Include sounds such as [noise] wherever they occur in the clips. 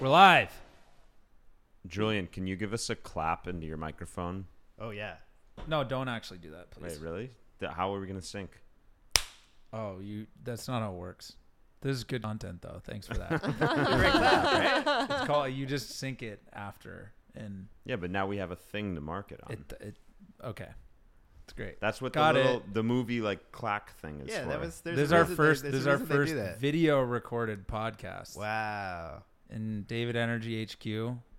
We're live. Julian, can you give us a clap into your microphone? Oh yeah. No, don't actually do that, please. Wait, really? Th- How are we going to sync? Oh, you that's not how it works. This is good content though. Thanks for that. Great clap, right? It's called you just sync it after and Yeah, but now we have a thing to market on. it it okay. It's great. That's what Got the little, it. the movie like clack thing is yeah, for. that was. There's this is a our reason they- first there's this is a our reason they first do that. video recorded podcast. Wow. And David Energy HQ.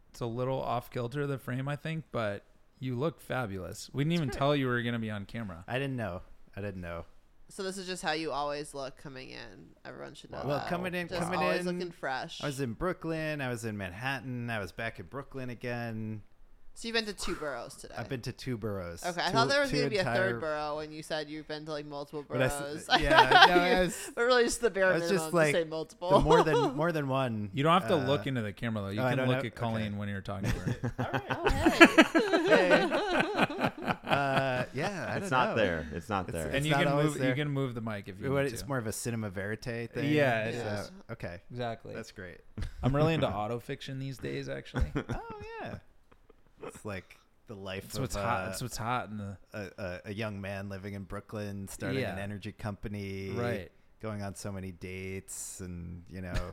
It's a little off kilter the frame, I think, but you look fabulous. We didn't even great. tell you we were gonna be on camera. I didn't know. I didn't know. So this is just how you always look coming in. Everyone should know. Well, that. coming in- just coming always in, looking fresh. I was in Brooklyn. I was in Manhattan. I was back in Brooklyn again. so you've been to two boroughs today. I've been to two boroughs. okay, I Two- thought there was two going to be a entire- third borough when you said you've been to like multiple But I s- boroughs. [laughs] yeah, no, I was- but really just the bare I was minimum just to like say multiple. The [laughs] more than more than one. You don't have to uh, [laughs] look into the camera though. You oh, I can don't look know- at Colleen when [laughs] you're talking to her. oh, hey. [laughs] Uh, yeah, I it's don't not know. there. It's not It's- there. it's- and you not can always move there. you can move the mic if you What- want it's to. more of a cinema verite thing. Yeah, it So, is. Okay, exactly. that's [laughs] great. I'm really [laughs] into auto fiction these days. [laughs] Actually, Oh yeah. It's like the life that's of what's uh, hot. That's what's hot in the a, a, a young man living in Brooklyn, starting Yeah. an energy company, Right. Going on so many dates, and you know, [laughs] being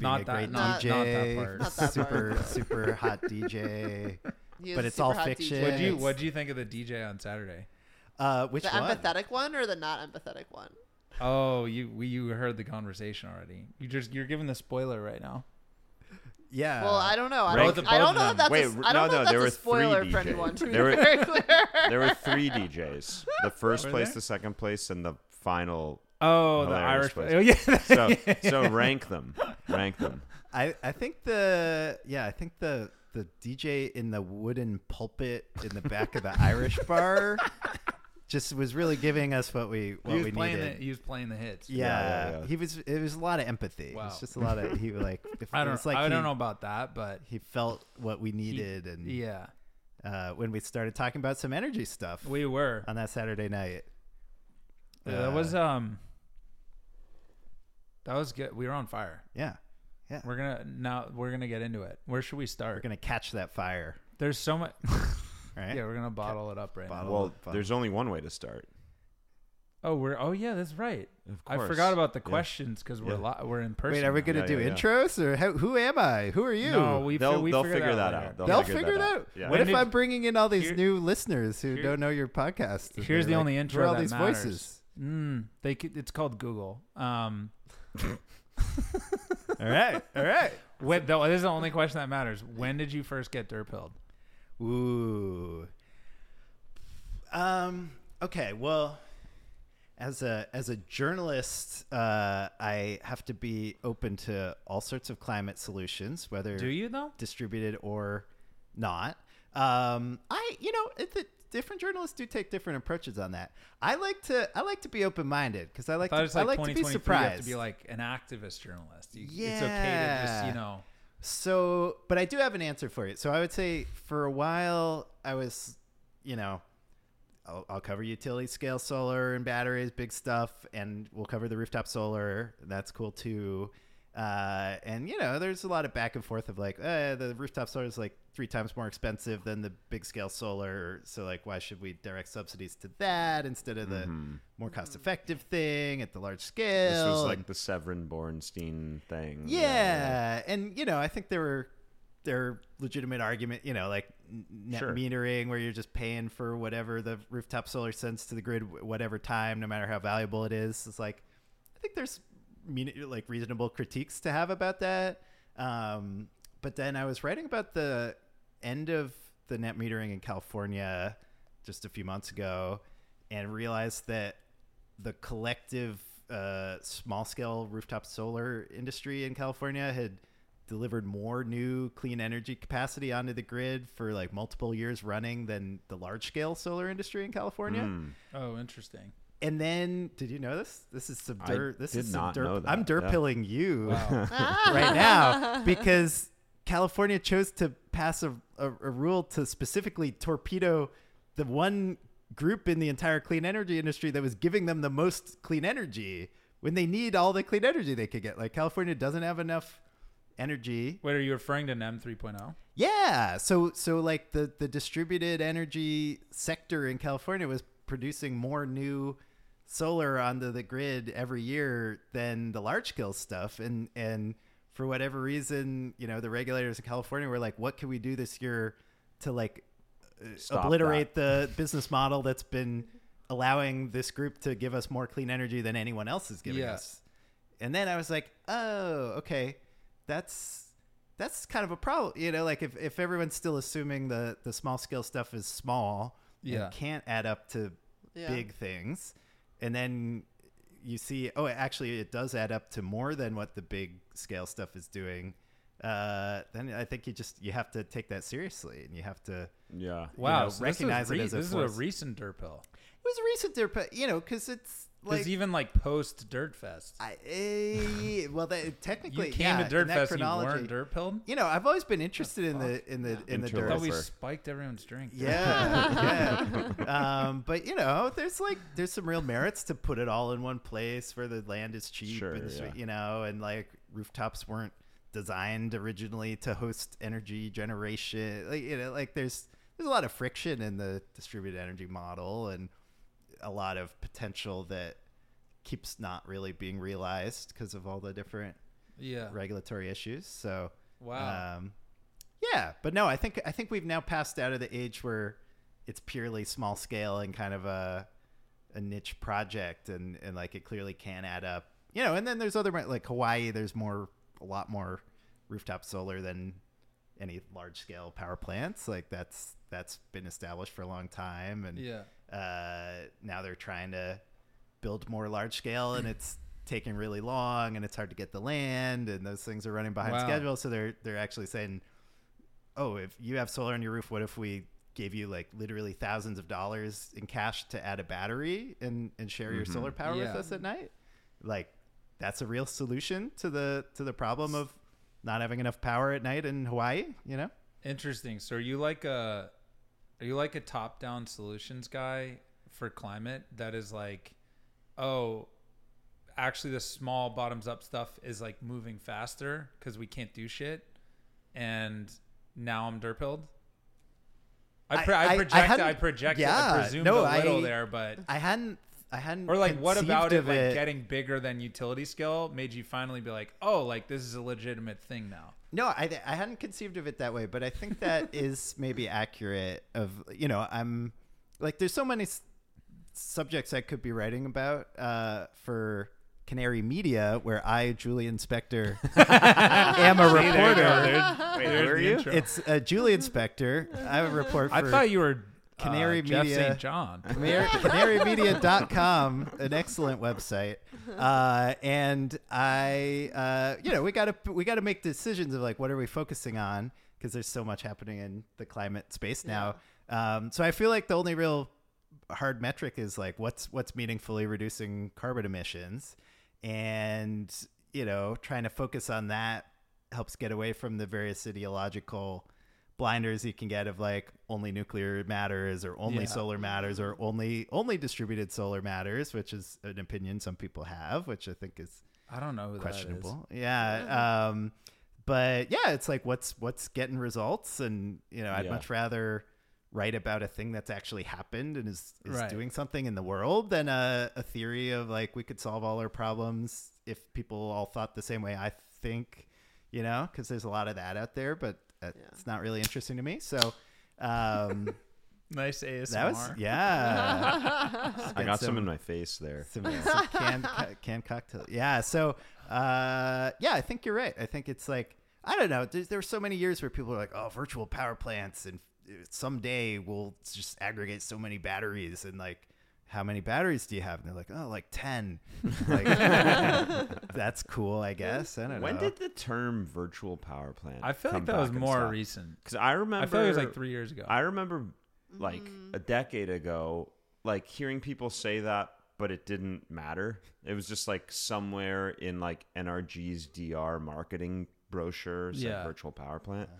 Not a that- great not- DJ, not that part. Not that super part. [laughs] super hot DJ. He is But a it's all super hot fiction. DJ. What'd you it's- What'd you think of the DJ on Saturday? Uh, which the one? empathetic one or the not empathetic one? Oh, you we, you heard the conversation already. You just you're giving the spoiler right now. Yeah. Well, I don't know. I Rank don't, them both I don't of know them. if that's Wait, a, no, I don't know no, if that's there were a three spoiler for DJs. anyone. To be There were- very clear. [laughs] there were [laughs] three DJs. The first Were place, there? the second place, and the [laughs] final. Oh, Hilarious the Irish. place. Oh [laughs] yeah. So so rank them. Rank them. I I think the yeah I think the the DJ in the wooden pulpit in the back [laughs] of the Irish bar just was really giving us what we what he was we playing needed. the he was playing the hits. yeah, yeah, yeah. he was. It was a lot of empathy. It Wow. was just a lot of he [laughs] was like. If, I it don't was like I he, Mm. don't know about that, but He felt what we needed, and yeah, uh, when we started talking about some energy stuff we were. on that Saturday night. Yeah, that was um. That was good. We were on fire. Yeah, yeah. We're, We're gonna now. We're gonna get into it. Where should we start? gonna catch that fire, There's so [laughs] much. right? yeah, we're gonna bottle it up right now. Bottle Well, it up. there's only one way to start. Oh, we're oh yeah, that's right. Of I course. forgot about the Yeah. questions because we're Yeah. li- we're in person. Wait, are we now. gonna Yeah, do yeah, yeah. intros or how, who am I? Who are you? No, we fi- They'll, we they'll figured figure that later. out. They'll figure it out. Yeah. What When if did- I'm bringing in all these Here- new listeners who here- don't know your podcast? and Here's they're the like, only "Who are intro all that these matters. voices. Mm, they could, it's called Google. Um, [laughs] all right, all right. when, though, this is the only question that matters. When did you first get dirt pilled? Ooh. Um. Okay. Well, as a as a journalist, uh, I have to be open to all sorts of climate solutions, whether Do you though? distributed or not. Um, I, you know, it, the, different journalists do take different approaches on that. I like to, I like to be open minded because I like, thought to, it's I like to be 2023, You have surprised. to be like an activist journalist. You, It's okay to just Yeah. you know. So, but I do have an answer for you. So I would say for a while I was, you know, I'll, I'll cover utility scale solar and batteries, big stuff, and we'll cover the rooftop solar. That's cool too. Uh, and you know, there's a lot of back and forth of like, eh, the rooftop solar is like three times more expensive than the big scale solar, so like, why should we direct subsidies to that instead of the more cost effective thing at the large scale? Mm-hmm. This was And- like the Severin Bornstein thing. Mm, yeah, and you know, I think there were there were legitimate argument, you know, like n- net Sure. metering, where you're just paying for whatever the rooftop solar sends to the grid, wh- whatever time, no matter how valuable it is. It's like I think there's mean- like reasonable critiques to have about that. Um, but then I was writing about the end of the net metering in California just a few months ago, and realized that the collective uh, small scale rooftop solar industry in California had delivered more new clean energy capacity onto the grid for like multiple years running than the large scale solar industry in California. Oh, interesting. And then, did you know this? This is some I dirt. This did is some not dirt. know that, I'm dirt yeah. pilling you Wow. [laughs] right now because California chose to pass a, a, a rule to specifically torpedo the one group in the entire clean energy industry that was giving them the most clean energy when they need all the clean energy they could get. Like California doesn't have enough energy. Wait, are you referring to NEM oh? 3.0? Yeah. So so like the the distributed energy sector in California was producing more new solar onto the grid every year than the large scale stuff and and for whatever reason, you know, the regulators in California were like what can we do this year to like uh, Stop obliterate the business model that's been allowing this group to give us more clean energy than anyone else is giving Yeah. us. And then I was like, oh, okay, that's that's kind of a problem, you know. Like if, if everyone's still assuming the the small scale stuff is small, Yeah. and can't add up to Yeah. big things, and then you see, oh, actually, it does add up to more than what the big scale stuff is doing. Uh, then I think you just you have to take that seriously, and you have to. Yeah. Wow, know, so recognize this is, re- it as a this force. is a recent dirt pill. It was recent there, but you know, because it's Because like even like post Dirt Fest, I, eh, well, [laughs] that you technically came yeah, to Dirt in that Fest and you chronology. weren't dirt pilled. You know, I've always been interested in the in the in the I dirt. thought we Sure. spiked everyone's drink. Yeah, [laughs] yeah. Um, but you know, there's like there's some real merits to put it all in one place where the land is cheap, Sure, and, yeah. you know, and like rooftops weren't designed originally to host energy generation. Like you know, like there's there's a lot of friction in the distributed energy model, and a lot of potential that keeps not really being realized because of all the different yeah. Uh-huh. regulatory issues. So Wow. um, yeah, but no, I think I think we've now passed out of the age where it's purely small scale and kind of a a niche project, and and like it clearly can add up, you know. And then there's other like Hawaii. There's more a lot more rooftop solar than any large scale power plants. Like that's that's been established for a long time, and Yeah. uh, now they're trying to build more large scale and it's taking really long and it's hard to get the land and those things are running behind Wow. schedule so they're they're actually saying oh if you have solar on your roof what if we gave you like literally thousands of dollars in cash to add a battery and and share your solar power with Mm-hmm. Yeah. us at night like that's a real solution to the to the problem of not having enough power at night in Hawaii you know Interesting. So are you like a are you like a top down solutions guy for climate that is like, oh, actually the small bottoms up stuff is like moving faster because we can't do shit, and now I'm dirt pilled. I, I- pre- I, I- I project. hadn't- I, project. yeah, I presumed no, a little I- there, but I hadn't I hadn't or like what conceived about it of like getting bigger than utility scale made you finally be like oh like this is a legitimate thing now No, I, I hadn't conceived of it that way, but I [laughs] think that is maybe accurate. Of you know, I'm like, there's so many s- subjects I could be writing about uh, for Canary Media, where I, Julian Spector, [laughs] am a reporter. [laughs] Wait, who are you? It's uh, Julian Spector. I report. For i thought you were Canary canary Jeff Media- st john Canary, canarymedia.com, an excellent website. Uh, and I, uh, you know, we got to we got to make decisions of like what are we focusing on because there's so much happening in the climate space now. Um, so I feel like the only real hard metric is like what's what's meaningfully reducing carbon emissions, and you know, trying to focus on that helps get away from the various ideological blinders you can get of like only nuclear matters or only Yeah. solar matters or only only distributed solar matters, which is an opinion some people have, which I think is i don't know who questionable questionable. Yeah. Um, but yeah, it's like what's what's getting results, and you know, I'd Yeah. much rather write about a thing that's actually happened and is, is Right. doing something in the world than a, a theory of like we could solve all our problems if people all thought the same way I think, you know, because there's a lot of that out there, but uh, Yeah. it's not really interesting to me. So. Um, nice asmr that was yeah. I Get got some in my face there. some, uh, some canned, co- canned cocktail. Yeah. So, uh, yeah, I think you're right. I think it's like, I don't know. There's, there were so many years where people were like, oh, virtual power plants, and someday we'll just aggregate so many batteries. And like, how many batteries do you have? And they're like, oh, like 10. [laughs] Like, that's cool, I guess. I don't When know. did the term virtual power plant? i feel like that was more recent because I remember. i feel like it was like three years ago I remember like Mm-hmm. a decade ago, like hearing people say that, but it didn't matter. It was just like somewhere in like NRG's DR marketing brochure, said Yeah. Ah. virtual power plant,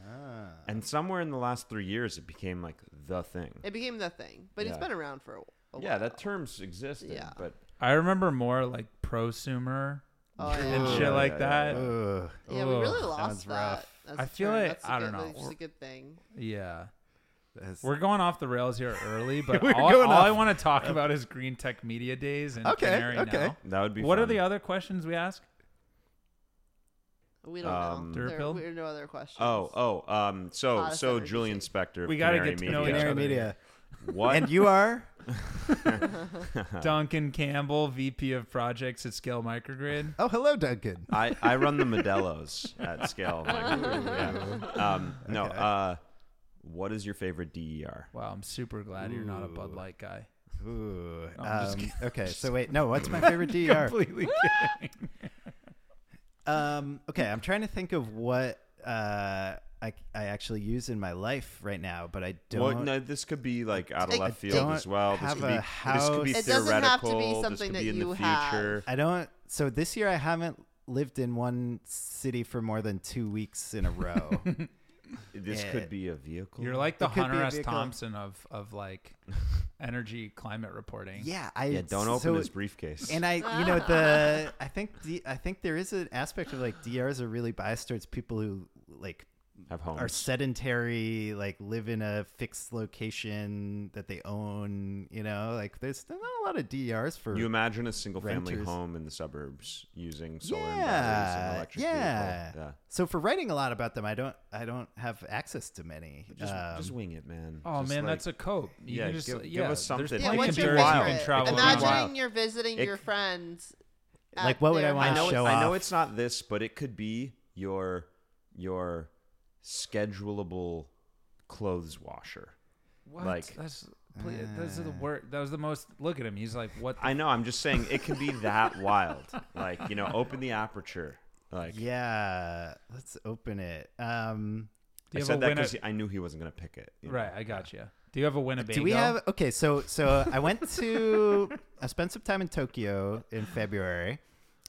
and somewhere in the last three years, it became like the thing. It became the thing, but it's Yeah. been around for a, a while. yeah, that term's existed, Yeah. but I remember more like prosumer Oh, and yeah. shit like that. Ugh. Yeah, we really Ugh, lost sounds that. rough. That's I a feel turn. it- That's a I don't good- know. That's just a good thing. Yeah. That's- We're going off the rails here early, but We're all, going all I off- want to talk about is Green Tech Media Days and Okay, Canary okay. Now. That would be. What are fun. the other questions we ask? We don't Um, know. There, Duracell? we no other questions. Oh, oh, um, so Hottest so energy Julian shake. Spector. We gotta get to know each Canary other. Media. What? [laughs] And you are? Duncan Campbell, VP of Projects at Scale Microgrid. Oh, hello, Duncan. I, I run the Modelo's at [laughs] Oh. scale. Like, yeah. um, no. Okay. Uh, what is your favorite E DER? Wow, I'm super glad you're not a Bud Light guy. Ooh. I'm just um, kidding. okay, so wait, no, what's [laughs] my favorite E DR? Completely kidding. Um, okay, I'm trying to think of what uh, I, I actually use in my life right now, but I don't. Well, no, this could be like out of Like, left field don't as well. This have could be a this could be house. It doesn't have to be theoretical. something this could that be in you the have. future. I don't. So this year I haven't lived in one city for more than two weeks in [laughs] a row. This Yeah. could be a vehicle. You're like the It could be Hunter a S. vehicle. Thompson of of [laughs] like energy climate reporting. yeah, I yeah. Don't open so- this briefcase. And I, you know, [laughs] the I think D, I think there is an aspect of like DRs are really biased towards people who like have homes. are sedentary, like live in a fixed location that they own. You know, like there's not a lot of DRs for You imagine a single family Renters. home in the suburbs using solar and batteries and yeah, electric yeah. vehicle. So for writing a lot about them, I don't I don't have access to many. Just, just Um, wing it, man. Oh Just, man, like, that's a cope. You yeah, can just, give- give yeah, us there's something. Yeah, plenty Like what's of a your places you wild. can favorite? travel It to. could be Imagining wild. you're visiting It your c- friends. Like, at what would their I I wanna house. know, it- show I know off. it's not this, but it could be your your schedulable clothes washer. What? Like- that's please, those are the word. That was the most. Look at him. He's like, what? The I know. I'm just saying it can be that wild. Like you know, open the aperture. Like yeah, let's open it. Um, do I you have said a that Winna- because I knew he wasn't gonna pick it. you know? Right, I got you. Do you have a Winnebago? Do we have okay? So so I went to I spent some time in Tokyo in February,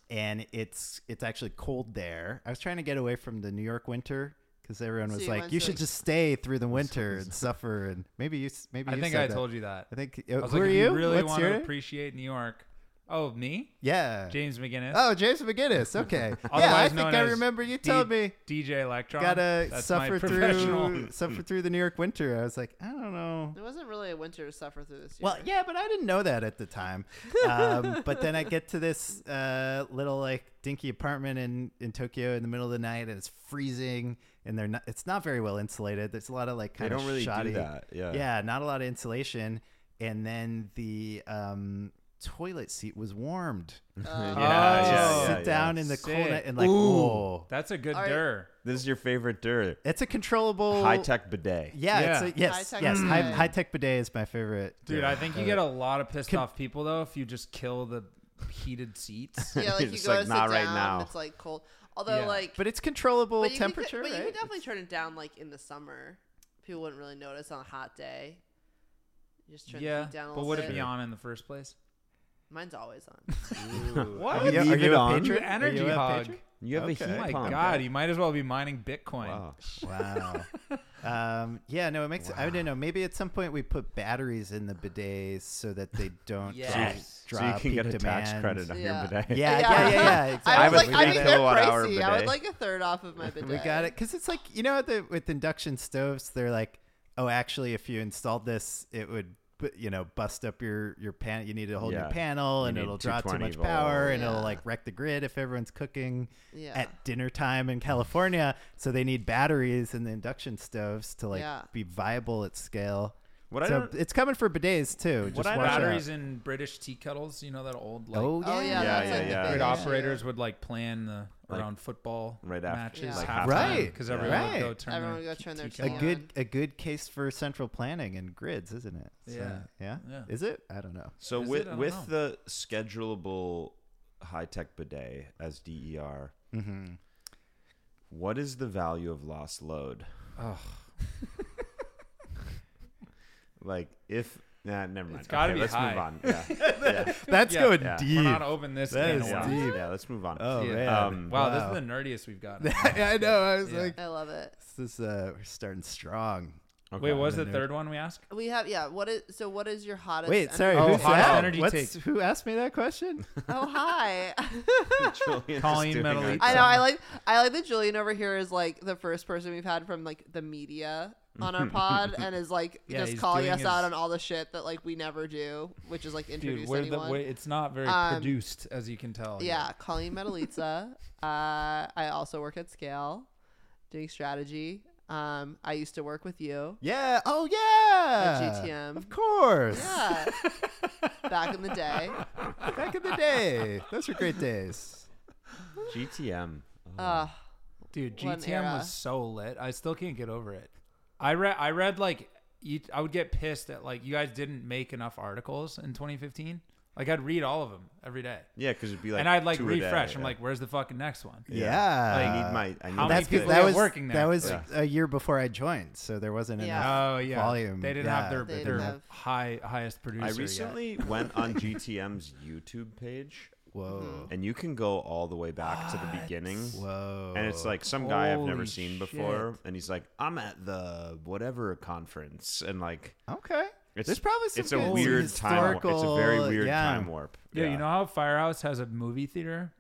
and it's it's actually cold there. I was trying to get away from the New York winter because everyone So was you like, went "You to- should just stay through the winter and suffer." And maybe you s- maybe I you think said I that. told you that. I think I uh, was who like, are if you? really What's want your to name? appreciate New York. Oh, me, yeah. James McGinnis. Oh, James McGinnis. Okay. yeah, I Otherwise think known I as remember you D- told me. DJ Electron. Gotta That's my suffer professional. [laughs] through suffer through the New York winter. I was like, I don't know. It wasn't really a winter to suffer through this year. Well, yeah, but I didn't know that at the time. Um, but then I get to this uh, little like dinky apartment in, in Tokyo in the middle of the night, and it's freezing, and they're not. It's not very well insulated. There's a lot of like They kind don't of really shoddy, do that. Yeah. yeah, not a lot of insulation. And then the um, toilet seat was warmed. yeah, Oh. Just yeah, yeah, sit yeah. down in the cold Sick. night and like, oh, That's a good All right. dir. This is your favorite dirt. it's a controlable High tech bidet. Yeah, Yeah. It's a, yes, High-tech yes. bidet. High, high tech bidet is my favorite. Dude, I think you Uh, get a lot of pissed Could- off people though if you just kill the heated [laughs] seats. [laughs] [laughs] yeah, like you It's go like, to sit not right down, now. it's like cold. Although, Yeah. like, But it's controllable but you could- temperature, but right? you could definitely turn it down, like in the summer. People wouldn't really notice on a hot day. You just turn the yeah, heat down a but little would bit. it be on in the first place? Mine's always on. [laughs] What? Are you, Leave are you it a on. patron? Dude, Are energy you a hog. patron? You have Okay. a heat Oh my pump. god, you might as well be mining Bitcoin. Wow. [laughs] Wow. um, yeah, no, it makes. I don't know. Maybe at some point we put batteries in the bidets so that they don't Yes. dra- So you draw can peak get a demand. tax credit on Yeah. your bidet. Yeah, yeah, yeah, yeah. Exactly. [laughs] I have would a like. I three mean, they're kilowatt-hour pricey. I would bidet. like a third off of my [laughs] bidet. we got it because it's like you know the, with induction stoves they're like oh actually if you installed this it would bu- you know bust up your your pan you need a whole Yeah. new panel You and need it'll draw too 220 much power and Yeah. it'll like wreck the grid if everyone's cooking Yeah. at dinner time in california so they need batteries in the induction stoves to like Yeah. be viable at scale What I so don't- it's coming for bidets too What just I watch out. batteries in British tea kettles? You know that old like oh yeah, Oh yeah, that's yeah, like the yeah. big grid Yeah. operators would like plan the Like, around football right after, matches like, halftime, Right, because everyone would right. go turn Everyone their would go turn their tea a kettle Yeah. on. good a good case for central planning and grids isn't it So, Yeah. yeah Yeah. is it i don't know So Is with it? I don't with know. the schedulable high tech bidet as DER, what is the value of lost load? Ugh. [laughs] Like if nah, never mind. gotta okay, be let's high. move on. Yeah, [laughs] yeah, That's Yeah. going Yeah. deep. We're not open this That can is of yeah, worms. deep. yeah, let's move on. oh Yeah. man! Um, Wow, this is the nerdiest we've gotten. [laughs] I know. I was Yeah. like, I love it. this is uh, we're starting strong. Okay. Wait, what [laughs] was the I'm a nerd. third one we asked? We have yeah. What is so? What is your hottest? Wait, energy- sorry. Oh, who's hot that? energy What's- take. Who asked me [laughs] that question? [laughs] [laughs] Oh hi. [laughs] Julian is Colleen doing Metallica. it. I know. I like. I like that Julian over here is like the first person we've had from like the media on our pod, [laughs] and is like Yeah, just he's calling doing us out his- on all the shit that like we never do, which is like introduce Dude, where the anyone. way, it's not very Um, produced, as you can tell. yeah, Colleen [laughs] Metalitza. uh, I also work at Scale, doing strategy. Um, I used to work with you Yeah. Oh yeah. at GTM. Of course. Yeah. Back in [laughs] the day. Back in the day, those were [laughs] great days. GTM. Oh. Uh, Dude, One GTM era. was so lit. I still can't get over it. I read, I read like, you, I would get pissed at like you guys didn't make enough articles in 2015. Like I'd read all of them every day, yeah, because it'd be like, and I'd like two a day, refresh. I'm yeah. like, where's the fucking next one? Yeah. I need my. I need How my many Uh, That's fix. because people that were was working there? That was Yeah. a year before I joined, so there wasn't Yeah. enough. Oh yeah, Volume, They didn't have yeah. their They their didn't have- high highest producer. I yet. recently went on GTM's [laughs] YouTube page, Whoa. and you can go all the way back to the beginning. Whoa. And it's like some guy I've never Holy seen before, and he's like, "I'm at the whatever conference," and like, okay. it's There's probably some it's a good weird time. Warp. It's a very historical- weird yeah. time warp. Yeah, you know how Firehouse has a movie theater?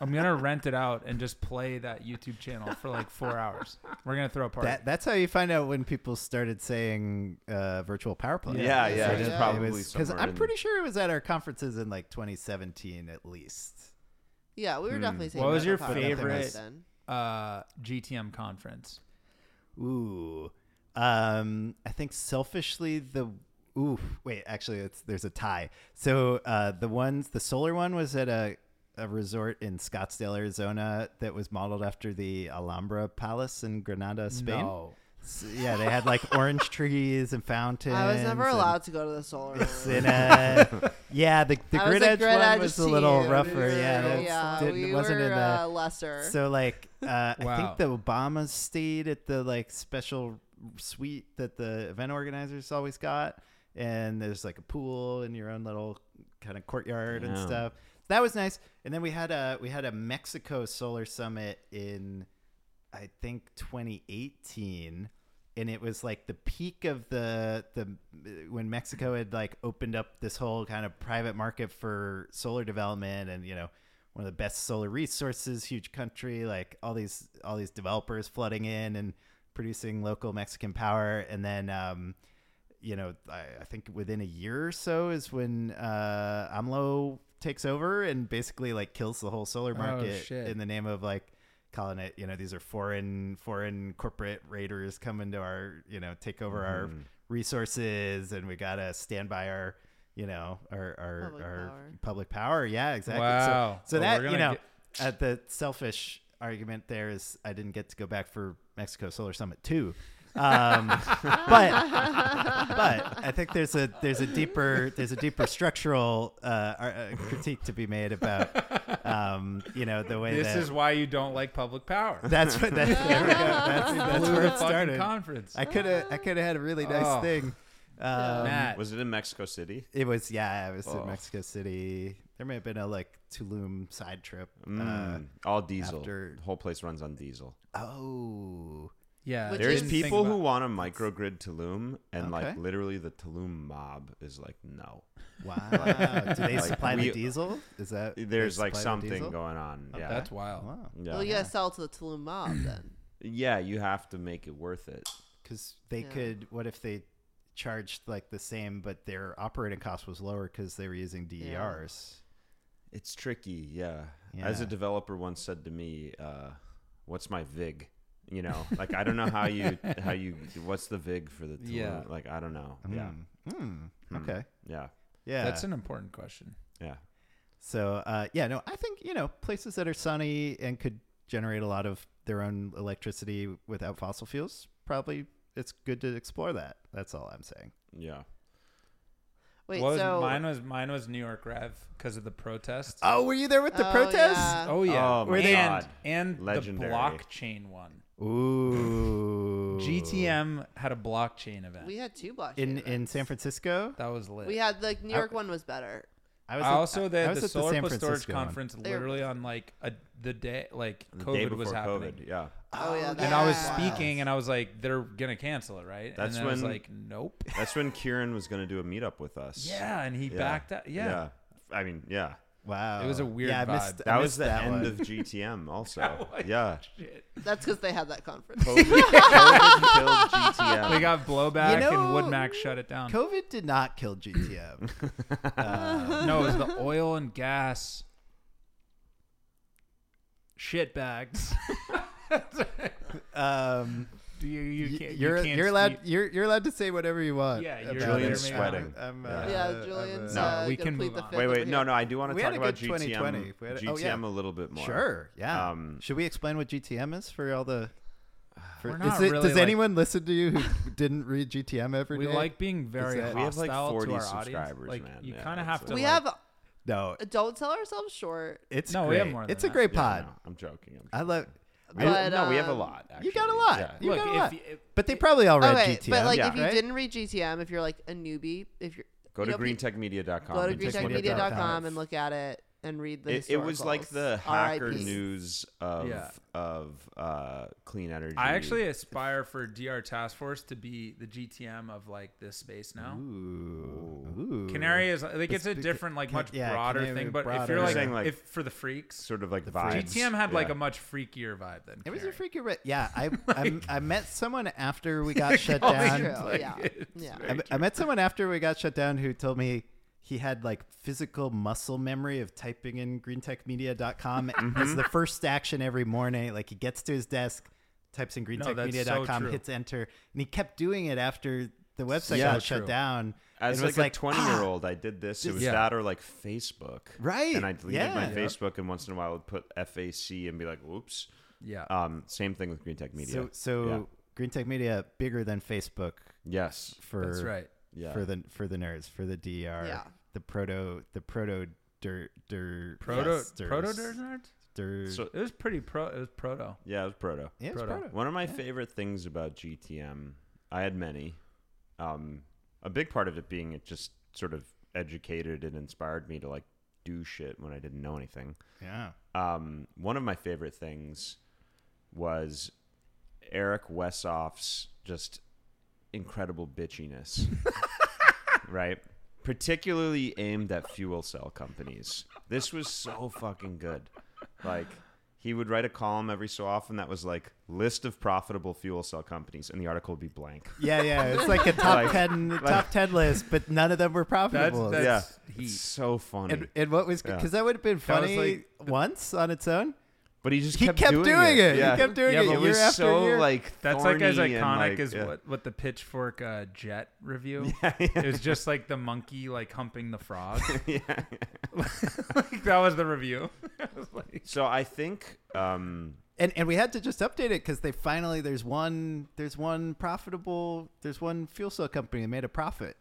I'm gonna rent it out and just play that YouTube channel for like four hours. We're gonna throw a party. That, that's how you find out when people started saying uh, virtual power play. Yeah, yeah, it's probably because somewhere I'm in- pretty sure it was at our conferences in like 2017 at least. yeah, we were Hmm. definitely saying. What was that your on the podcast favorite- then. uh, GTM conference. Ooh, um, I think selfishly the ooh wait actually it's there's a tie. So uh, the ones the solar one was at a a resort in Scottsdale, Arizona that was modeled after the Alhambra Palace in Granada, Spain. No. So, yeah, they had like orange trees and fountains. I was never and- allowed to go to the solar. It's room. in a yeah. The, the I grid was a edge grid one edge was a little team. uh, rougher. Yeah, that's- yeah, didn't- we wasn't were, in the uh, lesser. so like uh, I Wow. think the Obamas stayed at the like special suite that the event organizers always got, and there's like a pool in your own little kind of courtyard and Yeah. stuff. That was nice. And then we had a we had a Mexico solar summit in I think 2018 and it was like the peak of the the when Mexico had like opened up this whole kind of private market for solar development and you know one of the best solar resources huge country like all these all these developers flooding in and producing local Mexican power and then um you know, I, I think within a year or so is when uh, AMLO takes over and basically like kills the whole solar market shit. in the name of like calling it, you know, these are foreign foreign corporate raiders coming to our, you know, take over our Mm-hmm. resources and we gotta stand by our, you know, our our Public our power. public power. Yeah, exactly. Wow. So, so Well, that we're you gonna know, at the selfish argument there is I didn't get to go back for Mexico Solar Summit two. [laughs] Um, but but I think there's a there's a deeper there's a deeper structural uh, ar- uh, critique to be made about um, you know the way This that is why you don't like public power. [laughs] that's what that, there we go. that's, that's Blew where the it fucking started. Conference. I could have I could have had a really nice Oh. thing. Um, Matt, Was it in Mexico City? It was yeah, it was Oh. in Mexico City. There may have been a like Tulum side trip. Mm, all diesel. Uh, after- The whole place runs on diesel. Uh, oh, yeah, Which There's is- people who want a microgrid Tulum, and like Okay. literally the Tulum mob is like, no. [laughs] wow! Do they Like, supply the we- diesel? Is that they There's like supply the something diesel? Oh, going on. Yeah. That's wild. Wow, yeah. well, you gotta sell to the Tulum mob [clears throat] then. Yeah, you have to make it worth it. because they Yeah. could. What if they charged like the same, but their operating cost was lower because they were using E DERs? It's tricky. Yeah. As a Yeah. developer once said to me, uh, "What's my vig?" You know, like I don't know how you how you what's the vig for the Tulum? Yeah. Like I don't know. Yeah. Hmm. Mm. Mm. Okay. Yeah. Yeah. That's an important question. Yeah. So uh, yeah, no, I think you know places that are sunny and could generate a lot of their own electricity without fossil fuels. Probably it's good to explore that. That's all I'm saying. Yeah. Wait, What was- so mine was mine was New York Rev because of the protest. Oh, were you there with the Oh, protest? yeah. Oh yeah, Oh, my and God. and Legendary. the blockchain one. Ooh, GTM had a blockchain event. we had two blockchain in in events. San Francisco. that was lit. We had the New York one was better. I was I at- also they I had was the at the solar San plus storage Francisco one. conference They were literally on like a the day like The COVID day before was happening. COVID. Yeah. Oh, yeah, And I was Yeah. speaking, and I was like, "They're gonna cancel it, right?" That's and then I was when- like, [laughs] "Nope." That's when Kieran was going to do a meetup with us. Yeah, and he backed out. Yeah, I mean, yeah. Wow. It was a weird yeah, I vibe. missed, I That was missed the that end one. of GTM also. That was- yeah. Shit. That's because they had that conference. COVID, COVID killed GTM. we got blowback, You know- and Woodmac shut it down. [laughs] COVID did not kill [laughs] GTM. Uh, no, it was [laughs] the oil and gas shit bags. [laughs] um, you, you can't. you're you can't you're allowed speak. you're you're allowed to say whatever you want. Yeah, about you're- Julian's it. sweating. I'm, uh, Yeah. [laughs] Yeah, I'm, uh, Julian's. No, uh, we gonna can plead move the on. fifth wait, over wait. No, here. no. I do want We to had talk a about good 2020. GTM. We had a- GTM oh, yeah. a little bit more. Sure. Yeah. Um, Should we explain what GTM is for all the? For, We're is not it- really, does like- anyone listen to you who [laughs] didn't read GTM every We day? like being very that- hostile We have, like, 40 to our subscribers, audience. Like man. you Yeah, kind of it's have like- to. we like- have. no. Don't sell ourselves short. It's No, great. we have more than it's a that. great Yeah, pod. no, I'm joking. I'm I joking. love. We- But, no, we have a um, lot. You got a actually. lot. Yeah. You Look, got a if lot. you- if- but they probably all read okay, GTM. but like Yeah. if you right? didn't read GTM, if you're like a newbie, if you're Go to you know, pe- greentechmedia.com. go to and just look at greentechmedia.com. that. greentechmedia.com and look at it and read the. It, it was like the historicals. hacker RIP. news of Yeah. of uh, clean energy. I actually aspire for DR Task Force to be the GTM of like this space now. Ooh. Canary is like it's a beca- different, like can- much yeah, broader Canary thing. But if broader. you're You're like, saying, like, if for the freaks, sort of like free- vibes. GTM had like Yeah. a much freakier vibe than It was a Canary. freaking re- yeah. I, [laughs] I I met someone after we got shut Only [laughs] down. True, like, yeah, it's yeah. very I, I met someone after we got shut down who told me he had like physical muscle memory of typing in greentechmedia.com Mm-hmm. as the first action every morning. Like he gets to his desk, types in that's so greentechmedia.com, true. hits enter, and he kept doing it after the website So got true. shut down. As It like, was "Ah!" a twenty year old, I did this. It was Yeah. that or like Facebook, Right, And I deleted my yeah. Facebook, and once in a while, would put FAC and be like, "Whoops." yeah. Um, same thing with Green Tech Media. So so Yeah. Green Tech Media bigger than Facebook yes, for That's right. yeah, for the for the nerds for the DER Yeah. the proto the proto dirt dirt Proto proto Nerds. So- It was pretty pro. It was proto. yeah. It was proto. yeah, it's proto. proto. One of my favorite things about GTM, I had many. Um, a big part of it being it just sort of educated and inspired me to like do shit when I didn't know anything. yeah um, one of my favorite things was Eric Wessoff's just incredible [laughs] bitchiness, right? Particularly aimed at fuel cell companies. This was so fucking good. Like, he would write a column every so often that was like list of profitable fuel cell companies, and the article would be blank. yeah yeah it's [laughs] like a top Like- 10 top 10 list but none of them were That's, profitable that's yeah, heat. it's so funny. and, and what was Yeah. because that would have been That was funny like once on its own but he just he kept, kept doing, doing it. He Yeah. kept doing Yeah, it. but it year was after so year. like That's like as thorny iconic and, like, as yeah. what, what the pitchfork uh, jet [laughs] review. It was just like the monkey like humping the frog. yeah. [laughs] like, that was the review. I was like, So I think um, and and we had to just update it because they finally there's one there's one profitable there's one fuel cell company that made a profit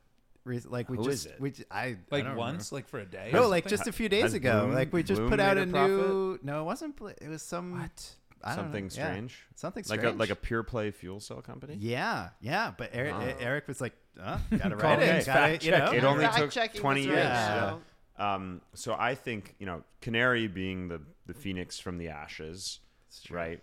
Re- like we Who just is it? we j- I I don't like remember. once, like for a day. No, or like something? just a few days has ago. Bloom- like we just Bloom put out made a, a new. No, it wasn't. Bl- It was some. What? I don't something know. Yeah. strange. Something Like strange. a, like a pure play fuel cell company. Yeah, yeah. But Eric, Wow. Eric was like, [laughs] uh, gotta Oh, Call write it. names, Gotta, fact you check know. It only Fact took checking twenty this years. right Yeah. now. Um, so I think you know Canary being the the phoenix from the ashes, right?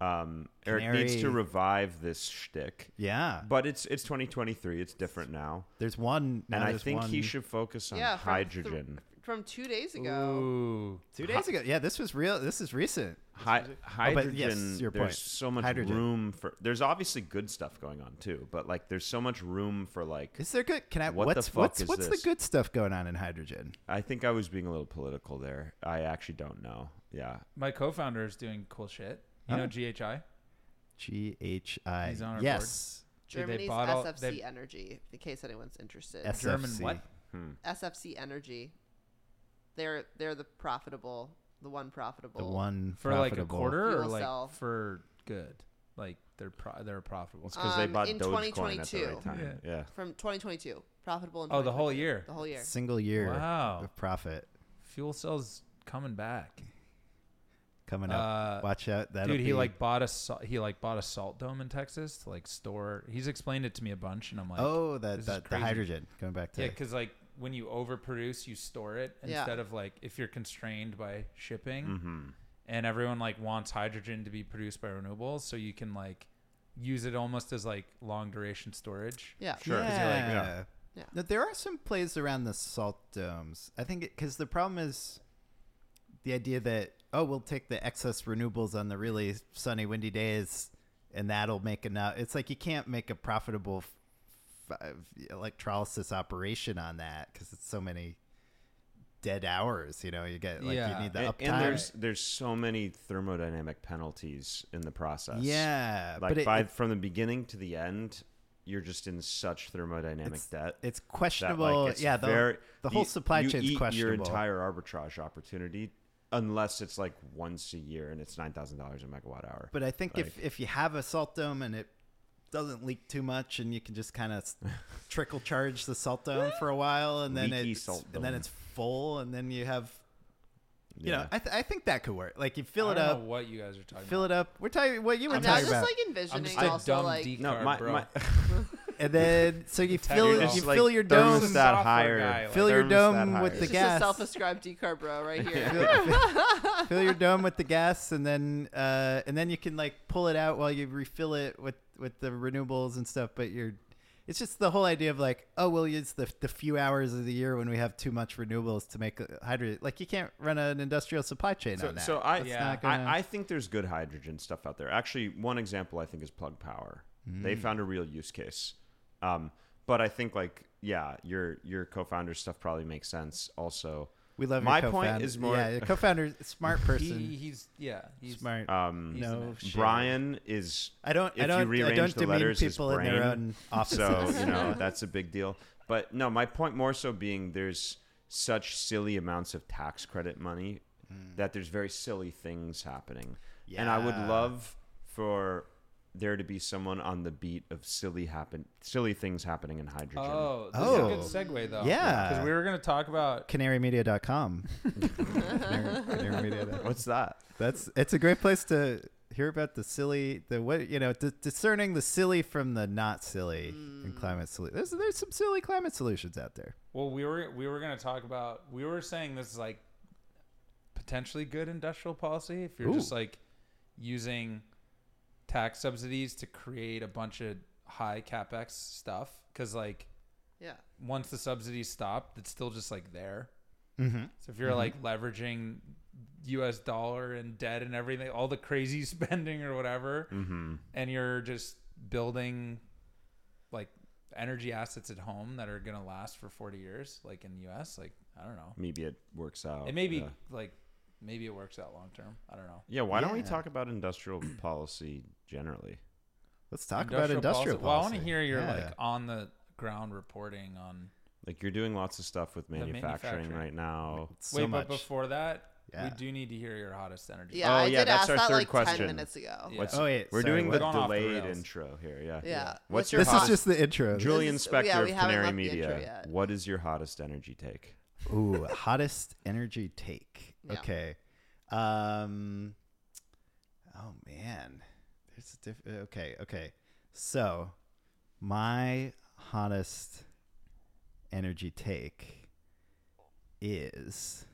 Um, Eric needs to Canary- revive this shtick, yeah. but it's it's 2023. It's different now, There's one. now and I there's think he one- should focus on Yeah, from hydrogen. th- from two days ago. Ooh. Two days ago. Yeah, this was real. This is recent. Hy- Oh, but hydrogen. yes, your there's point. so much Hydrogen. room for. There's obviously good stuff going on too, but like there's so much room for like. Is there good? Can I? What the what's fuck what's is what's this? the good stuff going on in hydrogen? I think I was being a little political there. I actually don't know. Yeah. My co-founder is doing cool shit. You Oh. know GHI. G H I. He's on our Yes. They- they Germany's bought all- SFC they- Energy, in case anyone's interested. SFC. German what? SFC Energy. They're they're the profitable, the one profitable. The Oh. one for like a profitable- quarter or Fuel like cell. for good. Like they're pro- they're profitable. because they Um, bought Dogecoin in at the 2022. right time. Yeah. from 2022 profitable. In Oh, the whole 2022. year. The whole year. single year Wow. of profit Fuel cells coming back. coming up. Uh, Watch out. That'll Dude, he be- like bought a sa- he like bought a salt dome in Texas to like store. He's explained it to me a bunch, and I'm like, oh this that, is that the crazy. hydrogen going back to yeah, because like when you overproduce, you store it Yeah. instead of like if you're constrained by shipping Mm-hmm. and everyone like wants hydrogen to be produced by renewables, so you can like use it almost as like long duration storage. Yeah. Sure. 'Cause Yeah. you're like, uh, Yeah. Now, there are some plays around the salt domes. I think because the problem is the idea that oh we'll take the excess renewables on the really sunny windy days and that'll make enough. It's like you can't make a profitable f- f- electrolysis operation on that because it's so many dead hours. You know, you get like Yeah. you need the And, uptime. and there's there's so many thermodynamic penalties in the process. yeah, like but it- by it- from the beginning to the end, you're just in such thermodynamic it's, debt. it's that, like, questionable. it's yeah, the, very- the whole you- supply you chain's eat questionable. Your entire arbitrage opportunity, unless it's like once a year and it's nine thousand dollars a megawatt hour. But I think if Like- if you have a salt dome and it doesn't leak too much, and you can just kind of [laughs] trickle charge the salt dome for a while, and then Leaky it's salt and then dome. it's full, and then you have you yeah. know I, th- I think that could work. Like you fill I it don't up, know what you guys are talking fill about. it up. We're talking what you were I'm not talking just about, like I'm envisioning just a also dumb like deep no, carb, my, bro. my and then so you Tech [laughs] fill Dude, you it's fill your thermostat dome. Software higher, guy, like- Fill your thermostat dome with higher. the it's gas. just a self-ascribed [laughs] decarb bro right here. fill, fill your dome with the gas and then uh, and then you can like pull it out while you refill it with with the renewables and stuff but you're it's just the whole idea of like oh we'll use the, the few hours of the year when we have too much renewables to make hydrogen like you can't run an industrial supply chain So, on that so I, That's Yeah. not gonna- I, I think there's good hydrogen stuff out there. Actually, one example I think is Plug Power. They Mm. found a real use case. Um, but I think like yeah, your your co-founder stuff probably makes sense. Also, we love my your point co-founder. is more- yeah your co-founder [laughs] smart person He, he's yeah, he's smart um, He's no an shit. Brian is I don't if I you don't I rearrange don't the demean letters, his people in their brain. own offices [laughs] so you know that's a big deal. But no, my point more so being there's such silly amounts of tax credit money that there's very silly things happening. And I would Mm. Yeah. love for there to be someone on the beat of silly happen silly things happening in hydrogen. Oh, this Oh. is a good segue though. Yeah. Because we were gonna talk about canarymedia.com Canary, canarymedia.com What's that? That's it's a great place to hear about the silly, the what you know, d- discerning the silly from the not silly in Mm. climate solution. There's there's some silly climate solutions out there. well we were we were gonna talk about we were saying this is like potentially good industrial policy if you're just Ooh. like using tax subsidies to create a bunch of high capex stuff because like yeah. once the subsidies stop it's still just like there Mm-hmm. So if you're like leveraging US dollar and debt and everything, all the crazy [laughs] spending or whatever, Mm-hmm. and you're just building like energy assets at home that are going to last for 40 years, like in the US, like I don't know. Maybe it works out. It may be Yeah, like maybe it works out long term. I don't know. Yeah, why don't we Yeah. talk about industrial policy generally? Let's talk about industrial policy. Well, I want to hear your Yeah. like on the ground reporting on Like you're doing lots of stuff with manufacturing, manufacturing. right now. so Wait, much. but before that, Yeah. we do need to hear your hottest energy. Yeah, Oh, I yeah, did that's ask our that third like question. 10 minutes ago. Yeah. What's, Oh, wait, we're sorry, doing what- the Gone off the delayed rails. intro here. Yeah. Yeah. What's your this hottest is just the intro. Julian This is- Spector yeah, of we haven't Canary left the intro Media. yet. What is your hottest energy take? Ooh, hottest energy take. Yeah. Okay. Um. Oh man, there's a diff- uh, Okay, okay. So, my hottest energy take is.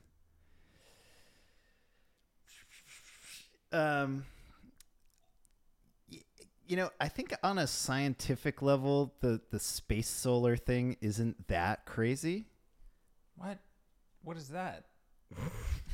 Um. y- You know, I think on a scientific level, the, the space solar thing isn't that crazy. What? What is that?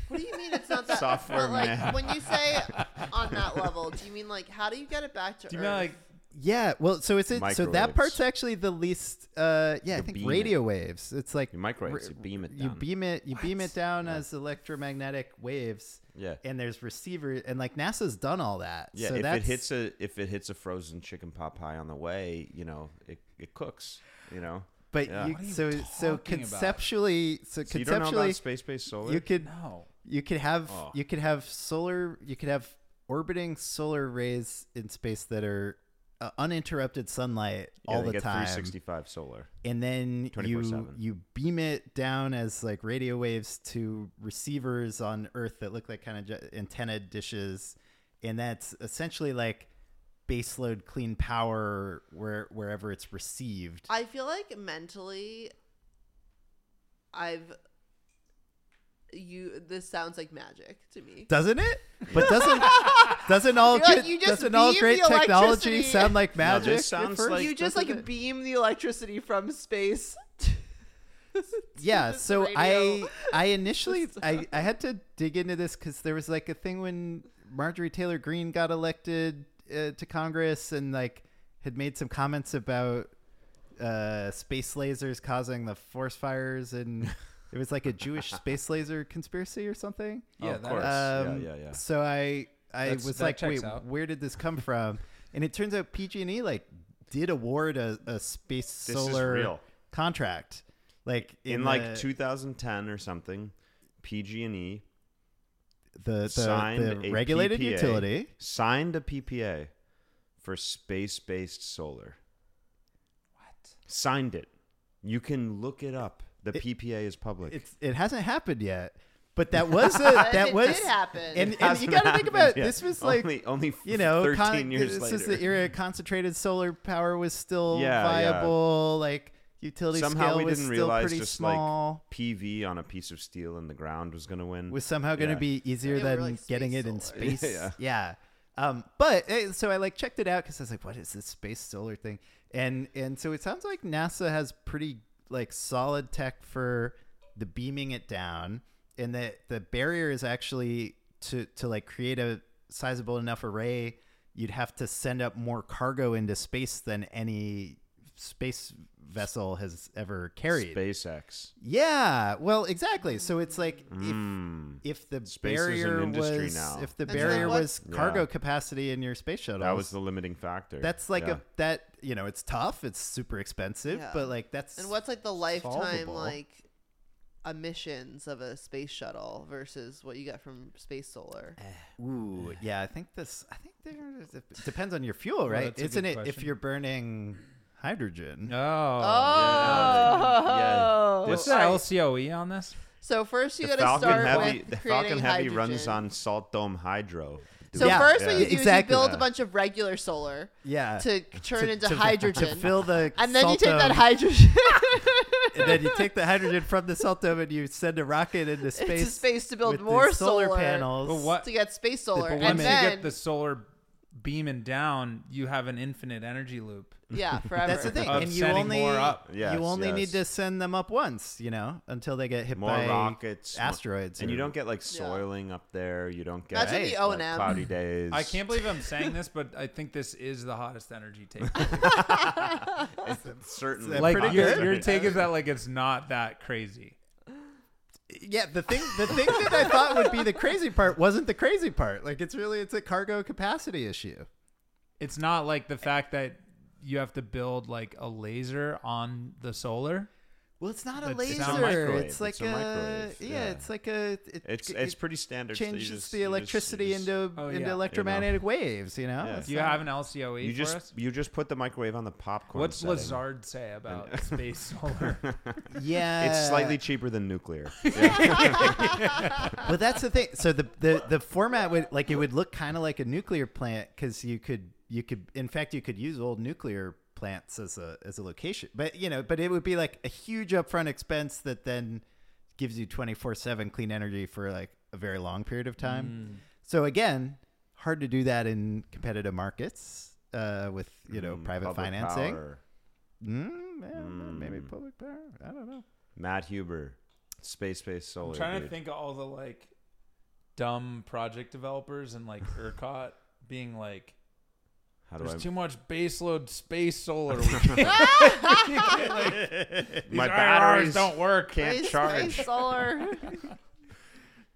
What do you mean it's not that [laughs] Software but, like, man. When you say [laughs] on that level, do you mean like how do you get it back to Do you Earth? mean like Yeah, well, so it's it so that Microwaves. part's actually the least. Uh, yeah, I You think beam radio waves. It's like You microwaves, ra- you beam it You down. beam it. You beam it down as electromagnetic waves, Yeah. and there's receiver, and like NASA's done all that. Yeah, so if it that's, hits a if it hits a frozen chicken pot pie on the way, you know, it, it cooks, you know. but yeah. you, What are you so so talking about? conceptually, so So you don't know about conceptually, space based solar? you, could no? you could have Oh. you could have solar you could have orbiting solar rays in space that are uh, uninterrupted sunlight yeah, all they the get time. 365 solar. and then you 24/7. you beam it down as like radio waves to receivers on Earth that look like kind of ju- antenna dishes, and that's essentially like baseload clean power where wherever it's received. I feel like mentally I've you this sounds like magic to me. doesn't [laughs] it? But doesn't doesn't all You're like, good- "You just doesn't all beam great the technology electricity." sound like magic? No, at this sounds first? like you just doesn't like it? beam the electricity from space. yeah Just so the i radio. i initially I, I had to dig into this because there was like a thing when marjorie taylor green got elected uh, to congress and like had made some comments about uh, space lasers causing the forest fires and it was like a jewish space laser conspiracy or something Oh, Yeah, of that- course. um, yeah, yeah, yeah. So I I That's- was that like, checks wait, out. where did this come from? and it turns out PG and E like did award a, a space This is solar real. contract, like in, in like the- 2010 or something, PG&E the the, signed the a regulated PPA, utility. signed a PPA for space-based solar. What? Signed it. You can look it up. The PPA is public. [laughs] It's it hasn't happened yet, but that was a, that it was did happen. and, It and you hasn't got to think happened about yet. this was like only, only you know 13 con- years this later. is the era concentrated solar power was still Yeah, yeah. viable, like utility Somehow scale we was didn't still realize pretty just small. like PV on a piece of steel in the ground was going to win. was somehow going to Mm. Yeah. be easier They were, than like, getting space it in solar. space. Yeah. yeah. Um, but eh, so I like checked it out because I was like, "What is this space solar thing?" And and so it sounds like NASA has pretty like solid tech for the beaming it down, and that the barrier is actually to to like create a sizable enough array, you'd have to send up more cargo into space than any space vessel has ever carried. SpaceX. Yeah, well, exactly. So it's like Mm. if if the Space is an barrier industry was now. if the That's barrier like what- was cargo Yeah. capacity in your space shuttle, That was the limiting factor. that's like Yeah. a that you know it's tough, it's super expensive, Yeah. but like that's and what's like the lifetime solvable. like emissions of a space shuttle versus what you get from space solar? ooh yeah. I think this I think there's it depends on your fuel, right? that's a Isn't good it if question. you're burning hydrogen? Oh. yeah. Oh. This- What's the LCOE E on this? So first you the got to Falcon start Heavy, with the creating Falcon Heavy hydrogen. runs on salt dome hydro. So Yeah. first, what Yeah. you do Exactly. is you build Yeah. a bunch of regular solar Yeah, to turn into to- hydrogen, to fill the [laughs] and then you take Salto- that hydrogen [laughs] and then you take the hydrogen from the salt dome and you send a rocket into space [laughs] into space to build with the more solar, solar, panels. But what? to get space solar, But and once then you get the solar beaming down, you have an infinite energy loop. yeah, [laughs] forever. That's the thing, Uh, Of and you sending only more up. Yes, you only need yes. to send them up once, you know, until they get hit More by rockets, more- asteroids, And you or- don't get like soiling up there. You don't get Imagine the like, O&M. cloudy days. I [laughs] can't believe I'm saying this, but I think this is the hottest energy take. certainly It's like pretty your, good. your take is that like it's not that crazy. Yeah, the thing the thing that I thought would be the crazy part wasn't the crazy part. Like it's really it's a cargo capacity issue. It's not like the fact that you have to build like a laser on the solar. Well, it's not a But it's laser. a microwave. It's like It's a a, microwave, yeah, yeah. It's like a. It, It's it it's pretty standard. so you changes just- the you just- you electricity just- into Oh, into yeah. You know. electromagnetic waves. You know. Yeah. It's Do you not- have an LCOE You E for just [laughs] us? you just put the microwave on the popcorn. What's setting. Lazard say about space solar? Yeah. It's slightly cheaper than [laughs] nuclear. Well, that's the thing. So the the, the format would like it would look kind of like a nuclear plant because you could you could in fact you could use old nuclear plants as a as a location, but you know, but it would be like a huge upfront expense that then gives you twenty four seven clean energy for like a very long period of Mm. time. So again, hard to do that in competitive markets uh, with you know Mm, private public financing. power. Mm, yeah, Maybe Mm. public power. I don't know. Matt Huber, space based solar. I'm trying to dude. think of all the like dumb project developers and like ERCOT being like, How do there's I? too much baseload space [laughs] solar. We can't, we can't, like, these My IRRs batteries don't work. can't Space- charge. [laughs] space solar.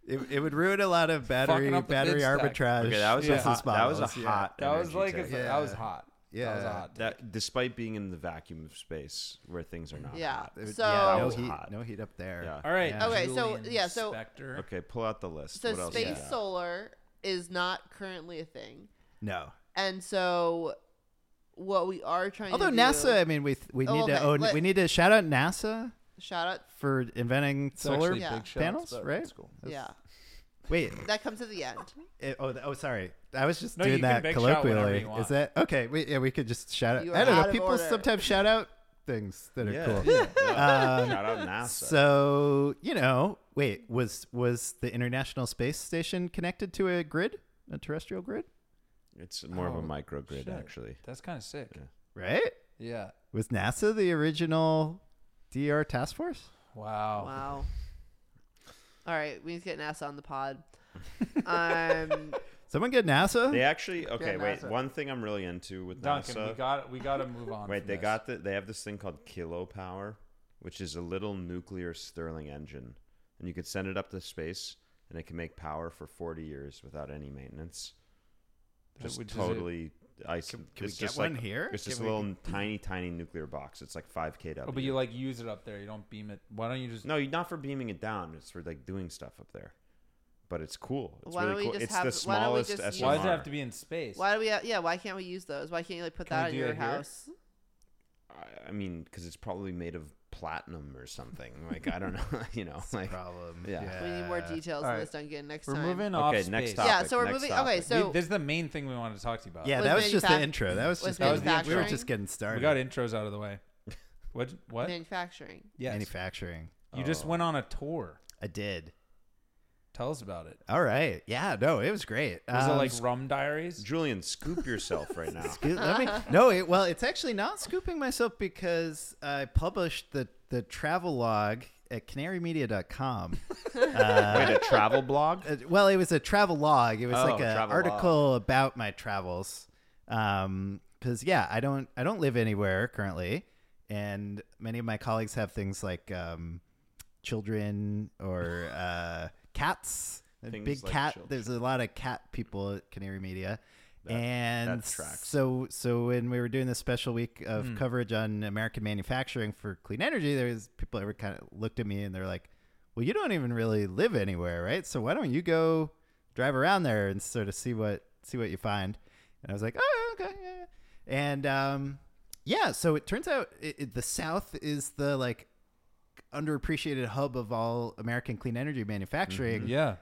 It, it would ruin a lot of battery up the battery bid stack. arbitrage. Okay, that was Yeah. a hot. That was a models, yeah. hot. That was energy like, take. a, that was Yeah. hot. That was a Yeah. hot. take. that despite being in the vacuum of space where things are not Yeah. hot. It would- So- yeah, no was heat, hot. no heat up there. Yeah. All right. Yeah. Okay, so- Julian yeah, so- Spector. okay pull out the list so what else space you got? solar is not currently a thing, No. and so what we are trying. Although to NASA, I do, mean, we th- we Oh, need to okay, own, let- we need to shout out NASA shout out. for inventing It's solar actually Yeah. big shots, panels, but right? it's cool. Yeah, Wait. that comes at the end. it- oh, th- oh, sorry. I was just No, you doing can that big shout whenever colloquially. you want. Is that okay? We, yeah, we could just shout out. You I are don't out know. of People order. sometimes shout out things that are yeah, cool. [laughs] yeah, [laughs] yeah. Um, Shout out NASA. So you know, wait was was the International Space Station connected to a grid, a terrestrial grid, it's more of Oh, a microgrid, shit. [laughs] actually. That's kind of sick. right? Yeah. Was NASA the original DR task force? Wow. Wow. All right, we need to get NASA on [laughs] the pod. Um, Someone get NASA? They actually okay. wait, NASA. one thing I'm really into with Duncan, NASA. we got we got to move on. wait, from they this. got the, they have this thing called kilopower, which is a little nuclear Stirling engine, and you could send it up to space, and it can make power for 40 years without any maintenance. That Just would- does it- totally. Ice, Can- can we it's get just one like, here? It's just Can a we- little tiny, tiny nuclear box. It's like five kW. Oh, but you like use it up there. You don't beam it. Why don't you just? No, you- not for beaming it down. It's for like doing stuff up there. But it's cool. It's Why don't really we cool. just it's have- the why don't we smallest just use- SMR. Why does it have to be in space? why do we? Have, yeah, why can't we use those? Why can't you like put Can we that on do your that here? house? I- I mean, because it's probably made of platinum or something. Like I don't know. [laughs] you know, like problem. Yeah. We need more details Uh, All on right. this, Duncan. Next We're time. moving off. okay, next space. topic. Yeah, so we're next moving- topic. okay, so- we, this is the main thing we wanted to talk to you about. Yeah, Was that was just the manufac- intro. That was was just that was the- we were manufacturing? just getting started. we got intros out of the way. What? What? Manufacturing. Yes. Manufacturing. You just Oh. went on a tour. I did. Tell us about it. All right. Yeah. No, it was great. Was it Um, like Rum Diaries? Julian, scoop yourself right [laughs] now. Scoop- let me- [laughs] no, it, well, it's actually not scooping myself because I published the the travel log [laughs] at canarymedia.com. Wait, a travel blog? Uh, well, it was a travel log. It was Oh, like an travel article about my travels. Um, because yeah, I don't I don't live anywhere currently, and many of my colleagues have things like um, children or uh, cats. A Things big like cat. children. There's a lot of cat people at Canary Media. and that tracks. Hmm. so so when we were doing this special week of coverage on American manufacturing for clean energy, there was people ever kind of looked at me and they're like, "Well, you don't even really live anywhere, right? So why don't you go drive around there and sort of see what see what you find?" And I was like, "Oh, okay." Yeah. And um, yeah, so it turns out it, it, the South is the like underappreciated hub of all American clean energy Mm-hmm. manufacturing Yeah.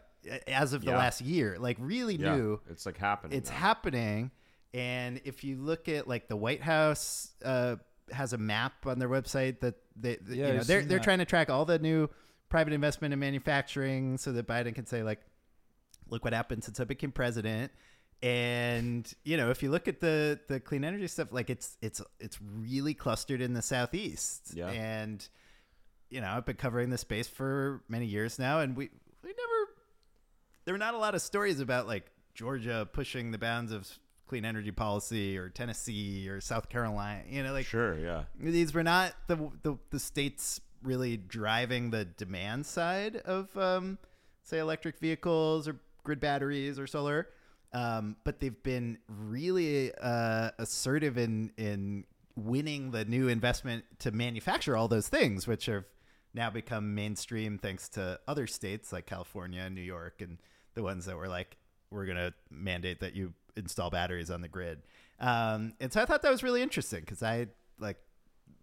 as of the Yeah. last year. Like really Yeah, new it's like happening. it's now. happening and if you look at like the white house uh, has a map on their website that they, that, Yeah, you know I've they're, seen they're that. trying to track all the new private investment in manufacturing so that biden can say like look what happened since i became president and you know if you look at the the clean energy stuff like it's it's it's really clustered in the southeast Yeah. and you know i've been covering this space for many years now and we we never there were not a lot of stories about like Georgia pushing the bounds of clean energy policy or Tennessee or South Carolina. You know, like Sure, yeah. these were not the, the the states really driving the demand side of um, say electric vehicles or grid batteries or solar. Um, but they've been really uh, assertive in in winning the new investment to manufacture all those things, which have now become mainstream thanks to other states like California and New York and the ones that were like, we're going to mandate that you install batteries on the grid. Um, and so I thought that was really interesting because I like,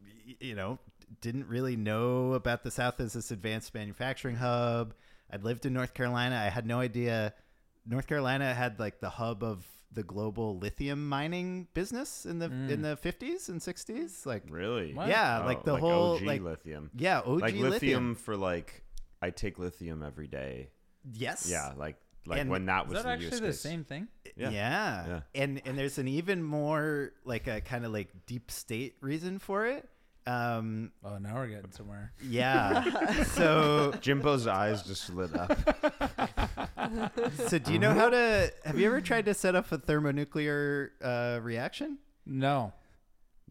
y- you know, didn't really know about the South as this advanced manufacturing hub. I'd lived in North Carolina. I had no idea. North Carolina had like the hub of the global lithium mining business in the in the 50s and 60s. Like Really? What? yeah, Oh, like the whole OG like lithium. yeah, OG like lithium. lithium, for like I take lithium every day. Yes. Yeah, like like And- when that Is was that the actually use the case. same thing? Yeah. Yeah. Yeah. And and there's an even more like a kind of like deep state reason for it. Um Oh, now we're getting somewhere. yeah. so Jimbo's eyes just lit [laughs] up. so do you know how to have you ever tried to set up a thermonuclear uh reaction? No,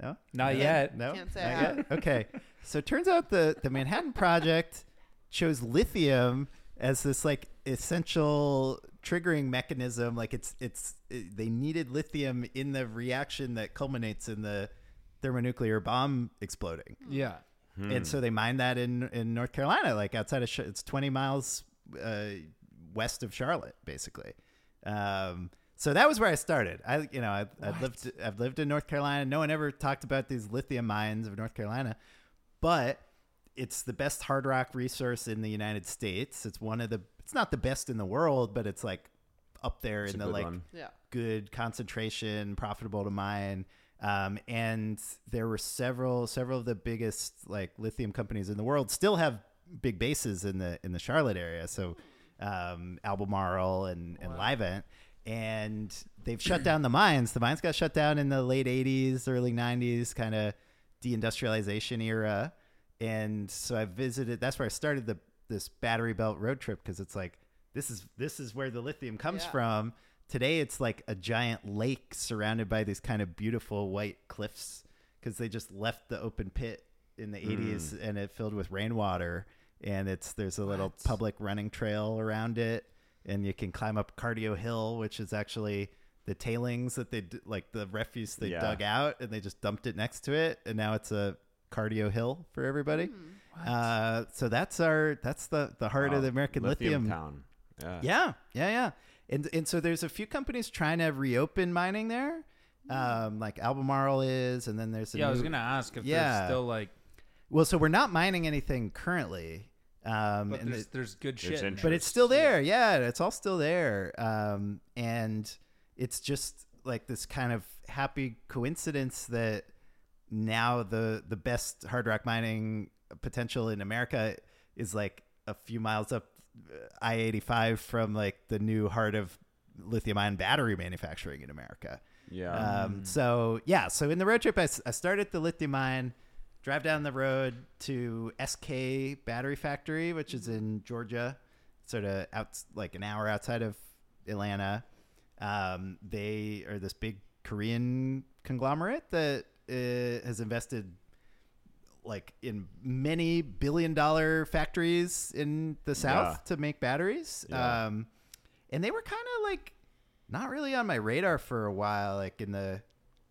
No? not No? yet. No. Can't say Not I have. yet? Okay. So it turns out the the Manhattan Project chose lithium as this like essential triggering mechanism. Like it's it's it- they needed lithium in the reaction that culminates in the thermonuclear bomb exploding, Yeah. and so they mined that in in North Carolina, like outside of Sh- it's twenty miles uh, west of Charlotte, basically. Um, so that was where I started. I, you know, I, I've lived, I've lived in North Carolina. No one ever talked about these lithium mines of North Carolina, but it's the best hard rock resource in the United States. It's one of the, it's not the best in the world, but it's like up there It's in a the good like one. Yeah. good concentration, profitable to mine. Um, and there were several several of the biggest like lithium companies in the world still have big bases in the in the Charlotte area. So um, Albemarle and and Livent, and they've shut down the mines. The mines got shut down in the late '80s, early '90s, kind of deindustrialization era. And so I visited. That's where I started the this Battery Belt road trip because it's like this is this is where the lithium comes Yeah. from. Today it's like a giant lake surrounded by these kind of beautiful white cliffs because they just left the open pit in the 80s and it filled with rainwater and it's there's a little What? public running trail around it and you can climb up Cardio Hill which is actually the tailings that they d- like the refuse they Yeah. dug out and they just dumped it next to it and now it's a cardio hill for Hmm. everybody. Uh, so that's our that's the the heart Wow. of the American lithium. town. Yeah. Yeah, yeah, yeah. And and so there's a few companies trying to reopen mining there. Um, like Albemarle is, and then there's a Hmm. yeah, I was new- gonna ask if Yeah. there's still like, well, so we're not mining anything currently. Um, but and there's, it- there's good shit. There's in there. but it's still there. Yeah, it's all still there. Um, and it's just like this kind of happy coincidence that now the the best hard rock mining potential in America is like a few miles up uh, I eighty five from like the new heart of lithium ion battery manufacturing in America. Yeah. Um, so yeah, so in the road trip, I, s- I start at the lithium mine, drive down the road to SK Battery Factory, which is in Georgia, sort of out like an hour outside of Atlanta. Um, they are this big Korean conglomerate that uh, has invested like in many billion dollar factories in the south to make batteries Yeah. um and they were kind of like not really on my radar for a while like in the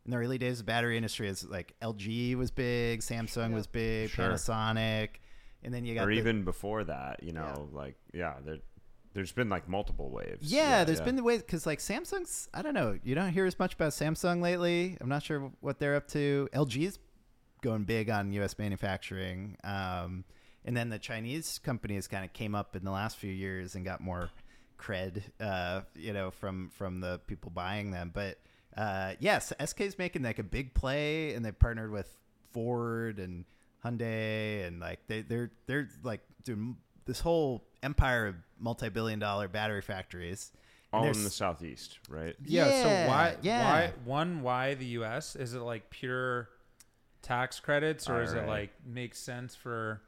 in the early days of the battery industry is like lg was big samsung was big Sure. panasonic and then you got or the- even before that, you know, like yeah, there, there's been like multiple waves. yeah, there's there's been the way because like samsung's i don't know you don't hear as much about samsung lately i'm not sure what they're up to lg's going big on us manufacturing um, and then the chinese companies kind of came up in the last few years and got more cred uh, you know from from the people buying them but uh, yes sk's making like a big play and they partnered with ford and hyundai and like they, they're they're like doing this whole empire of multi-billion dollar battery factories And all there's- in the southeast, right? Yeah, So why? yeah. Why? One, why the U.S. Is it like pure tax credits, or is it Alright. like makes sense for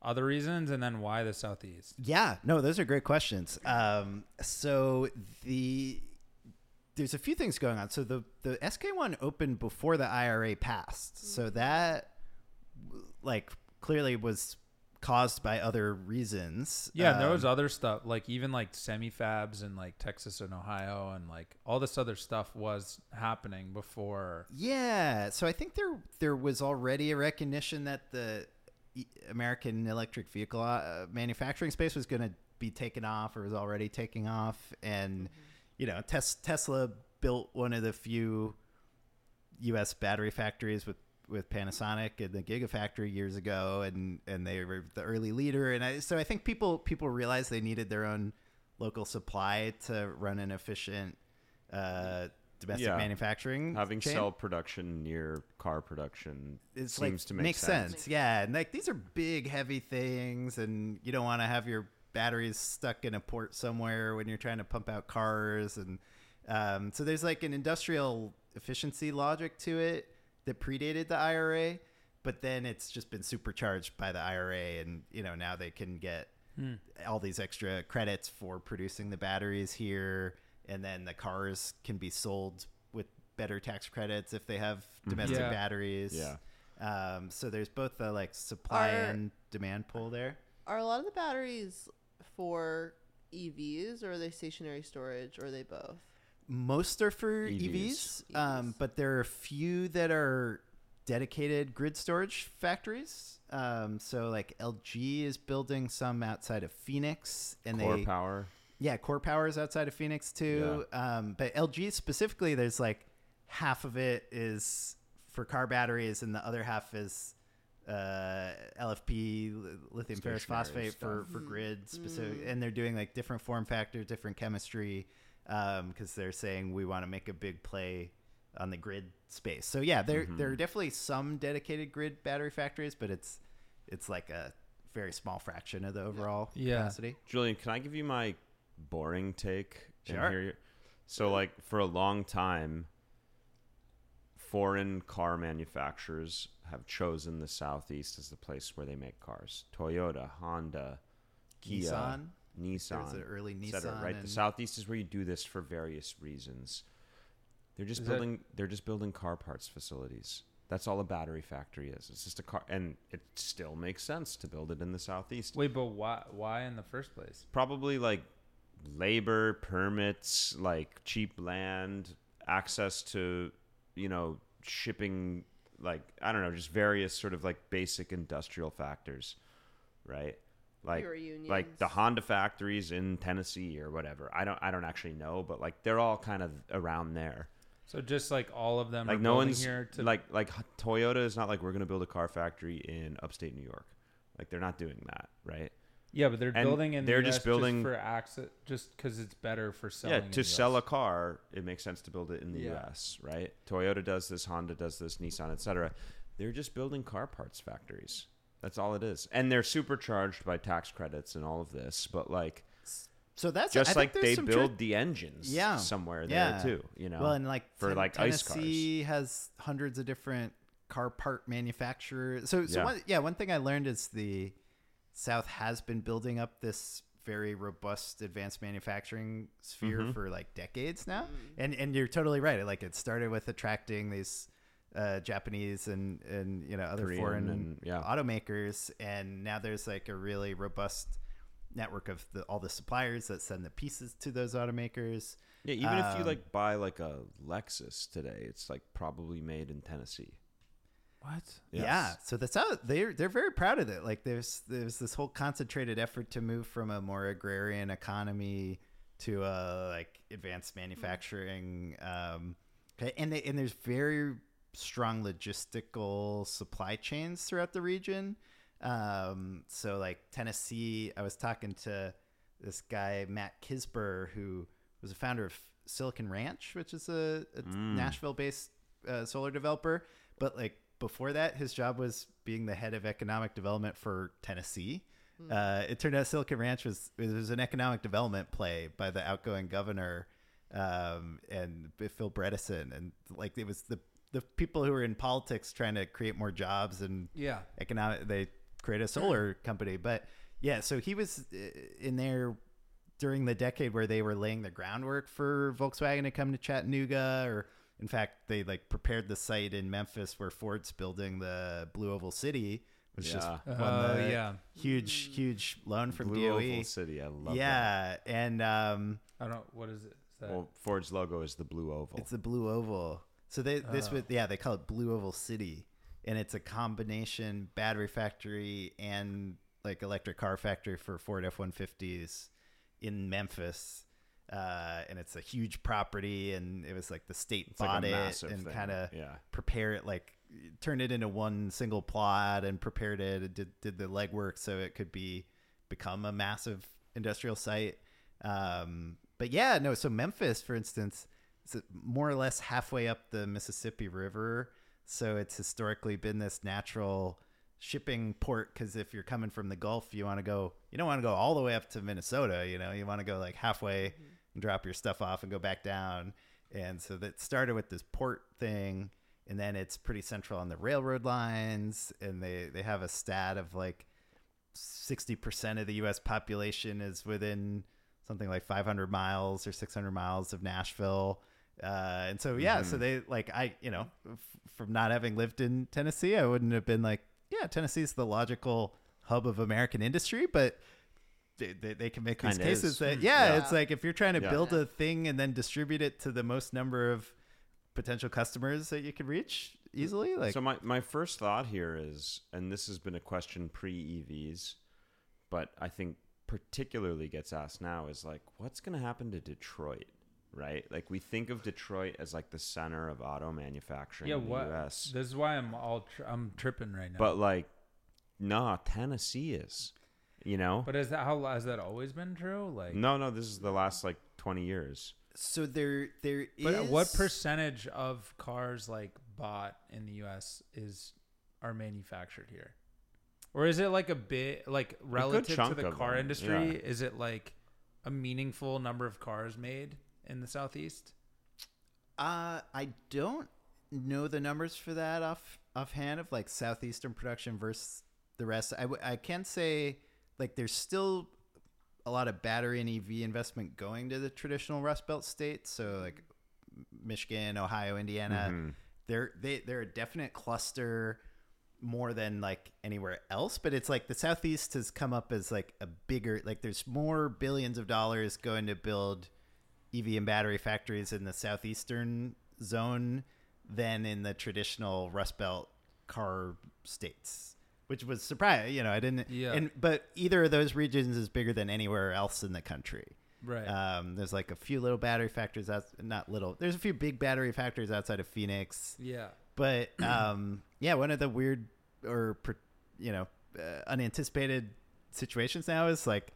other reasons? And then why the Southeast? Yeah, no, those are great questions. Um, so the there's a few things going on. So the the SK one opened before the IRA passed, so that like clearly was caused by other reasons. Yeah, and there Um, was other stuff like even like semifabs in like Texas and Ohio, and like all this other stuff was happening before. Yeah, so I think there there was already a recognition that the e- American electric vehicle uh, manufacturing space was going to be taken off, or was already taking off, and you know, tes- Tesla built one of the few U.S. battery factories with with Panasonic and the Gigafactory years ago, and and they were the early leader, and I, so I think people people realized they needed their own local supply to run an efficient uh, domestic Yeah. manufacturing Having chain cell production near car production it seems like, to make makes sense. sense. Yeah, and like these are big, heavy things, and you don't want to have your batteries stuck in a port somewhere when you're trying to pump out cars, and um, so there's like an industrial efficiency logic to it that predated the IRA, but then it's just been supercharged by the IRA, and you know now they can get all these extra credits for producing the batteries here, and then the cars can be sold with better tax credits if they have domestic Yeah. batteries. Mm-hmm. Yeah. Um, so there's both the like supply Are- and demand pull there. Are a lot of the batteries for EVs or are they stationary storage or are they both? Most are for E EVs, EVs. Um, EVs. but there are a few that are dedicated grid storage factories. Um, so like LG is building some outside of Phoenix, and Core they power. yeah Core Power is outside of Phoenix too. Um, but LG specifically, there's like half of it is for car batteries, and the other half is uh, LFP, li- lithium ferrous Stationary phosphate stuff. for, for grid specific, and they're doing like um, different form factors, different chemistry, because they're saying we want to make a big play on the grid space. So yeah, there Mhm. there are definitely some dedicated grid battery factories, but it's it's like a very small fraction of the overall Yeah. capacity. Julian, can I give you my boring take? and Sure. hear your- So, like, for a long time, foreign car manufacturers have chosen the Southeast as the place where they make cars. Toyota, Honda, Kia, Nissan. There was Nissan, an early et cetera, Nissan. right? and- The Southeast is where you do this for various reasons. They're just Is that- building. They're just building car parts facilities. That's all a battery factory is. It's just a car, and it still makes sense to build it in the Southeast Wait, but why? Why in the first place? probably like labor permits like cheap land access to you know shipping like i don't know just various sort of like basic industrial factors right like Fewer like the unions. honda factories in tennessee or whatever i don't i don't actually know but like they're all kind of around there So just like all of them like are no building one's here to like like toyota is not like we're gonna build a car factory in upstate new york like they're not doing that right yeah, but they're and building in they're the US just building- for access, just because it's better for selling. yeah, in to the sell US. a car, it makes sense to build it in the Yeah. U.S. Right? Toyota does this, Honda does this, Nissan, etc. They're just building car parts factories. That's all it is, and they're supercharged by tax credits and all of this. But like, so that's I just think like there's they some build truth the engines, Yeah. somewhere Yeah. there too. You know, Well, and like for, Ten- like, ice cars. Tennessee has hundreds of different car part manufacturers. So, so Yeah. one, yeah, one thing I learned is the South has been building up this very robust advanced manufacturing sphere Mm-hmm. for like decades now. And and you're totally right. Like it started with attracting these uh, Japanese and and you know other Korean foreign and- yeah. automakers, and now there's like a really robust network of the, all the suppliers that send the pieces to those automakers. yeah, even if you um, like buy like a Lexus today, it's like probably made in Tennessee. what? Yeah, so that's how they're they're very proud of it. Like there's there's this whole concentrated effort to move from a more agrarian economy to a like advanced manufacturing. Um, okay, and they, and there's very strong logistical supply chains throughout the region. Um, so like Tennessee, I was talking to this guy Matt Kisber who was a founder of Silicon Ranch, which is a, a Nashville-based uh, solar developer. But like before that, his job was being the head of economic development for Tennessee. Uh, it turned out Silicon Ranch was it was an economic development play by the outgoing governor um, and Phil Bredesen, and like it was the the people who were in politics trying to create more jobs and Yeah, economic they create a solar company but yeah so he was uh, in there during the decade where they were laying the groundwork for volkswagen to come to chattanooga or in fact they like prepared the site in memphis where ford's building the blue oval city which just Yeah. won Oh, the yeah. huge huge loan from Blue DOE. Oval City. I love that. yeah and um I don't. What is it? Is that, Well, Ford's logo is the blue oval. Oh. It's the blue oval. So they this was yeah they call it Blue Oval City, and it's a combination battery factory and like electric car factory for Ford F one fifties in Memphis, uh, and it's a huge property, and it was like the state It's like a bought it massive and thing. kind of yeah. prepare it like turned it into one single plot and prepared it and did, did the legwork so it could be become a massive industrial site um but yeah no so memphis for instance is more or less halfway up the mississippi river so it's historically been this natural shipping port because if you're coming from the gulf you want to go you don't want to go all the way up to minnesota you know you want to go like halfway and drop your stuff off and go back down and so that started with this port thing and then it's pretty central on the railroad lines and they they have a stat of like 60% of the US population is within something like 500 miles or 600 miles of Nashville uh, and so yeah Mm-hmm. so they like I you know f- from not having lived in Tennessee I wouldn't have been like yeah Tennessee's the logical hub of American industry but they, they, they can make these Kinda is. Hmm. cases that yeah, Yeah. it's like if you're trying to Yeah. build a thing and then distribute it to the most number of potential customers that you could reach easily like so my, my first thought here is and this has been a question pre evs but i think particularly gets asked now is like what's going to happen to detroit right like we think of detroit as like the center of auto manufacturing yeah. in the What? us This is why I'm all. Tri- I'm tripping right now. but like nah tennessee is you know but is that how has that always been true? Like no no this is the last like 20 years so there there is But what percentage of cars like bought in the U.S. is are manufactured here, or is it like a bit like relative to chunk the of car them, industry? yeah. Is it like a meaningful number of cars made in the southeast? Uh, I don't know the numbers for that off offhand of like southeastern production versus the rest. I w- I can say like there's still a lot of battery and EV investment going to the traditional Rust Belt states, so like Michigan, Ohio, Indiana. They're they they're a definite cluster more than like anywhere else, but it's like the southeast has come up as like a bigger like there's more billions of dollars going to build EV and battery factories in the southeastern zone than in the traditional Rust Belt car states, which was surprise. You know, I didn't. Yeah. And but either of those regions is bigger than anywhere else in the country. Right. Uh, Um, there's like a few little battery factories out, not little. There's a few big battery factories outside of Phoenix, yeah. but um, yeah, one of the weird or per- you know uh, unanticipated situations now is like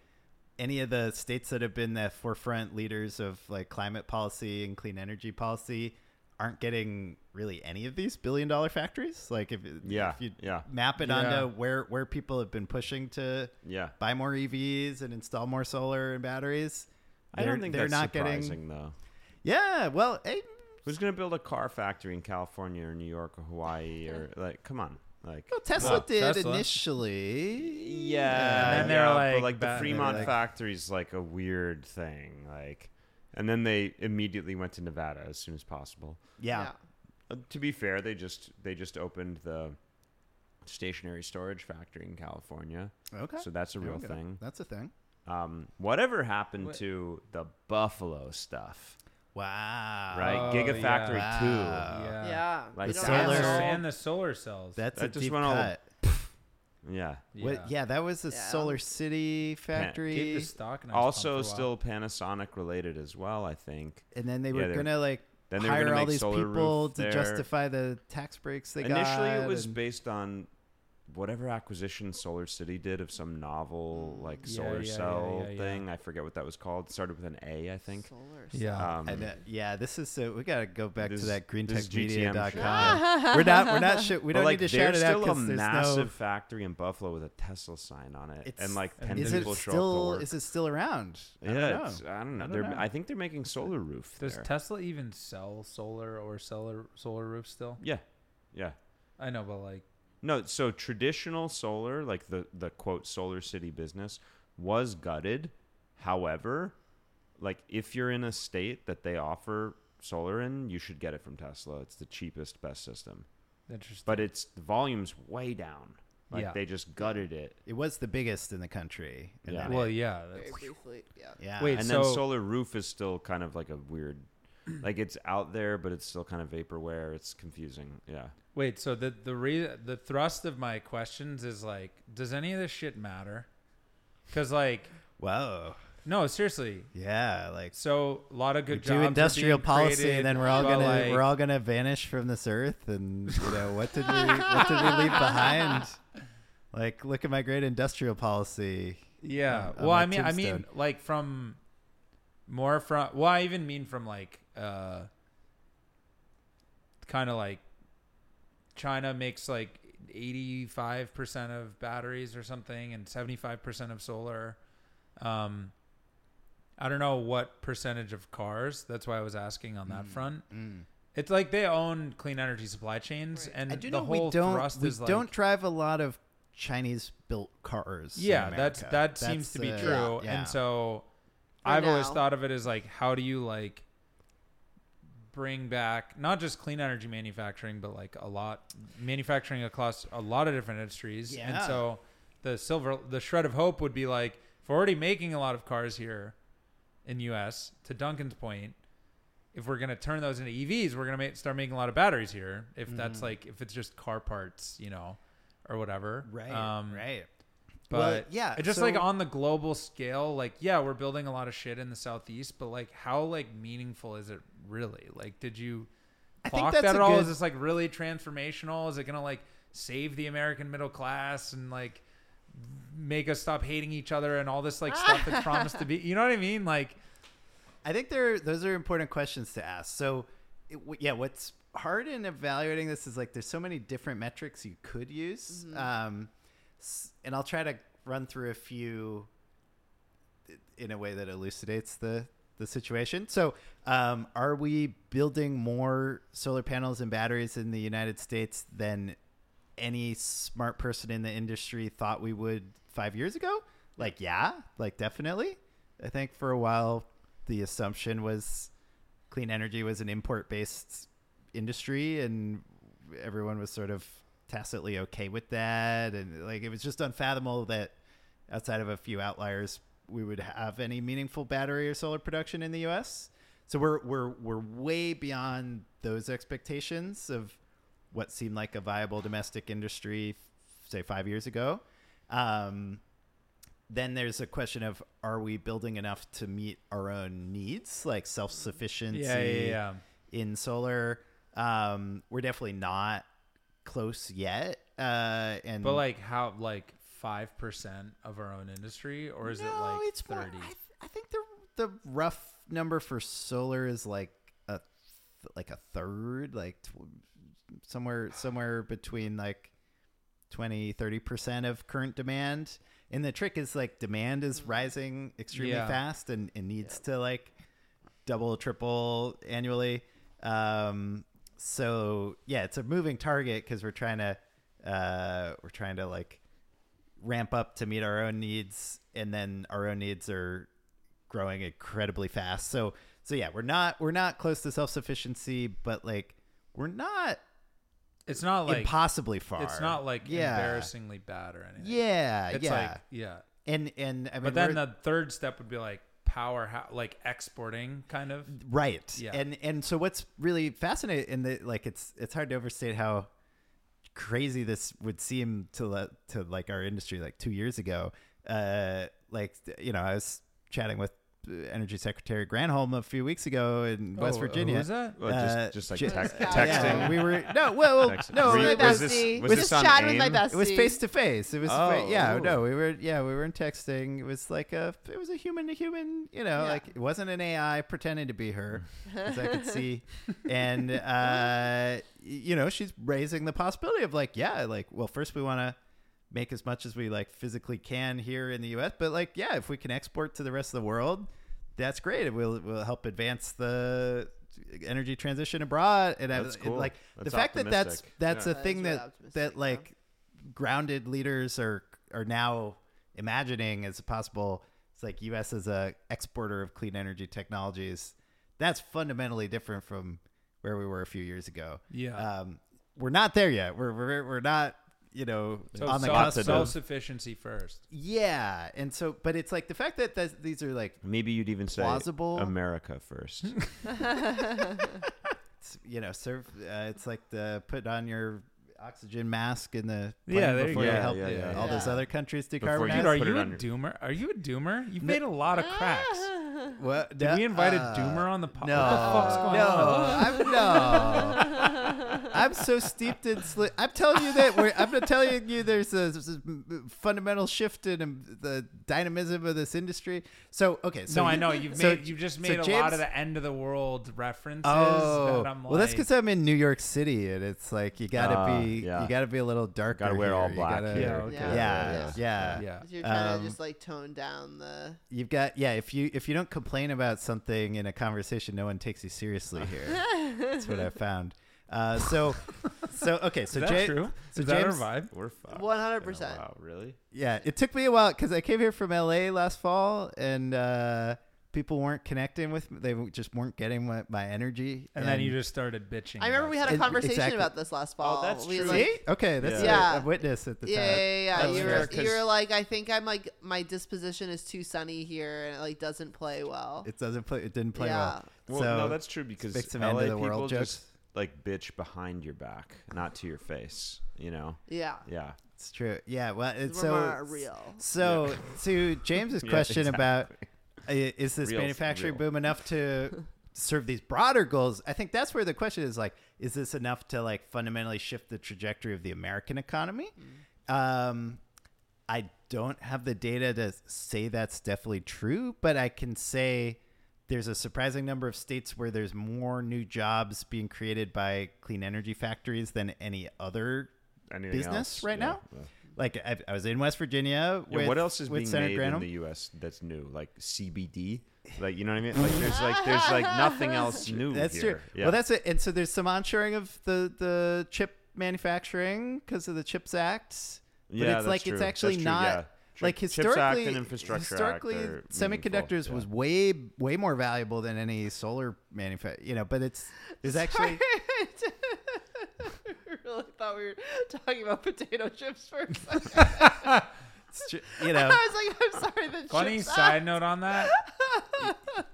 any of the states that have been the forefront leaders of like climate policy and clean energy policy aren't getting really any of these billion dollar factories. Like if Yeah, if you yeah. map it Yeah. onto where where people have been pushing to Yeah. buy more EVs and install more solar and batteries. I don't they're- think they're that's not surprising, getting. though. Yeah, well, eh, Who's gonna build a car factory in California or New York or Hawaii or like? Come on, like. well, Wow, Tesla did Tesla. initially. Yeah, And then they're yeah, like but like the ba- Fremont they're like- factory's like a weird thing, like, and then they immediately went to Nevada as soon as possible. Yeah. Uh, to be fair, they just they just opened the stationary storage factory in California, Okay. so that's a There we real go. thing. That's a thing. Um, whatever happened What- to the Buffalo stuff, Wow. right? Oh, Gigafactory yeah. two. Wow. Yeah. Yeah. Like We The don't Uh, solar have solar- all- and the solar cells. That's uh, That a just deep went all cut. Yeah. yeah. What, yeah, that was the Yeah. Solar City Keep factory. the stock. And I was pumped Also, for a while. still Panasonic related as well. I think. and then they Yeah, were they're- going to like Then they were hire gonna all make these solar roof people to there. justify the tax breaks they got. Initially, it was and- based on whatever acquisition Solar City did of some novel Mm, like Yeah, solar yeah, yeah, cell yeah, yeah. thing. I forget what that was called. It started with an A, I think. Solar Yeah. Um, and, uh, yeah, this is so we got to go back This- to that this greentechmedia.com. we're not [laughs] we're not sh- we but, don't like, need to shout there's it out still a because there's massive no factory in Buffalo with a Tesla sign on it, It's- and like ten is it people show up to still work. is it still around? I yeah, don't know. it's, uh, I don't know. I don't they're, know. I think they're making solar roof Does there. Tesla even sell solar or solar solar roofs still? yeah, yeah. I know, but like, No, so traditional solar, like the the quote solar city business, was gutted. However, like if you're in a state that they offer solar in, you should get it from Tesla. It's the cheapest, best system. interesting. But it's the volume's way down. Like Yeah. they just gutted it. It was the biggest in the country. and Yeah. then well, it- yeah. Very That's, briefly. Yeah. yeah. wait, And so- then solar roof is still kind of like a weird [clears throat] like it's out there, but it's still kind of vaporware. It's confusing. Yeah. Wait, so the the re- the thrust of my questions is like, does any of this shit matter? Because like, Whoa. no, seriously. Yeah, like So a lot of we good do jobs are industrial being policy, created, and then we're all but, gonna like, we're all gonna vanish from this earth, and you know what did we what did we leave [laughs] behind? Like, look at my great industrial policy. yeah. on- on well, my I mean, I mean, tombstone. like from more from. Well, I even mean from like, uh, kind of like China makes like eighty five percent of batteries or something, and seventy five percent of solar. Um, I don't know what percentage of cars. That's why I was asking on Mm. that front. It's like they own clean energy supply chains, Right. and I do the know whole we don't thrust we is like don't drive a lot of Chinese built cars. in yeah, that's America. that seems to be the- true. yeah. And so For I've always now. thought of it as like how do you like bring back not just clean energy manufacturing but like a lot manufacturing across a lot of different industries. And Yeah. so the silver the shred of hope would be like if we're already making a lot of cars here in US to Duncan's point if we're going to turn those into EVs, we're going to ma- start making a lot of batteries here. If that's Mm-hmm. like if it's just car parts, you know, or whatever. right, Um, right. but Well, yeah, it just like so- on the global scale, like yeah, we're building a lot of shit in the southeast, but like how like meaningful is it really? Like, did you I think clock that's that at a all? good- Is this like really transformational? Is it gonna like save the American middle class and like [laughs] make us stop hating each other and all this like stuff that's promised to be? You know what I mean? Like, I think there those are important questions to ask. So, it, w- yeah, what's hard in evaluating this is like there's so many different metrics you could use, um, s- and I'll try to run through a few in a way that elucidates the the situation. So, um, are we building more solar panels and batteries in the United States than any smart person in the industry thought we would five years ago? Like, yeah, like definitely. I think for a while the assumption was clean energy was an import based industry, and everyone was sort of tacitly okay with that, and like it was just unfathomable that outside of a few outliers, we would have any meaningful battery or solar production in the U.S. So we're we're we're way beyond those expectations of what seemed like a viable domestic industry, say five years ago. Um, then there's a question of are we building enough to meet our own needs, like self sufficiency? Yeah, yeah, yeah. in solar. Um, we're definitely not close yet. Uh, and But like how like five percent of our own industry, or is it like it's more- thirty? I, th- I think the the rough number for solar is like a th- like a third, like tw- somewhere somewhere between like 20 30% of current demand. And the trick is like demand is rising extremely Yeah. fast and it needs to like double triple annually. Um so yeah, it's a moving target cuz we're trying to uh we're trying to like ramp up to meet our own needs and then our own needs are growing incredibly fast so so yeah we're not we're not close to self-sufficiency but like we're not it's not like impossibly far it's not like yeah embarrassingly bad or anything. yeah it's yeah like yeah. and and i mean But then we're- the third step would be like power, like exporting, kind of. right Yeah. and and so what's really fascinating in the like it's it's hard to overstate how crazy this would seem to le- to like our industry like two years ago uh like you know i was chatting with uh, energy secretary granholm a few weeks ago in west virginia Who's Oh, that? Well, just- Uh, just like ju- tex- Yeah. texting. yeah, we were no well Text- no Were With you- my it was was, this- bestie. was just this on chatting with my AIM? bestie. it was face to face it was Oh, fa- yeah ooh. no we were yeah we weren't texting it was like a it was a human to human you know Yeah. like it wasn't an ai pretending to be her as i could [laughs] see and uh y- you know she's raising the possibility of like yeah like well first we want to make as much as we like physically can here in the us but like yeah if we can export to the rest of the world that's great it will, will help advance the energy transition abroad and That's I, cool. and, like That's the fact that that's optimistic. that's Yeah. a That is thing really that optimistic, that yeah. like grounded leaders are are now imagining as a possible it's like us as a exporter of clean energy technologies that's fundamentally different from where we were a few years ago Yeah. um we're not there yet we're we're, we're not you know So on the self, cusp of- self-sufficiency first. yeah and so but it's like the fact that th- these are like Maybe you'd even say Plausible. America [laughs] first. s- you know serve uh, it's like the put on your oxygen mask in the plane Yeah, there you before go. you Yeah, help yeah, yeah. all those Yeah. other countries Before you decarbonize Dude, are put it you a on your- doomer? Are you a doomer? You've made a lot of [laughs] cracks. What? Did no, we invite a uh, doomer on the podcast? No, what the fuck's going on? no, I'm no. [laughs] I'm so steeped in. Sli- I'm telling you that we're, I'm not telling you there's a, there's a fundamental shift in um, the dynamism of this industry. So okay, so no, I you- [laughs] know you've so- made you just so made a lot James- of the end of the world references. Oh, and I'm like, well, that's because I'm in New York City, and it's like you gotta Ah, be yeah. you gotta be a little darker. Gotta wear here. all You black Yeah, gotta- here. okay. Yeah, yeah, yeah. You're trying Um, to just like tone down the. You've got yeah. If you if you don't complain about something in a conversation, no one takes you seriously here. That's what I found. [laughs] Uh, so so okay. So Is that Ja- true? So Is James, that our vibe? We're fucked. Oh, 100%. Wow, really? yeah, it took me a while because I came here from LA last fall, and uh, people weren't connecting with me. They just weren't getting my, my energy. And then you just started bitching. I remember we had a And- conversation exactly. about this last fall. that's we, true. Like, see. Okay, that's Yeah. a, a witness at the yeah, time. yeah, yeah. That's You fair, were, you 'cause- were like, I think I'm like, my disposition is too sunny here, and it like doesn't play well. It doesn't play. It didn't play Yeah. well. Well, so no, that's true because Speaks of LA end of the people world just jokes. like bitch behind your back, not to your face. You know? yeah, Yeah. it's true. Yeah. Well, it's we're so more real. So to James's [laughs] Yeah, question about exactly. uh, is this Real- manufacturing real. boom enough to serve these broader goals? I think that's where the question is like, is this enough to like fundamentally shift the trajectory of the American economy? Mm-hmm. Um, I don't have the data to say that's definitely true, but I can say there's a surprising number of states where there's more new jobs being created by clean energy factories than any other Anything business else? right Yeah, now? yeah. like I, I was in West Virginia. Yeah, with- what else is with being Senator made Granholm. in the U.S. that's new? Like CBD, like you know what I mean? Like there's like there's like nothing else new That's here. true. Yeah. Well, that's it. And so there's some onshoring of the the chip manufacturing because of the Chips Act. But Yeah, it's that's like true. it's That's actually true, not yeah. Tri- like Chips Act historically. and Infrastructure Act historically, are semiconductors meaningful, was yeah. way way more valuable than any solar manufacturing. You know, but it's there's [laughs] actually I really thought we were talking about potato chips for a second. it's ju- [laughs] you know. I was like, I'm sorry, the Funny chips. side note on that.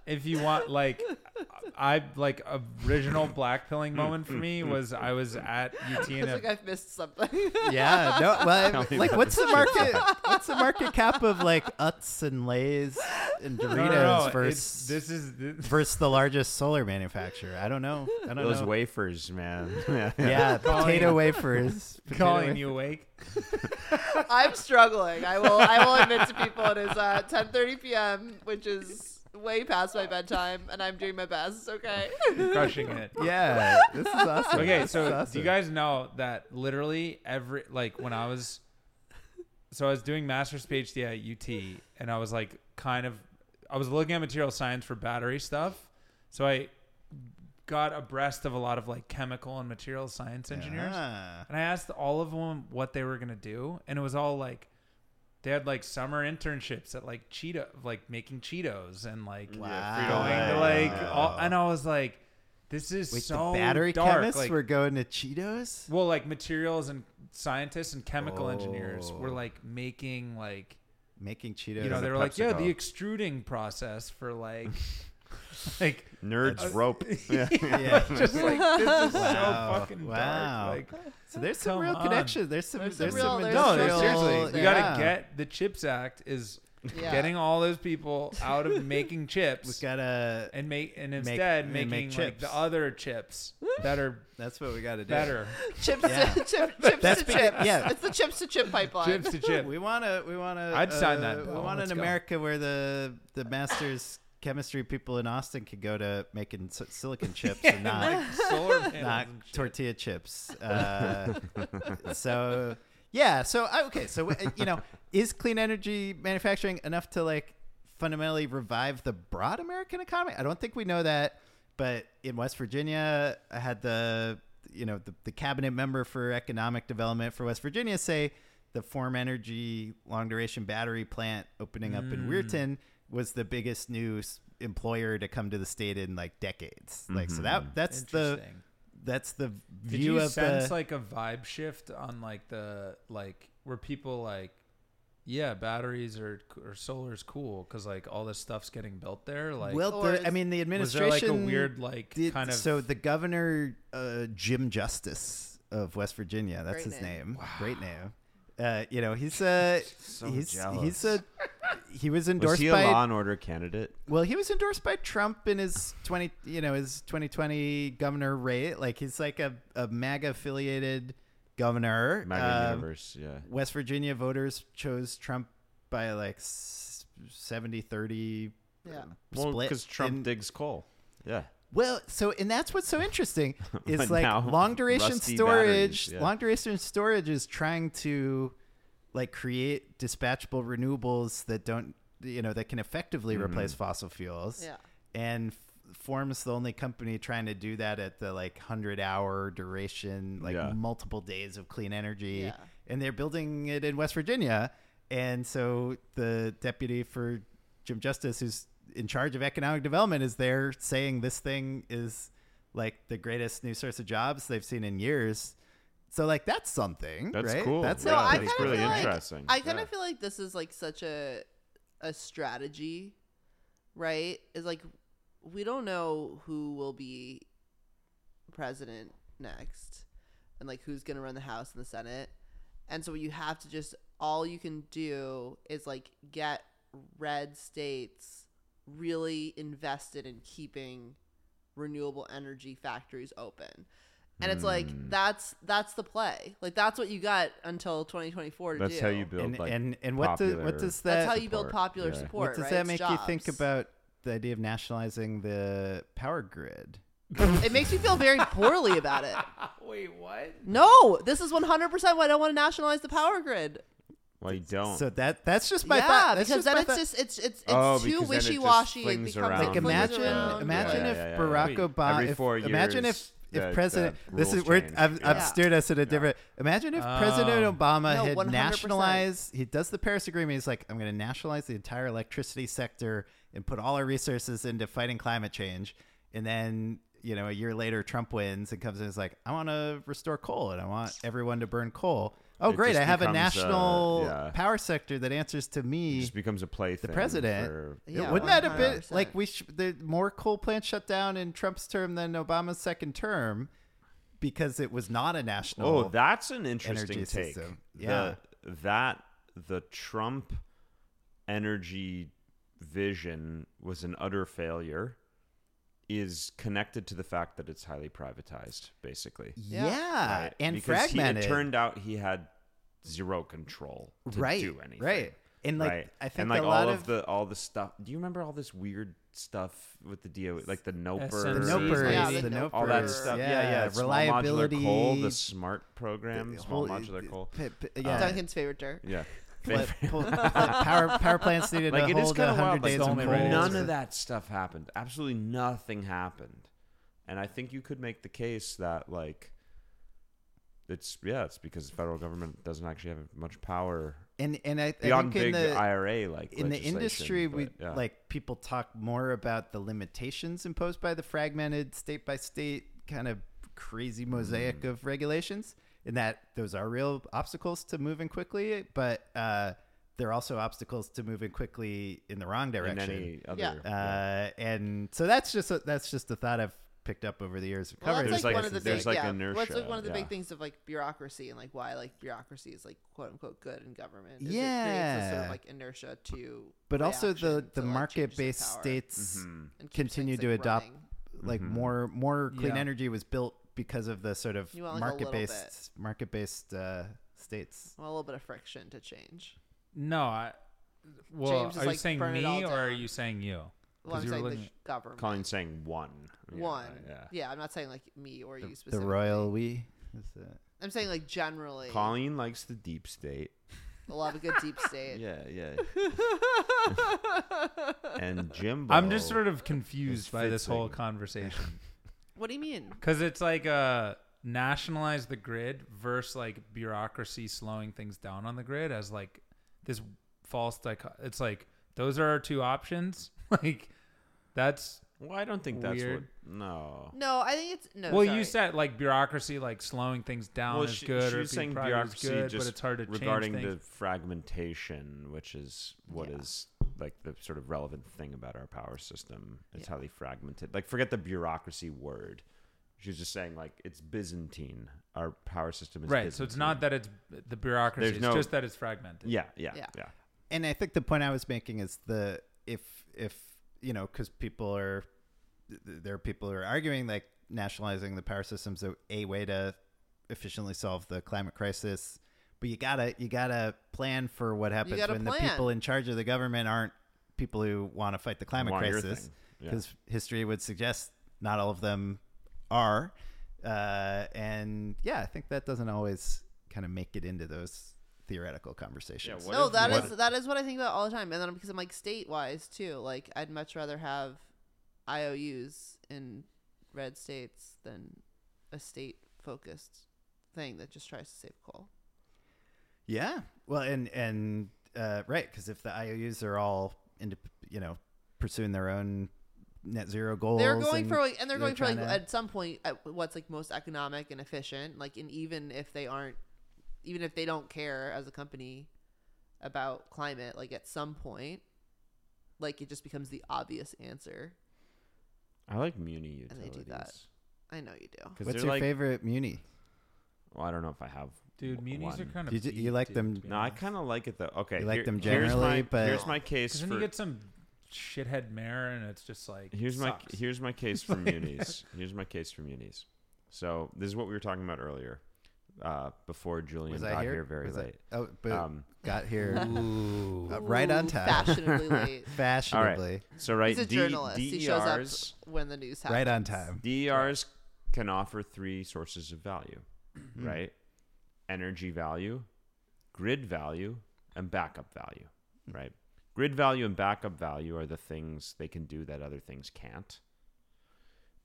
if you want, like, I like original black pilling moment for me was I was at UT I and was like, a, I've missed something. Yeah, no, well, me like about what's the the market? What's the market cap of like Utz and Lay's and Doritos no, no, no, it's- versus this is [laughs] this, versus the largest solar manufacturer. I don't know. I don't those know. wafers, [laughs] man. yeah. yeah, [laughs] Calling- [laughs] potato wafers. Potato calling wafers. you awake. I'm struggling. I will. I will admit to people it is uh, 10:30 p.m., which is way past my bedtime, and I'm doing my best. Okay. crushing it. Yeah, [laughs] this is awesome. Okay, This so is do awesome. you guys know that literally every like when I was so I was doing master's PhD at UT and I was like kind of I was looking at material science for battery stuff. So I got abreast of a lot of like chemical and material science engineers. Ah. And I asked all of them what they were gonna do, and it was all like they had like summer internships at like Cheeto, like making Cheetos and like going to Wow. like, all, and I was like, this is Wait, so the battery dark. chemists like, were going to Cheetos. well, like materials and scientists and chemical engineers were Oh. like making like Making Cheetos. you know the they were like yeah [laughs] PepsiCo. the extruding process for [laughs] like like Nerds rope. Yeah. yeah. [laughs] just like this is Wow. so fucking Wow. dark like so there's some Come real on. connection. There's some. There's, There's some real- some there's no, industrial. no Industrial- seriously we yeah. gotta get the chips act is Yeah. getting all those people out of [laughs] making We chips gotta. and make and make- instead and make making like chips. the other chips that are That's what we gotta do. better Chips Yeah. to chip, chips That's to be- chips. yeah. It's the chips to chip pipeline. chips to chip [laughs] We wanna. We wanna. I'd sign that uh, We bill. want Let's an go. America where the the masters chemistry people in Austin could go to making s- silicon chips [laughs] and not. [laughs] like solar panels [laughs] not and shit. tortilla chips. Uh, so yeah, so I- okay, so uh, you know, is clean energy manufacturing enough to like fundamentally revive the broad American economy? I don't think we know that, but in West Virginia, I had the you know the, the cabinet member for economic development for West Virginia say the Form Energy long duration battery plant opening up in Weirton was the biggest new s- employer to come to the state in like decades. Like so that that's the Interesting. that's the Did view you of sense the like a vibe shift on like the like were people like, yeah, batteries or or solar's cool because like all this stuff's getting built there. Like, well Or the, is- i mean the was administration there like a weird like did- kind of so the governor uh, jim justice of west virginia that's Great his name. name, great name uh, you know he's a he's jealous. he's a he was endorsed Was he a by Law and Order candidate? Well, he was endorsed by Trump in his twenty, you know, his twenty twenty governor rate. Like he's like a, a MAGA affiliated governor. MAGA Um, universe. Yeah. West Virginia voters chose Trump by like s- 70 30 Yeah. Well, split because Trump in- digs coal. Yeah. Well, so and that's what's so interesting [laughs] is But like now, long duration rusty storage. batteries, yeah. Long duration storage is trying to like create dispatchable renewables that don't, you know, that can effectively Mm-hmm. replace fossil fuels. Yeah. and F- Form's the only company trying to do that at the like hundred hour duration, like Yeah. multiple days of clean energy, Yeah. and they're building it in West Virginia. And so the deputy for Jim Justice, who's in charge of economic development, is there saying this thing is like the greatest new source of jobs they've seen in years. So like that's something. That's right? cool. That's Yeah, No, I that's kind of really feel interesting. Like, I kind Yeah. of feel like this is like such a a strategy, right? Is like we don't know who will be president next, and like who's gonna run the House and the Senate, and so you have to just all you can do is like get red states really invested in keeping renewable energy factories open. And it's like Hmm. that's that's the play. Like that's what you got until 2024 to That's do. how you build and like and and what do, popular- what does that that's how you build support. popular Yeah. support. what does right? that It's make you think jobs. about the idea of nationalizing the power grid. It makes me feel [laughs] very poorly about it. Wait, what? No, this is 100% why I don't want to nationalize the power grid. Well, you don't. So that that's just my yeah, thought. That's just because then my it's thought. just it's it's it's Oh, because too then it just wishy washy. It flings becomes around. like like Like, imagine around. imagine Yeah, if yeah, yeah. Barack Wait, Obama every if, four imagine if years, if the- President the this is rules we're change. I've, I've Yeah. steered us in a different imagine if Oh. President Obama No, had 100%. nationalized he does the Paris Agreement he's like I'm going to nationalize the entire electricity sector and put all our resources into fighting climate change and then you know a year later Trump wins and comes in and is like I want to restore coal and I want everyone to burn coal oh It great just I have a becomes a- national yeah. power sector that answers to It me just becomes a plaything. the president. for- It- Yeah, wouldn't that have been 100%. like we sh- the more coal plants shut down in Trump's term than Obama's second term because it was not a national. Oh, that's an interesting energy take. system. The- Yeah. that the Trump energy vision was an utter failure is connected to the fact that it's highly privatized, basically. yeah, Right? and because he- fragmented. it turned out he had zero control to right, do anything. right, and like right. I think and like a all lot of the all the stuff. Do you remember all this weird stuff with the DOE, like the the SNCs, NOPERS, no nopers, Yeah, the the nopers, all that stuff? Yeah, yeah. small reliability, modular coal, the smart program, the small whole- modular coal. Uh, p- p- [laughs] yeah, Duncan's favorite dirt. [laughs] Yeah. pl- [laughs] pl- power power plants needed like to it is hold kind of 100 wild. Like, days the of only coal. way it none is. of that stuff happened. Absolutely nothing happened. And I think you could make the case that like it's yeah, it's because the federal government doesn't actually have much power and and I, I beyond think in big the IRA like in the legislation, industry we but, yeah. like people talk more about the limitations imposed by the fragmented state by state kind of crazy mosaic Mm. of regulations in that those are real obstacles to moving quickly but uh they're also obstacles to moving quickly in the wrong in direction any other Yeah. uh and so that's just a, that's just the thought i've picked up over the years of Well, covering that's this There's like, one like- of the there's big, like yeah. inertia, What's like one of the yeah. big things of like bureaucracy and like why like bureaucracy is like quote unquote good in government. Is it creates a sort Yeah. of like inertia to. but also the reaction the to, like, market changes based in power states Mm-hmm. and keeps continue things, to like, adopt running. like more more clean Yeah. energy was built because of the sort of You want, like, a market little based market based uh, states. Well, a little bit of friction to change. No, I. Well, James is are you like, saying burn it all me or are down. you saying you? Well, I'm you saying the looking- government. Colin saying one. Yeah, one. Yeah, Yeah. I'm not saying like me or you The specifically. royal we. Is it? I'm saying like generally. Colleen likes the deep state. I love a good deep state. Yeah, yeah. [laughs] and Jimbo. I'm just sort of confused by this whole [laughs] fitzing. [laughs] conversation What do you mean? because it's like uh nationalize the grid versus like bureaucracy slowing things down on the grid as like this false dichot. It's like those are our two options. [laughs] Like that's Well, I don't think that's Weird. what. No. No, I think it's no. well, you Oh, sorry. said like bureaucracy, like slowing things down well, is she- good, she or was being saying private is bureaucracy good, just but it's hard to regarding change the fragmentation, which is what is like the sort of relevant thing about our power system. It's highly fragmented. Like, forget the bureaucracy word. She was just saying like it's Byzantine. Our power system is right. So it's not Byzantine. that it's the bureaucracy; There's it's no- just that it's fragmented. Yeah, yeah, yeah. Yeah. And I think the point I was making is the if if you know because people are th- there are people who are arguing like nationalizing the power system's a, a way to efficiently solve the climate crisis. But you gotta you gotta plan for what happens gotta when the plan. people in charge of the government aren't people who want to fight the climate Want your crisis. thing. Yeah. because history would suggest not all of them are. Uh, and yeah, I think that doesn't always kind of make it into those theoretical conversations. what No, if- that what- is that is what I think about all the time, and then because I'm like state wise too. Like I'd much rather have IOUs in red states than a state focused thing that just tries to save coal. yeah. Well, and and uh, right, because if the IOUs are all into you know pursuing their own net zero goals, They're going and for like, and they're, they're going for like trying to- at some point at what's like most economic and efficient. Like, and even if they aren't, even if they don't care as a company about climate, like at some point, like it just becomes the obvious answer. I like Muni utilities. And they do that. I know you do. 'Cause what's they're your like- favorite muni? Well, I don't know if I have. dude, w- munis are one. kind of You ju- you like them- No, I kind of like it though. Okay, You like them here's my, generally, but- here's my case Because then for you get some shithead mayor, and it's just like here's my sucks. [laughs] here's my case for munis. Here's my case for munis. So this is what we were talking about earlier. uh, before Julian Was got I here? very Was I- late. oh, but Um, got [laughs] here Ooh. Uh, right on Ooh, time. [laughs] Fashionably late. fashionably, So right, He's a D- E journalist. DERs, He shows up when the news happens. right on time. DERs can offer three sources of value, right? Energy value, grid value, and backup value, right? Grid value and backup value are the things they can do that other things can't.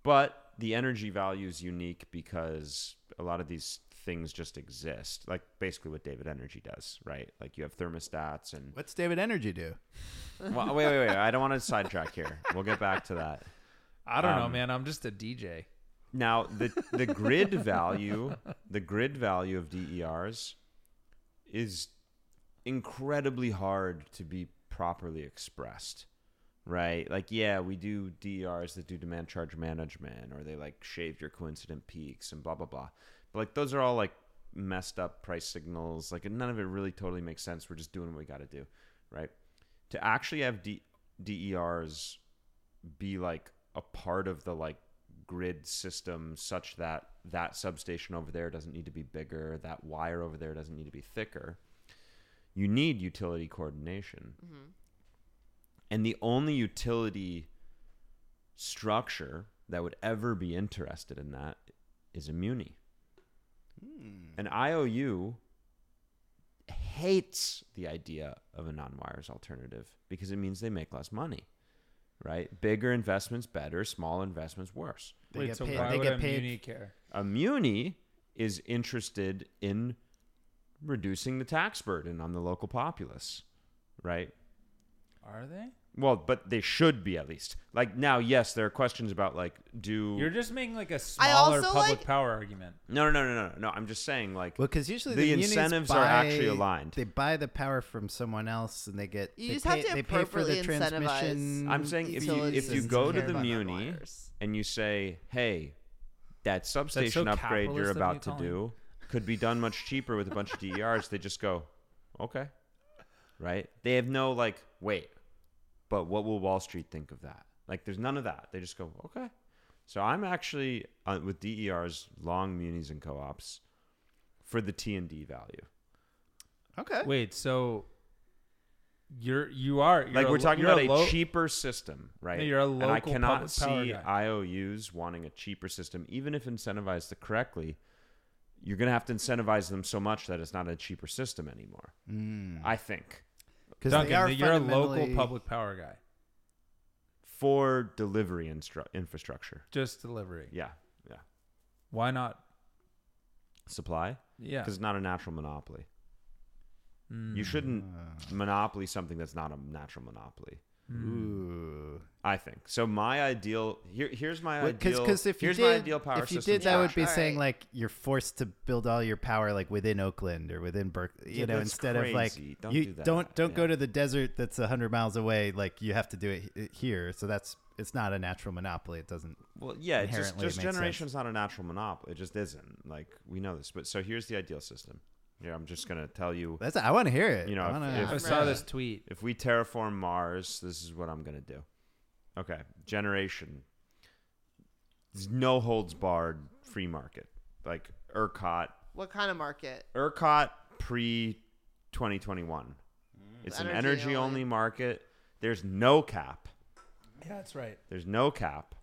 But the energy value is unique because a lot of these things just exist, like basically what David Energy does, right? Like you have thermostats and [laughs] What's David Energy do? well, wait, wait, wait. I don't want to sidetrack here. We'll get back to that. I don't know, Um, man. I'm just a DJ. Now, the the grid value, the grid value of DERs is incredibly hard to be properly expressed. Right? Like, yeah, we do DERs that do demand charge management or they like shave your coincident peaks and blah blah blah. But like those are all like messed up price signals. Like none of it really totally makes sense. We're just doing what we gotta do, right? To actually have D- E DERs be like a part of the like grid system such that that substation over there doesn't need to be bigger, that wire over there doesn't need to be thicker. You need utility coordination. And the only utility structure that would ever be interested in that is a muni. An IOU hates the idea of a non wires alternative because it means they make less money, right? Bigger investments better, small investments worse. They Wait, get so paid- why they would get a paid- muni care? A muni is interested in reducing the tax burden on the local populace, right? Are they? Well, but they should be at least. Like now, yes, there are questions about like do You're just making like a I smaller also public like- power argument. no, no, no, no, no, no. I'm just saying like Well, because usually The the, unions incentives are buy, actually aligned. They buy the power from someone else, and they get. You they just pay, have to they pay for appropriately the incentivize transmission. I'm saying if you utilities if you to go to care the about their muni wires. and you say, hey, that substation upgrade capitalist you're of you about to calling. do could be done much cheaper with a bunch of DERs, they just go, okay, right? They have no like, wait, but what will Wall Street think of that? Like, there's none of that. They just go, okay. So I'm actually uh, with DERs, long munis and co-ops for the T and D value. okay. Wait, so you're you are you're like a we're lo- talking you're about a, lo- cheaper system, right? you're a and I local cannot public power see guy. IOUs wanting a cheaper system, even if incentivized the correctly. You're going to have to incentivize them so much that it's not a cheaper system anymore. Mm. I think Because they Duncan, are that you're a local fundamentally- public power guy. for delivery instru- infrastructure. Just delivery. Yeah, yeah. Why not? Supply Yeah. because it's not a natural monopoly. You shouldn't monopoly something that's not a natural monopoly. Mm. Ooh. I think so. My ideal here. Here's my Because ideal. if you here's did, my ideal power if you system did, that would structure. be All saying right. like you're forced to build all your power like within Oakland or within Berkeley, you Yeah, know, that's instead of crazy. like Don't you do that. don't don't go Yeah. to the desert that's hundred miles away. Like you have to do it h- here. So that's it's not a natural monopoly. It doesn't. Well, yeah, it's just, Inherently, it just makes generation's not a natural monopoly. It just isn't. Like we know this, but so here's the ideal system. Yeah, I'm just gonna tell you. That's I want to hear it. You know, I if- wanna, if- I saw this tweet. If we terraform Mars, this is what I'm gonna do. Okay, generation. There's no holds barred free market. Like ERCOT, What kind of market? ERCOT pre 2021. It's an Mm. Energy energy only. only market. There's no cap. Yeah, that's right. There's no cap.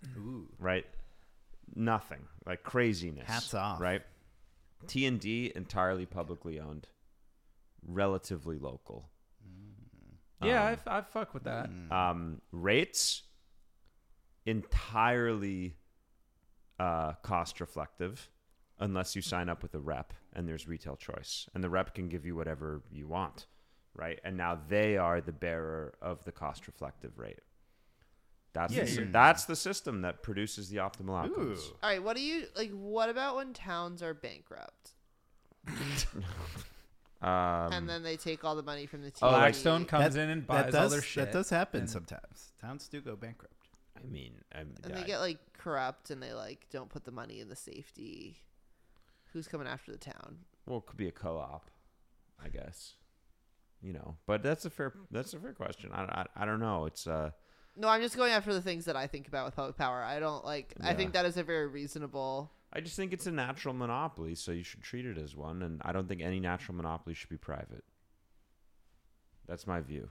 Right? Nothing. Like craziness. Hats off. Right? T and D entirely publicly owned. Relatively local. Yeah, I f- I, fuck with that. Mm-hmm. Um, rates entirely uh, cost reflective unless you sign up with a rep and there's retail choice and the rep can give you whatever you want right and now they are the bearer of the cost reflective rate that's, Yeah, the, sy- you're- that's the system that produces the optimal outcomes Ooh. All right, what do you like? What about when towns are bankrupt Um, and then they take all the money from the TV? Oh, Blackstone comes that- in and buys that all does their shit. that does happen and- sometimes. Towns do go bankrupt. i mean I'm, and they I- get like corrupt and they like don't put the money in the safety. Who's coming after the town? well it could be a co-op i guess you know but that's a fair that's a fair question i, I, I don't know it's uh No, I'm just going after the things that I think about with public power. I don't like. I Yeah. think that is a very reasonable I just think it's a natural monopoly, so you should treat it as one. And I don't think any natural monopoly should be private. That's my view.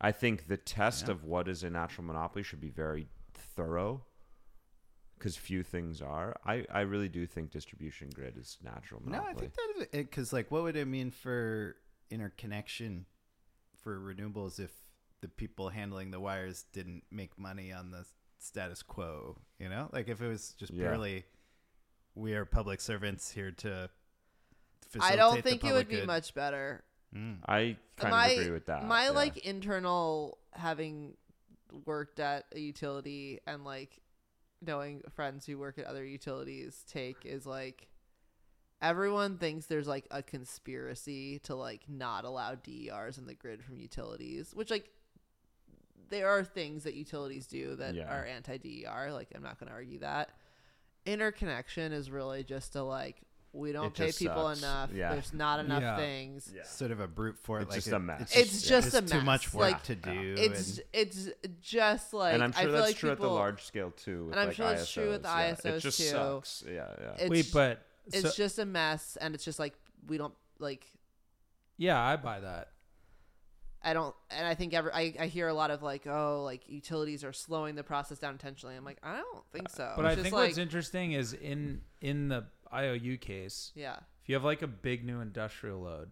I think the test Yeah. of what is a natural monopoly should be very thorough because few things are. I, I really do think distribution grid is natural No, monopoly. I think that because like, what would it mean for interconnection for renewables if the people handling the wires didn't make money on the status quo? You know, like if it was just Yeah. purely, we are public servants here to. I facilitate don't the think it would public be good. much better. Mm. I kind my of agree with that. my yeah. like internal having worked at a utility and like knowing friends who work at other utilities take is like everyone thinks there's like a conspiracy to like not allow DERs in the grid from utilities, which like there are things that utilities do that Yeah. are anti DER. Like I'm not going to argue that. Interconnection is really just a like we don't It pay just people sucks. enough. Yeah. There's not enough Yeah. things Sort of a brute for It's like just it- a mess. it's just it's a too mess. much work Like, to do. it's and it's just like and I'm sure I feel that's like true people, at the large scale too. With and I'm like sure it's true with the ISOs, yeah. It ISOs, just too. sucks. Yeah, yeah. It's, Wait, but it's so- just a mess, and it's just like we don't like yeah, I buy that. I don't, and I think every I, I hear a lot of like oh like utilities are slowing the process down intentionally. I'm like I don't think so. Oh. But It's I just think like, what's interesting is in in the IOU case, yeah if you have like a big new industrial load,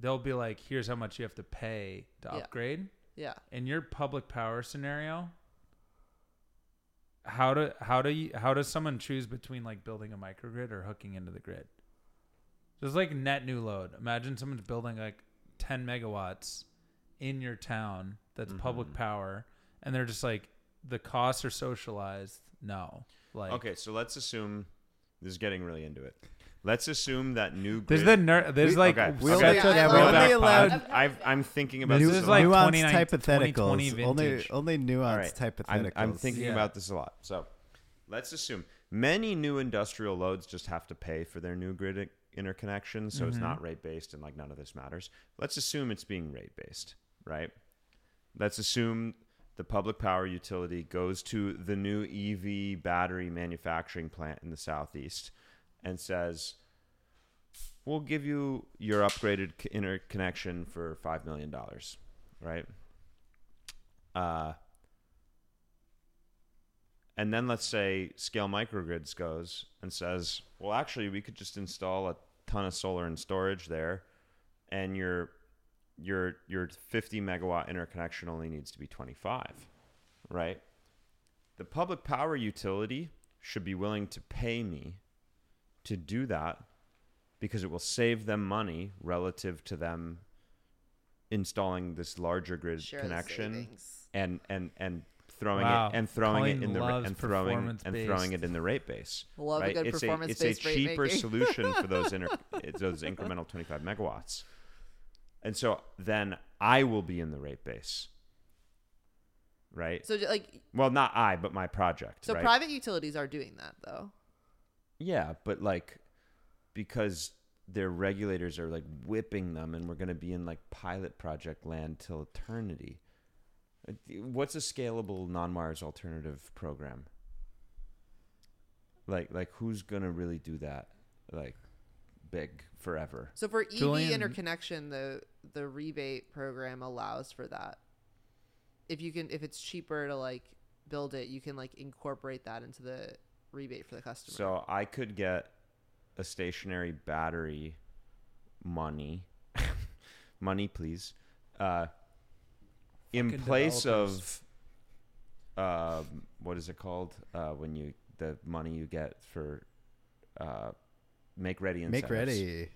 they'll be like, here's how much you have to pay to Yeah. upgrade. yeah In your public power scenario, how do how do you how does someone choose between like building a microgrid or hooking into the grid? There's like net new load. Imagine someone's building like 10 megawatts in your town that's public power, and they're just like the costs are socialized. No, like okay, so let's assume this is getting really into it. Let's assume that new grid. There's the ner- there's We- like okay, we'll get okay. Yeah, to I that love real that. back Only pod. allowed- I've, I'm thinking about This this is a like lot. nuanced 29 2020 hypotheticals. Only vintage. only All nuanced right, hypotheticals. I'm, I'm thinking Yeah. about this a lot. So let's assume many new industrial loads just have to pay for their new grid i- interconnection, so it's not rate based, and like none of this matters. Let's assume it's being rate based, right? Let's assume the public power utility goes to the new EV battery manufacturing plant in the southeast and says, "We'll give you your upgraded c- interconnection for five million dollars," right? Uh, and then let's say Scale Microgrids goes and says, well, actually, we could just install a ton of solar and storage there, and your your your 50 megawatt interconnection only needs to be 25, right? The public power utility should be willing to pay me to do that because it will save them money relative to them installing this larger grid Share the connection savings. and and and throwing Wow. it and throwing Colleen it in the ra- loves and throwing performance-based. and throwing it in the rate base. Love a right? good it's performance-based a, it's a rate cheaper making. solution for those [laughs] inter- it's those incremental 25 megawatts. And so then I will be in the rate base. Right? so like well, not I, but my project, so right? private utilities are doing that though. Yeah, but like because their regulators are like whipping them and we're going to be in like pilot project land till eternity. Uh, What's a scalable non-wires alternative program? Like like who's going to really do that like big forever? So for EV Julian- interconnection, the the rebate program allows for that. If you can, if it's cheaper to like build it, you can like incorporate that into the rebate for the customer. So I could get a stationary battery money, [laughs] money please, uh, in Fucking place developers. of um, what is it called uh, when you the money you get for uh, make ready incentives. make ready.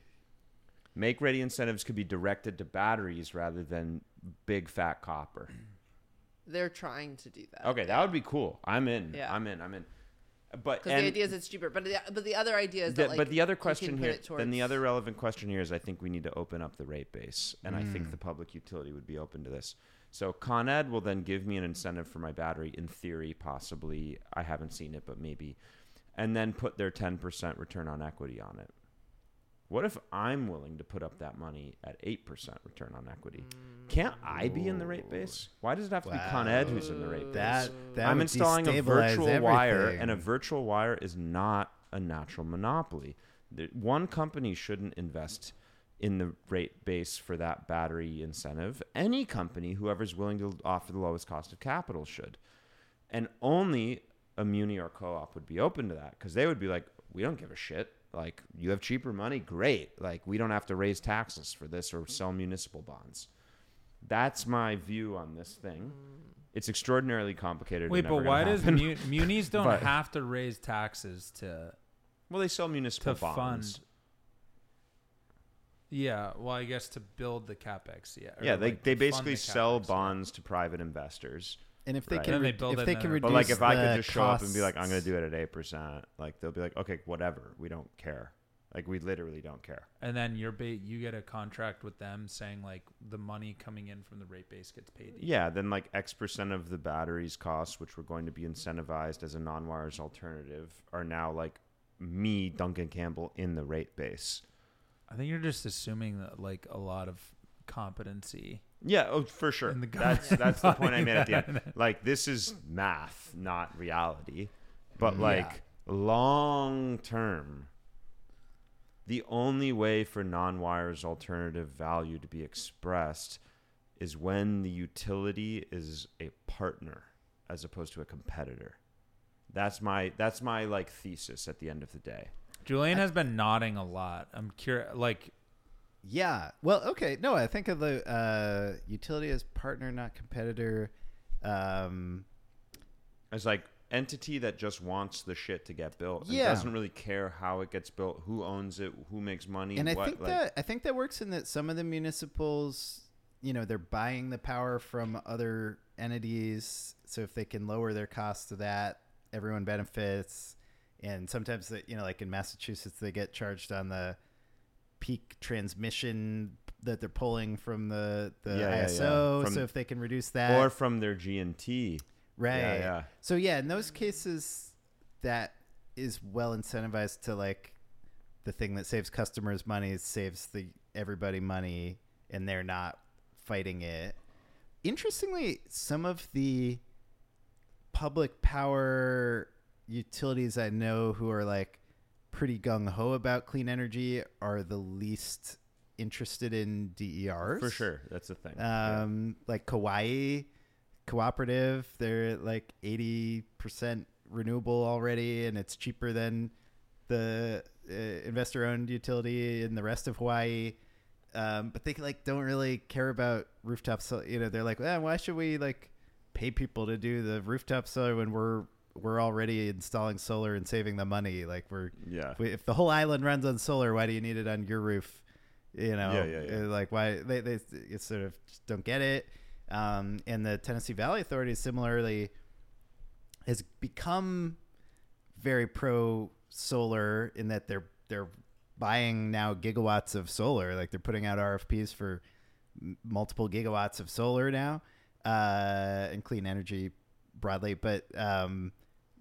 Make ready incentives could be directed to batteries rather than big fat [clears throat] copper. They're trying to do that. Okay, that would be cool. I'm in. Yeah. I'm in. I'm in. But Because and- the idea is it's cheaper, but the, but the other idea is The- that like, but the you other can question put here, it then the towards- other relevant question here is, I think we need to open up the rate base, and I think the public utility would be open to this. So Con Ed will then give me an incentive for my battery, in theory, possibly. I haven't seen it, but maybe, and then put their ten percent return on equity on it. What if I'm willing to put up that money at 8% return on equity? Can't I be in the rate base? Why does it have to be Con Ed who's in the rate base? That that I'm would installing a destabilize virtual wire, everything. and a virtual wire is not a natural monopoly. The- One company shouldn't invest in the rate base for that battery incentive. Any company, whoever's willing to offer the lowest cost of capital, should. And only a muni or co op would be open to that because they would be like, we don't give a shit. Like, you have cheaper money, great. Like, we don't have to raise taxes for this or sell municipal bonds. That's my view on this Mm. thing. It's extraordinarily complicated. and Wait, never but gonna why does happen. [laughs] mu- munis don't But- have to raise taxes to? well they sell municipal to fund- bonds? Yeah, well, I guess to build the capex. Yeah. or yeah, they like they to fund basically the sell CapEx. bonds to private investors. And if they Right. can, And they re- build if it they in can there. reduce, But like, if I could the just show up and be like, I'm going to costs- do it at eight percent, like they'll be like, okay, whatever, we don't care. Like we literally don't care. And then you're ba- you get a contract with them saying like the money coming in from the rate base gets paid. to you. Yeah, then like X percent of the batteries costs, which were going to be incentivized as a non-wires alternative, are now like me, Duncan Campbell, in the rate base. I think you're just assuming that like a lot of competency. Yeah, oh, for sure. And the [laughs] that's government that's the point I body made at the that- [laughs] end. Like this is math, not reality. But like long term, the only way for non-wires alternative value to be expressed is when the utility is a partner as opposed to a competitor. That's my that's my like thesis at the end of the day. Julian has been nodding a lot. I'm curious. Like, Yeah. Well, okay. No, I think of the uh, utility as partner, not competitor. Um, It's like entity that just wants the shit to get built. and Yeah. doesn't really care how it gets built, who owns it, who makes money. and I what, think like, that I think that works in that some of the municipals, you know, they're buying the power from other entities, so if they can lower their cost to that, everyone benefits. And sometimes that you know, like in Massachusetts, they get charged on the peak transmission that they're pulling from the the Yeah, yeah, yeah. ISO. From- so if they can reduce that, or from their G and T. Right. yeah. So yeah, in those cases, that is well incentivized to like the thing that saves customers money saves the everybody money, and they're not fighting it. Interestingly, some of the public power utilities I know who are like pretty gung ho about clean energy are the least interested in E DERs For sure, that's the thing. Yeah. um, like Kauai cooperative. They're like eighty percent renewable already, and it's cheaper than the uh, investor-owned utility in the rest of Hawaii. Um, but they like don't really care about rooftop solar. You know, they're like, eh, why should we like pay people to do the rooftop solar when we're we're already installing solar and saving the money? Like we're Yeah. if, we, if the whole island runs on solar, why do you need it on your roof? You know, Yeah, yeah, yeah. uh, like why they, they it's sort of just don't get it. Um, and the Tennessee Valley Authority similarly has become very pro solar in that they're they're buying now gigawatts of solar. Like they're putting out RFPs for m- multiple gigawatts of solar now uh, and clean energy broadly, but um,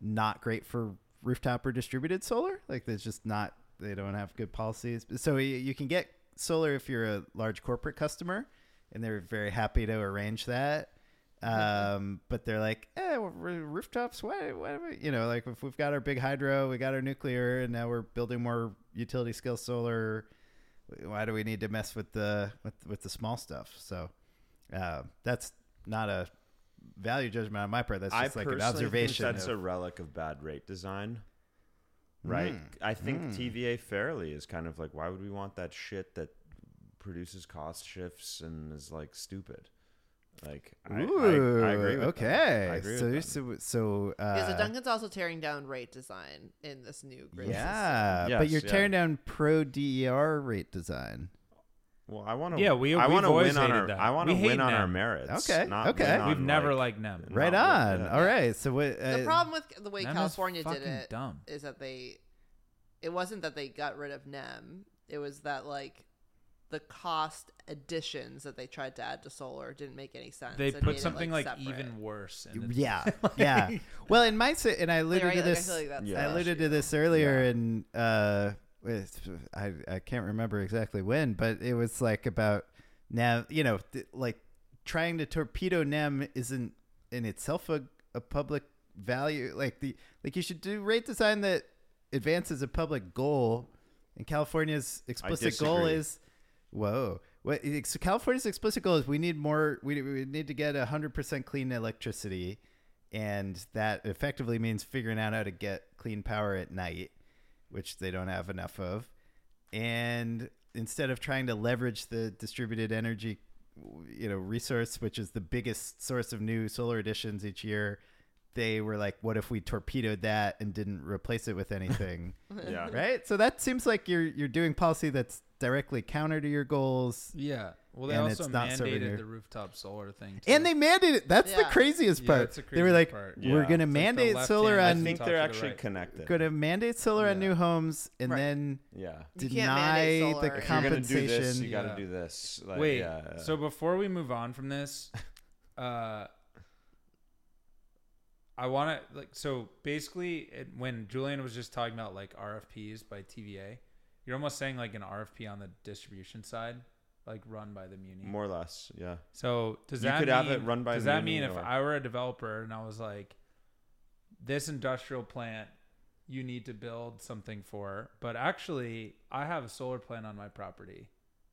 not great for rooftop or distributed solar. Like there's just not they don't have good policies. So y- you can get solar if you're a large corporate customer, and they're very happy to arrange that. Um, but they're like, eh, we're- we're rooftops, why, why, do we-" you know, like if we've got our big hydro, we got our nuclear, and now we're building more utility scale solar. Why do we need to mess with the with, with the small stuff? So uh, that's not a value judgment on my part. That's just like an personally think observation. That's of- Hmm, a relic of bad rate design, right? I think TVA fairly is kind of like, why would we want that shit that produces cost shifts and is like stupid? Like, I, I- I, agree. Ooh, With okay, them. I agree so with you're them. so so uh, Yeah, so Duncan's also tearing down rate design in this new grid. yeah, but Yes, you're yeah. tearing down pro DER rate design. Well, I want to. Yeah, we- I we've want to always win on hated our. that. I want to We hate win on that. our merits. Okay, not okay. win on, we've never like, liked them. Not Right what- on. yeah. All right. So what? Uh, The problem with the way Them is California did fucking it dumb. is that they, it wasn't that they got rid of NEM. It was that like the cost additions that they tried to add to solar didn't make any sense. They and made put it, something like, separate. even worse. and it's- [laughs] [laughs] yeah, yeah. Well, in my si- and I Like, alluded right? to Like, I this. feel like that's Yeah. I the alluded issue. to this earlier in uh, it's- I I can't remember exactly when, but it was like about now. You know, th- like trying to torpedo NEM isn't in itself a, a public value. Like the like you should do rate design that advances a public goal. And California's explicit goal disagree. is whoa. What, it's- California's explicit goal is we need more. We, we need to get hundred percent clean electricity, and that effectively means figuring out how to get clean power at night which they don't have enough of. And instead of trying to leverage the distributed energy, you know, resource, which is the biggest source of new solar additions each year, they were like, "What if we torpedoed that and didn't replace it with anything?" Yeah. right? So that seems like you're you're doing policy that's directly counter to your goals. Yeah. Well, they And also it's not serving mandated your- the rooftop solar thing. Too. And they mandated it. That's the Yeah. craziest Yeah, part. that's the they were crazy like, part. "We're Yeah. gonna It's like the mandate left solar hand I and on, think Talk they're to the actually right. connected. gonna mandate solar on Yeah. new homes, and Right. then Yeah. You can't deny mandate the solar. You're gonna do compensation." this. You gotta Yeah. do this. Like, Wait. yeah. So before we move on from [laughs] this, uh, I want to like so basically it, when Julian was just talking about like RFPs by TVA, you're almost saying like an RFP on the distribution side, like run by the muni. more or less. Yeah. So does You that could mean, have it run by Does the that union mean if or- I were a developer and I was like, this industrial plant, you need to build something for, but actually I have a solar plant on my property,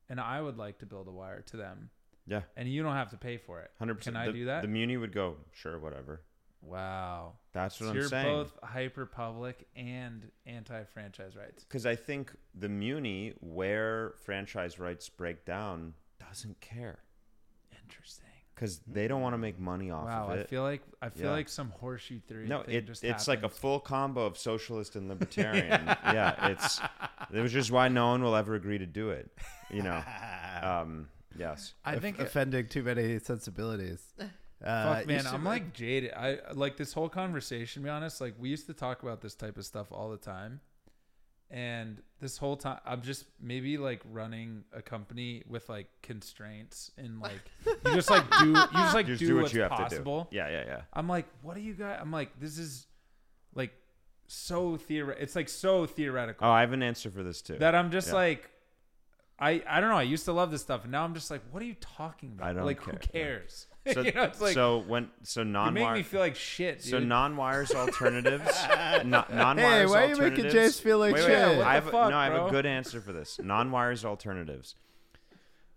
and I would like to build a wire to them, Yeah. and you don't have to pay for it. Hundred percent. Can I the, do that? The muni would go. Sure. Whatever. Wow. That's what So I'm you're saying. both hyper public and anti franchise rights. because I think the Muni, where franchise rights break down, doesn't care Interesting. because they don't want to make money off wow. of I it. feel like I feel Yeah. like some horseshoe theory. no, thing it, it's just like a happened. full combo of socialist [laughs] and libertarian. yeah, it's it was just why no one will ever agree to do it. [laughs] You know, um, yes, I of- think offending too many sensibilities. Uh, [laughs] Fuck, you man, should- uh, I'm like jaded. I like this whole conversation. To be honest, like we used to talk about this type of stuff all the time, and this whole time I'm just maybe like running a company with like constraints and like you just like do you just like [laughs] just do, do what what's you have possible. to do. Yeah, yeah, yeah. I'm like, what do you guys? I'm like, this is like so theoret. It's like so theoretical Oh, I have an answer for this too. that I'm just Oh, Yeah. like. I, I don't know. I used to love this stuff, and now I'm just like, what are you talking about? I don't like, who care, yeah. cares? [laughs] so, you know, it's like so when so you non make me feel like shit. So dude. [laughs] non-wires alternatives. non- non-wires Hey, why are you alternatives. making Jace feel like wait, wait, shit? wait, What I the have, a- fuck, no, I have bro? a good answer for this. Non-wires alternatives.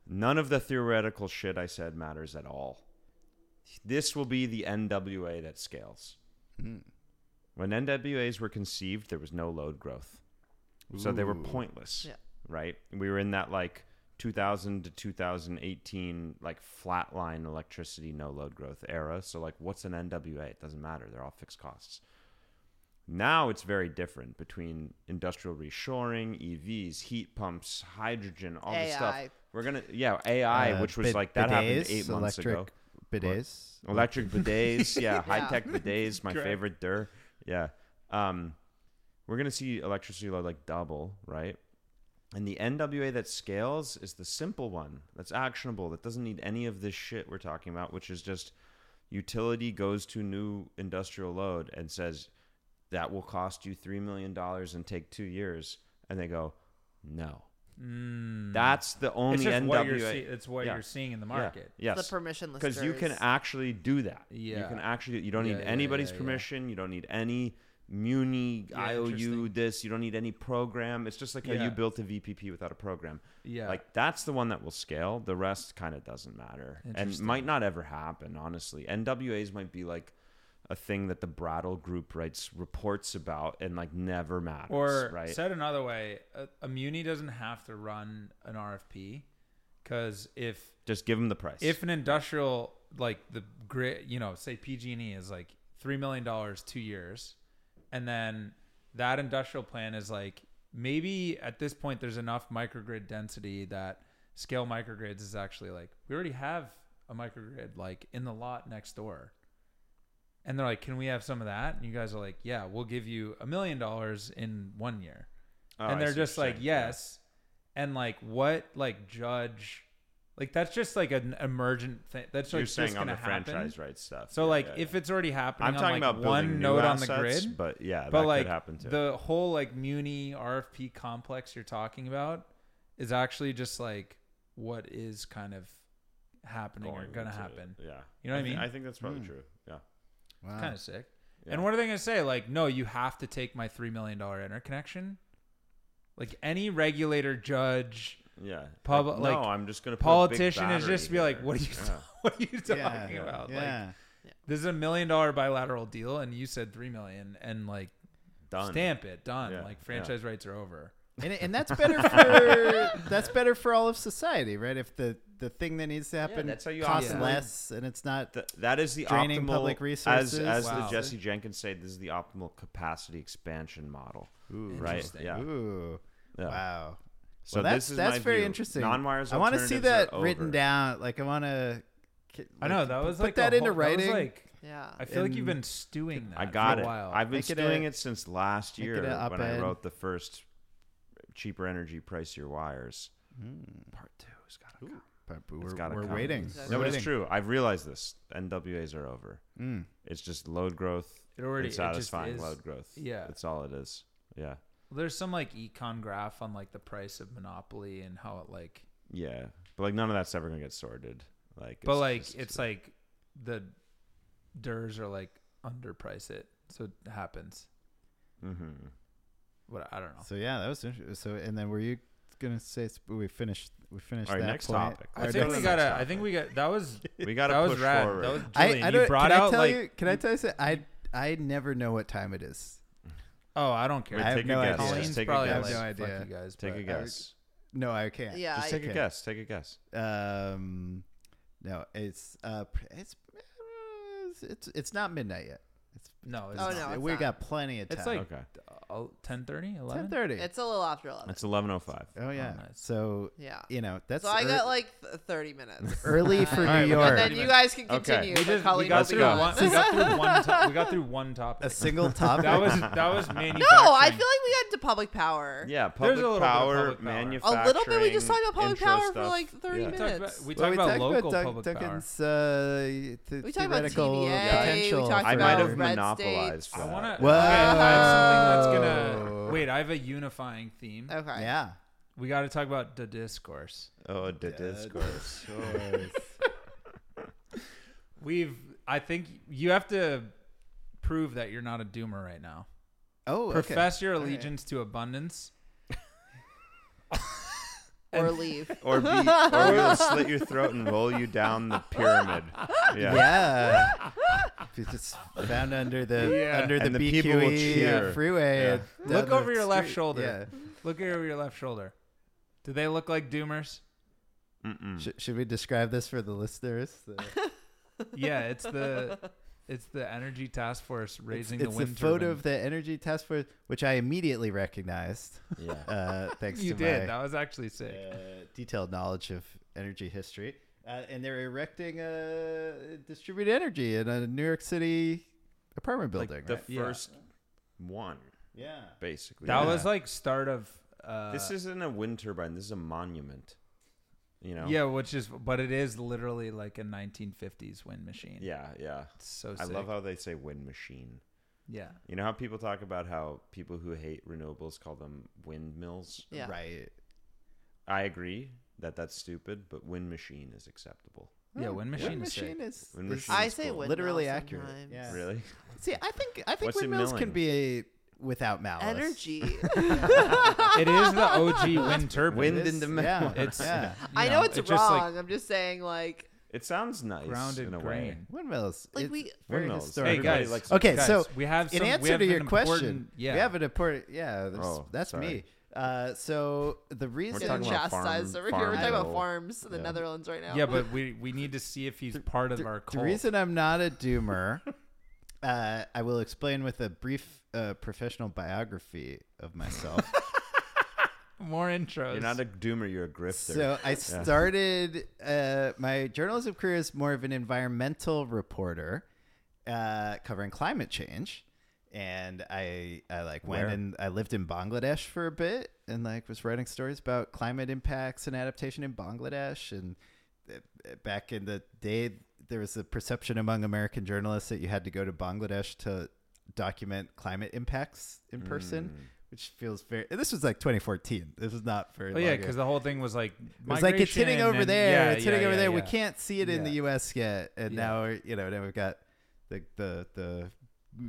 None of the theoretical shit I said matters at all. This will be the NWA that scales. When NWAs were conceived, there was no load growth, so they were Ooh. pointless. Yeah. Right? We were in that like 2000 to 2018 like flatline electricity no load growth era. So like, what's an NWA? It doesn't matter. They're all fixed costs. Now it's very different between industrial reshoring, EVs, heat pumps, hydrogen, all this stuff. AI. We're gonna yeah AI, uh, which was bid- like that happened bidets, eight months electric ago. Bidets. Electric bidets, yeah, high tech bidets, my Correct. favorite dir. Yeah, um, we're gonna see electricity load like double, right? And the NWA that scales is the simple one that's actionable that doesn't need any of this shit we're talking about, which is just utility goes to new industrial load and says that will cost you three million dollars and take two years, and they go no. Hmm. That's the only Mm. it's just NWA. what you're see- it's what Yeah. you're seeing in the Yeah. market. Yes, The permissionless. because you can actually do that. you Yeah. can actually. You don't Yeah, need yeah, anybody's yeah, yeah. permission. You don't need any muni Yeah, IOU. interesting. This you don't need any program. It's just like how Yeah. you built a VPP without a program. Yeah. like that's the one that will scale. The rest kind of doesn't matter and Interesting. might not ever happen. Honestly, NWAs might be like a thing that the Brattle Group writes reports about and like never matters. Or right? said another way, a, a muni doesn't have to run an RFP because if just give them the price. if an industrial like the grid, you know, say PG&E E is like three million dollars two years, and then that industrial plan is like maybe at this point there's enough microgrid density that scale microgrids is actually like we already have a microgrid like in the lot next door. And they're like, can we have some of that? And you guys are like, yeah, we'll give you a million dollars in one year Oh, I and they're see what just you're like saying. Yeah. yes and like what like judge Like that's just like an emergent thing. That's You're like just saying on gonna the happen. franchise rights stuff. So Yeah, like yeah, if yeah. it's already happening, I'm on, talking like, about building one new node on the assets, grid. but yeah, that but could like happen too. the whole like Muni RFP complex you're talking about is actually just like what is kind of happening or Going gonna into- happen. Yeah, You know what I thi- mean? Hmm. I think that's probably true. Yeah. Wow. Kind of sick. Uh-huh. Yeah. And what are they gonna say? Like, no, you have to take my three million dollar interconnection. Like any regulator, judge, Yeah. Pub- Like, like, no, I'm just gonna put a big politician is battery just be like, here. what are you, Yeah. [laughs] what are you talking yeah. about? Yeah. Like, this is a million dollar bilateral deal, and you said three million, and like Done. stamp it, done. Yeah, Like yeah. franchise rights are over. and, and that's better for that's better for all of society, right? If the the thing that needs to happen that's how you costs optimize- less and it's not Th- that is the Draining optimal public resources. As, as Wow. the Jesse Jenkins said, this is the optimal capacity expansion model. right? Interesting. Yeah. ooh Yeah. wow. So well, that's this is that's my very view. interesting. Non-wires. I want to see alternatives that are written over. down. Like I want to. Like, I know that was put like that a into whole- that was, writing. like, Yeah. I feel like you've And- been stewing that. I got for a it. While. I've been Make it doing a- it since last make it year a when I op-ed. wrote the first cheaper energy, pricier wires. Part two has got to come. But It's we're, gotta we're come. waiting. Exactly. No, We're but it's waiting. true. I've realized this. NWAs are over. Mm. It's just load growth. It already- and it just satisfying is. load growth. Yeah. that's all it is. Yeah, There's some like econ graph on like the price of Monopoly and how it like, yeah. But like none of that's ever gonna get sorted. Like, but like just- it's like the DERs are like underprice it, so it happens. [laughs] Mhm. What I don't know. So yeah, that was interesting. So and then were you gonna say sp- we finished? We finished All right, that next point. topic. Our I Let's think we go to next- the next gotta. I topic. think we got that was we gotta that push was rad. forward. That was I, Julian. I you don't, brought can out I tell like you? Can I tell you? Something? I I never know what time it is. oh I don't care. Wait, I have take no a guess. idea. Just Colleen's take probably a I guess. have no like, idea. Fuck you guys. Take but a I- guess. No, I can't. Yeah. Just I- take a Okay. guess. Take a guess. Um, no, it's uh, pr- it's it's- it's it's not midnight yet. It's No, it's Oh, not. no, it's we not. got plenty of time. It's like uh, oh, Okay. 10:30, 11. ten thirty. It's a little after 11. It's eleven oh five. Oh yeah. nice. So yeah. you know that's So I ear- got like th- [laughs] 30 minutes. [laughs] early for All New right, we got York. And then you guys can continue. We but Colleen we got will be through gone. one. We got through one. To- we got through one topic. a single topic. [laughs] That [laughs] was that was manufacturing. no, I feel like we got into public power. Yeah, There's a public little bit of power, public power. manufacturing. A little bit, we just talked about public intro power for, stuff. like, 30 Yeah. we minutes. talked about, we Well, talked about local Doug public power. Duncan's, Uh, th- We talked about theoretical TVA, we potential. talked I for- might have about red monopolized. states. for I that. want to. Whoa. Okay, I have something that's gonna. Wait, I have a unifying theme. Okay. Yeah. We got to talk about the discourse. Oh, the discourse. We've. I think you have to prove that you're not a doomer right now. [laughs] oh, okay. Profess your allegiance to abundance. [laughs] Or leave. or be, or we'll slit your throat and roll you [laughs] down the pyramid. Yeah. Yeah. If you just found under the Yeah. under the, And the BQE people will uh, cheer. freeway. Yeah. uh, down Look the over your left street. shoulder. Look over your left shoulder. Do they look like doomers? Yeah. Mm-mm. Sh- should we describe this for the listeners? The- Yeah, it's [laughs] the it's the energy task force [laughs] raising it's the wind the photo turbine. of the energy task force, which I immediately recognized. [laughs] Yeah. Uh, thanks You to did. my that was actually sick. uh, detailed knowledge of energy history. Uh, and they're erecting a distributed energy in a New York City apartment Like building. the right? Yeah. first one, yeah. basically. That Yeah. was like start of uh, this isn't a wind turbine. This is a monument. You know. yeah, which is but it is literally like a 1950s wind machine. Yeah. Yeah. it's so sick. I love how they say wind machine. yeah. You know how people talk about how people who hate renewables call them windmills. Yeah. Right. I agree that that's stupid, but wind machine is acceptable. Yeah, wind machine Oh, Wind is sick. machine is, Wind is- machine I It's say cool. windmill Literally accurate. sometimes. Yeah. Really? See, I think I think What's it windmills milling? can be without malice. [laughs] Energy. it is the OG wind turbine. Wind It in is- the middle. yeah. It's Yeah. you [laughs] I know it's it just, wrong. like, I'm just saying, like, It sounds nice grounded in a way. grain. Windmills. Like it's we- very Windmills. historic. Hey Everybody guys, likes- Okay, guys, so we have some, in we answer have to an your question, important- yeah. yeah, we have an important. Yeah, that's, Oh, that's sorry. me. Uh, so the reason talking about chastised farm- over here. We're talking about farm. farms in the Yeah. Netherlands right now. yeah, but we we need to see if he's part of our the cult. reason I'm not [laughs] a doomer, uh, I will explain with a brief uh, professional biography of myself. More intros. You're not a doomer. You're a grifter. so I started uh, my journalism career as more of an environmental reporter, uh, covering climate change. And I, I like went Where? and I lived in Bangladesh for a bit, and like was writing stories about climate impacts and adaptation in Bangladesh, and eh, back in the day, there was a perception among American journalists that you had to go to Bangladesh to document climate impacts in person, which feels very. and This was like 2014. This is not very. Oh yeah, long ago. because the whole thing was like It's like it's hitting migration over and- there. yeah, it's hitting yeah, over yeah, there. We yeah. can't see it in the Yeah. U.S. yet, and Yeah. now we're- you know now we've got the the the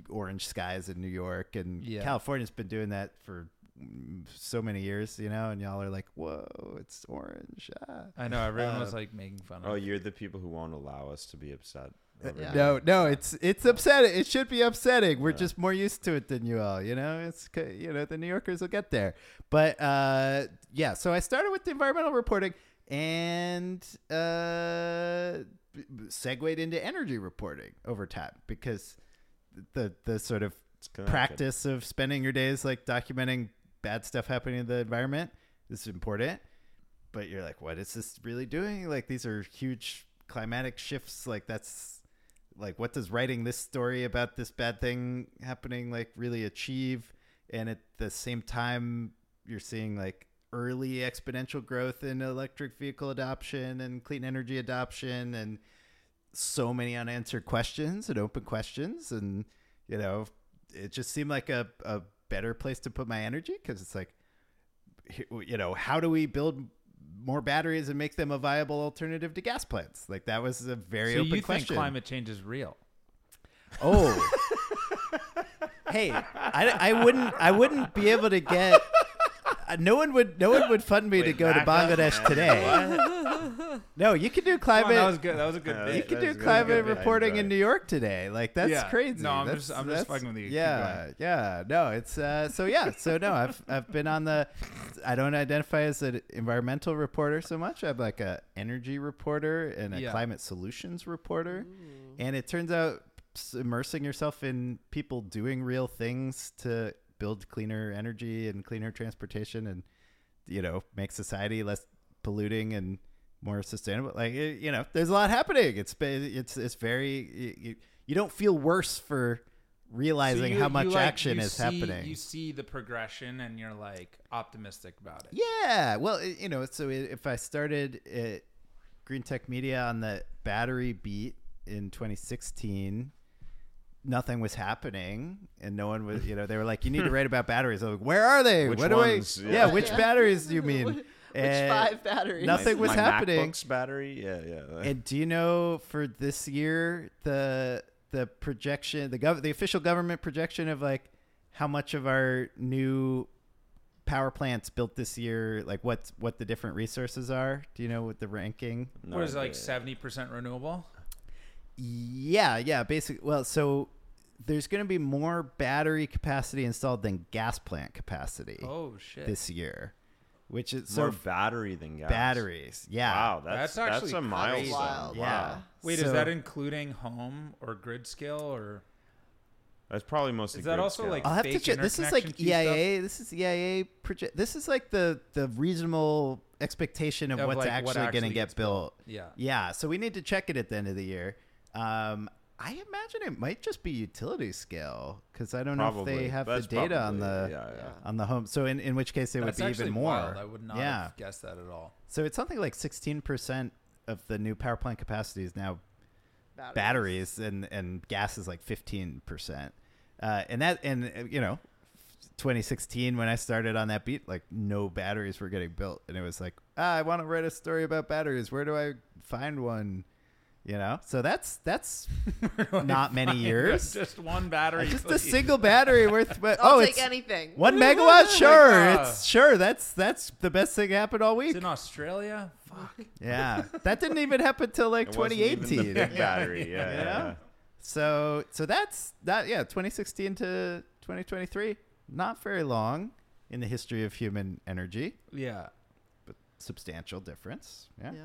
orange skies in New York and Yeah. California's been doing that for mm, so many years, you know. And y'all are like, "Whoa, it's orange!" Ah. I know everyone Uh, was like making fun of. Oh, it. you're the people who won't allow us to be upset. Uh, over Yeah. No, no, it's it's upsetting. It should be upsetting. We're Yeah. just more used to it than you all. You know, it's c- you know the New Yorkers will get there. But uh, yeah, so I started with the environmental reporting and uh, b- b- segued into energy reporting over time because the the sort of It's connected. practice of spending your days like documenting bad stuff happening in the environment is important but you're like what is this really doing like these are huge climatic shifts like that's like what does writing this story about this bad thing happening like really achieve and at the same time you're seeing like early exponential growth in electric vehicle adoption and clean energy adoption and so many unanswered questions and open questions and you know it just seemed like a, a better place to put my energy because it's like he- you know how do we build more batteries and make them a viable alternative to gas plants like that was a very So open you question think climate change is real? Oh. hey, I, I wouldn't I wouldn't be able to get uh, no one would no one would fund me to go to back up, Bangladesh today. no, you can do Come on, climate that was good. That was a good Yeah, bit. [laughs] you can That do was good. climate Good bit. reporting Enjoy. in New York today. Like that's Yeah. crazy. No, I'm That's- just- I'm just that's- fucking with you. Keep Yeah, yeah. No, it's uh, so yeah. So no, I've I've been on the. I don't identify as an environmental reporter so much. I'm like a energy reporter and a Yeah. climate solutions reporter, and it turns out s- immersing yourself in people doing real things to build cleaner energy and cleaner transportation and you know make society less polluting and more sustainable like it, you know there's a lot happening it's ba- it's it's very you, you don't feel worse for So realizing you- how you, much like, action you is see- happening You see the progression, and you're like optimistic about it. yeah. Well, i- you know, so i- if I started at Green Tech Media on the battery beat in 2016, nothing was happening and no one was, you know, they were like, [laughs] you need to write about batteries. I'm like, where are they? Which what ones? do I, Yeah. yeah. which batteries [laughs] [laughs] do you mean? Which And- five batteries? nothing was my happening. MacBook's battery. Yeah, yeah. And do you know for this year the the projection the gov the official government projection of like how much of our new power plants built this year like what what the different resources are? Do you know what the ranking? No What is it, idea. like seventy percent renewable? Yeah, yeah, basically well, so there's going to be more battery capacity installed than gas plant capacity Oh shit! this year, which is more so battery than gas. batteries. Yeah. Wow, That's that's that's, actually a crazy. milestone. Wild. Wow. Yeah. Wait, is that So- including home or grid scale or? That's probably mostly. Is that grid also, scale. like, I'll have to fake check. This is like interconnection key stuff? EIA. This is E EIA project. This is like the the reasonable expectation of, Of, what's like, what actually actually going to gets get built. Yeah. Yeah. So we need to check it at the end of the year. Um, I imagine it might just be utility scale because I don't probably. know if they have That's the data probably- on the Yeah, yeah. on the home. So in, in which case it That's would be actually even more. wild. I would not Yeah. have guessed that at all. So it's something like sixteen percent of the new power plant capacity is now Batteries. batteries and and gas is like 15% uh, and that and uh, you know 2016 when i started on that beat like no batteries were getting built and it was like ah, i want to write a story about batteries where do i find one you know so that's [laughs] that's [laughs] [laughs] not many years Just one battery. just a please. single battery [laughs] worth but I'll oh take it's anything. [laughs] one megawatt sure God. uh, it's sure that's that's the best thing happened all It's week in Australia. Fuck. yeah that didn't even happen till like It wasn't even 2018 the [laughs] big battery. Yeah, you yeah, know? So so that's that yeah, 2016 to 2023, not very long in the history of human energy, Yeah. but substantial difference. Yeah. Yeah.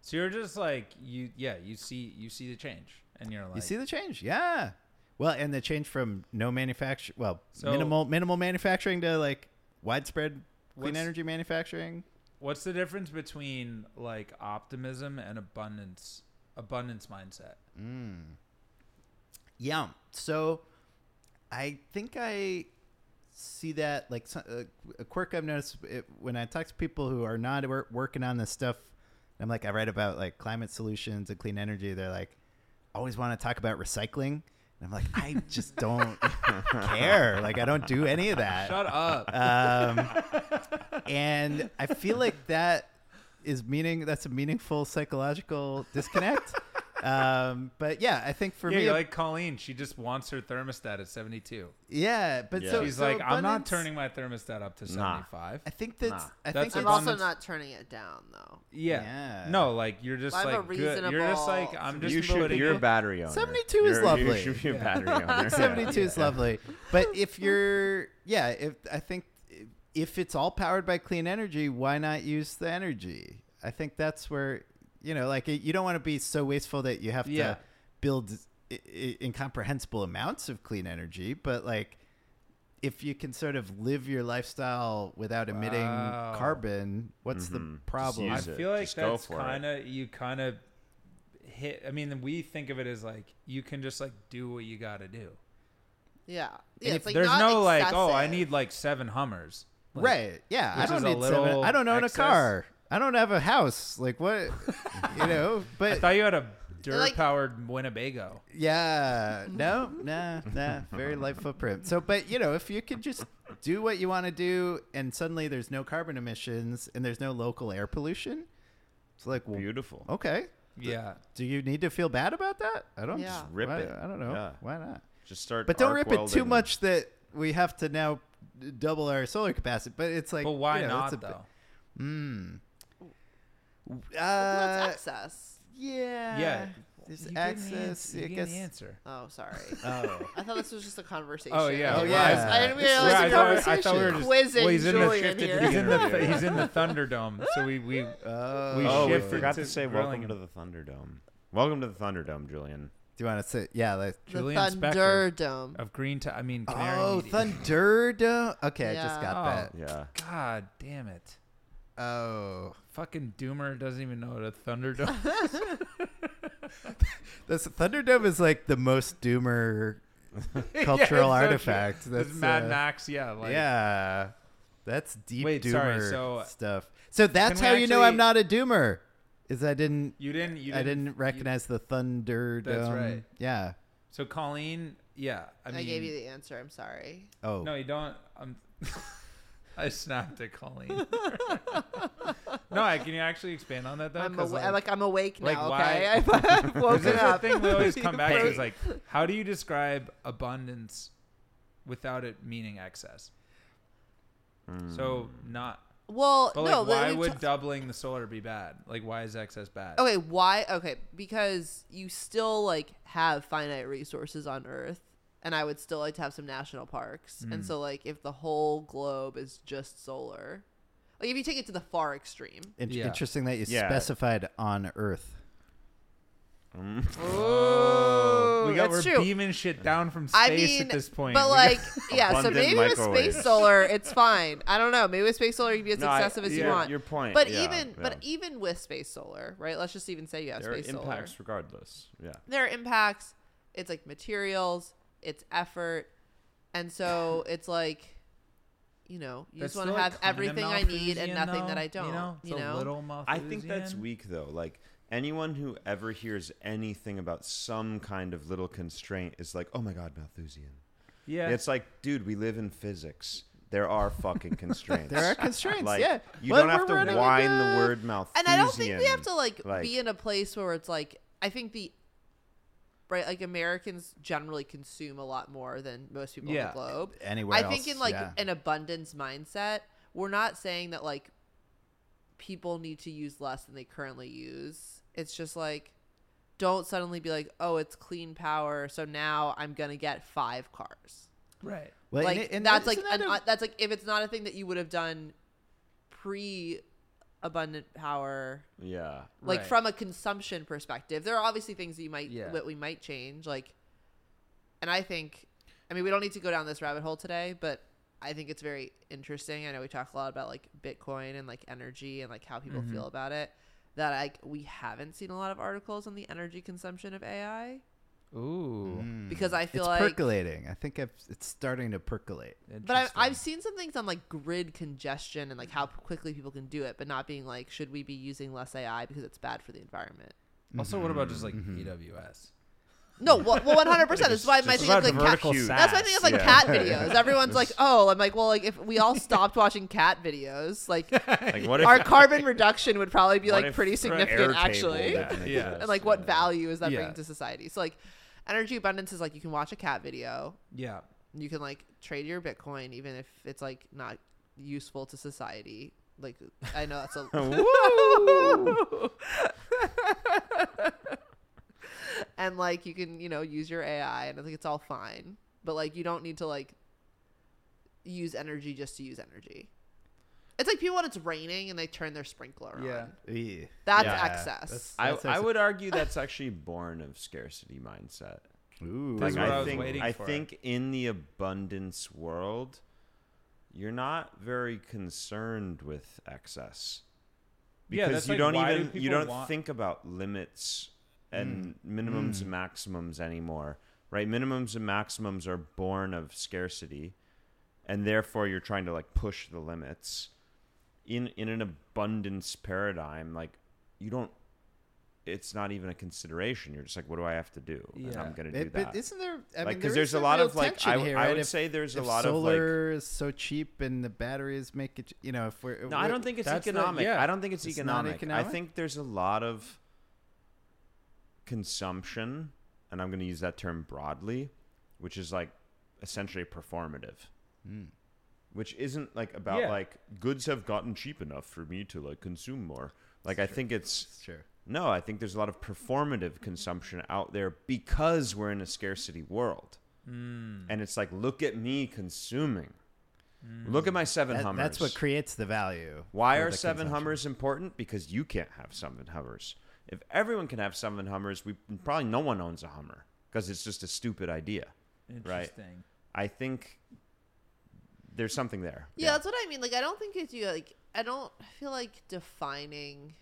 So you're just like you. Yeah. You see. You see the change, and you're like. You see the change? Yeah. Well, and the change from no manufacture, well, So- minimal minimal manufacturing to like widespread clean What's- energy manufacturing. What's the difference between like optimism and abundance? Abundance mindset. Yeah. So I think I see that uh, like so- a- a quirk I've noticed it, when I talk to people who are not wor- working on this stuff And I'm like, I write about like climate solutions and clean energy. They're like, always want to talk about recycling. And I'm like, I just don't care. Like, I don't do any of that. Shut [laughs] up. Um, [laughs] and I feel like that is meaning that's a meaningful psychological [laughs] disconnect. um, but yeah, I think for yeah, me, you're like Colleen. She just wants her thermostat at 72. yeah. But so She's so like, I'm not abundance- turning my thermostat up to Nah. [laughs] 75. I think that's. Nah. I That's think a I'm it's- also abundance- not turning it down though. Yeah. Yeah. No, like you're just I'm a like good. You're just reasonable- like I'm just you should. putting You're a it- battery owner. 72 is You're- You lovely. should be [laughs] a Yeah. battery [laughs] owner. 72 is lovely. But if you're, yeah, if I think if it's all powered by clean energy, why not use the energy? I think that's where, you know, like you don't want to be so wasteful that you have Yeah. to build I- I- incomprehensible amounts of clean energy, but like if you can sort of live your lifestyle without emitting Wow. carbon, what's the Mhm. problem? I use it. feel like Just go that's for it. kind of you kind of hit. I mean, we think of it as like you can just like do what you got to do. Yeah. if Yeah. It's like There's not no like, oh, I excessive. need like seven Hummers. Like, right. Yeah. I which don't is a need seven. little I don't own excess. a car. I don't have a house. [laughs] Like what, you know, but I thought you had a dirt like- powered Winnebago. Yeah. No, nah, nah. Very light footprint. So, but you know, if you could just do what you want to do and suddenly there's no carbon emissions and there's no local air pollution, it's like, [laughs] well, Beautiful. okay. Yeah. Do you need to feel bad about that? I don't Yeah. Just rip why- it. I don't know. Yeah. Why not? Just start. But don't arc rip it too welding. much that we have to now d- double our solar capacity. But it's like, But why you know, not it's a bi- though? Mm. Well, Uh, that's excess. yeah. Yeah. There's You gave me an access. ans- you I gave me guess. an answer. [laughs] Oh, sorry. Oh. I thought this was just a conversation. Oh yeah. Oh, it yeah. was. I didn't It's realize Yeah, I it was a thought- conversation. I thought we were just Quizzing well, he's in Julian the shifted- here. He's in the Yeah. he's in the Thunderdome, so we we Oh. We Oh, we shifted forgot to to say grilling welcome to the Thunderdome. Welcome to the Thunderdome, Julian. Do you want to sit? Yeah. Like, [laughs] The Julian Oh, Specker Thunderdome. of Green. T- I mean, Canary Oh, Media. Thunderdome. Okay, I just Yeah. got Oh. that. Yeah. God damn it! Oh, Fucking Doomer doesn't even know what a [laughs] Thunderdome. this Thunderdome is like the most doomer [laughs] [laughs] cultural it's so true. artifact. That's That's Mad uh, Max. Yeah. Like, yeah, that's deep Wait, doomer sorry, so- stuff. So that's Can we how you know I'm actually- not a doomer. Is I didn't, You didn't. You I didn't, didn't you- recognize the Thunderdome. right. Yeah. so Colleen. Yeah. I I, mean, gave you the answer. I'm sorry. Oh. No, you don't. I'm. [laughs] I snapped at [laughs] Colleen. no, I, can you actually expand on that though? I'm 'Cause, awa- like, I'm awake like, now. why- Okay, [laughs] I've, [laughs] I've Because woken this is the up. thing we always come back to [laughs] Hey. is like, how do you describe abundance without it meaning excess? So Hmm. not, Well, but no, like, why we would ta- doubling the solar be bad? Like, why is excess bad? okay, why? Okay, because you still like have finite resources on Earth, and I would still like to have some national parks. Hmm. And so, like, if the whole globe is just solar, like if you take it to the far extreme, In- Yeah. Interesting that you Yeah. specified on Earth. Oh, we got that's we're true. beaming shit down from space I mean, at this point. but We- like, [laughs] yeah. So Abundant maybe with microwaves. space solar, it's fine. I don't know. Maybe with space solar, you can be as No, I- excessive as you your- want. your point, But yeah, even, but yeah. even with space solar, right? Let's just even say you have There are space solar. impacts regardless. Yeah. there are impacts. It's like materials, it's effort, and [sighs] so it's like, you know, you That's just want to still, like, have everything kinda I need and Malthusian, nothing that though, I don't. You know, It's you a know? little I think that's Malthusian. weak though. Like anyone who ever hears anything about some kind of little constraint is like, "Oh my god, Malthusian." Yeah, It's like, dude, we live in physics. There are [laughs] fucking constraints. There are constraints. Like, yeah. You But don't have we're to running whine into- the word Malthusian. and I don't think we have to like, Like- be in a place where it's like I think the right like Americans generally consume a lot more than most people on Yeah. the globe. Anywhere I think else, in like yeah. an abundance mindset, we're not saying that like people need to use less than they currently use. It's just like don't suddenly be like, "Oh, it's clean power, so now I'm going to get 5 cars." right. Well, like and it- and that's like isn't that an, a- uh, that's like if it's not a thing that you would have done pre abundant power Yeah. like Right. from a consumption perspective there are obviously things that you might Yeah. that we might change like and i think i mean we don't need to go down this rabbit hole today but i think it's very interesting i know we talk a lot about like bitcoin and like energy and like how people feel about it that like we haven't seen a lot of articles on the energy consumption of ai Ooh. Mm. because I It's feel like percolating. I think I've, it's starting to percolate. But I've, I've interesting. seen some things on like grid congestion and like how quickly people can do it, but not being like, should we be using less AI because it's bad for the environment? Also, what about just like Mm-hmm. E AWS? No, well, well 100%. That's why my Just thing is like cat. vertical SaaS? That's why I think it's like Yeah. cat videos. [laughs] Everyone's like, oh, I'm like, well, like if we all stopped watching cat [laughs] videos, like Like what if our carbon reduction would probably be what like if pretty for an air significant, table actually. that [laughs] can Yeah. exist? And like, what Yeah. value is that Yeah. bringing to society? So like, energy abundance is like you can watch a cat video, Yeah. you can like trade your bitcoin even if it's like not useful to society like i know that's a [laughs] and like you can you know use your ai and i think it's all fine but like you don't need to like use energy just to use energy it's like people when it's raining and they turn their sprinkler Yeah. on Eeh. that's Yeah. excess I, That's I actually- would argue that's actually born of scarcity mindset. Ooh. That's Like what I I was think waiting I for. think in the abundance world, you're not very concerned with excess Yeah, because that's you like, don't why do even you people don't want- Mm. think about limits and minimums and maximums anymore, right? Minimums and maximums are born of scarcity, and therefore you're trying to like push the limits. In in an abundance paradigm, like you don't. It's not even a consideration. You're just like, what do I have to do? And Yeah. I'm gonna do It- that but isn't there? I like mean, because there there's is a some lot real of like I, tension w- here, I right? would If- say there's a if lot of solar is so cheap and the batteries make it. You know, if we're like no I we're- don't think it's That's the- economic yeah. I don't think it's, It's not economic. I economic? think there's a lot of consumption and I'm going to use that term broadly which is like essentially performative which isn't like about Yeah. like goods have gotten cheap enough for me to like consume more like I think it's It's true. no, I think there's a lot of performative consumption out there because we're in a scarcity world. And it's like, look at me consuming. Look at my seven That- Hummers. that's what creates the value. Why for are the seven consumption. Hummers important? Because you can't have seven Hummers. If everyone can have seven Hummers, we probably no one owns a Hummer because it's just a stupid idea. Interesting. I think there's something there. Yeah, that's what I mean. Like, I don't think it's you. Like, I don't feel like defining.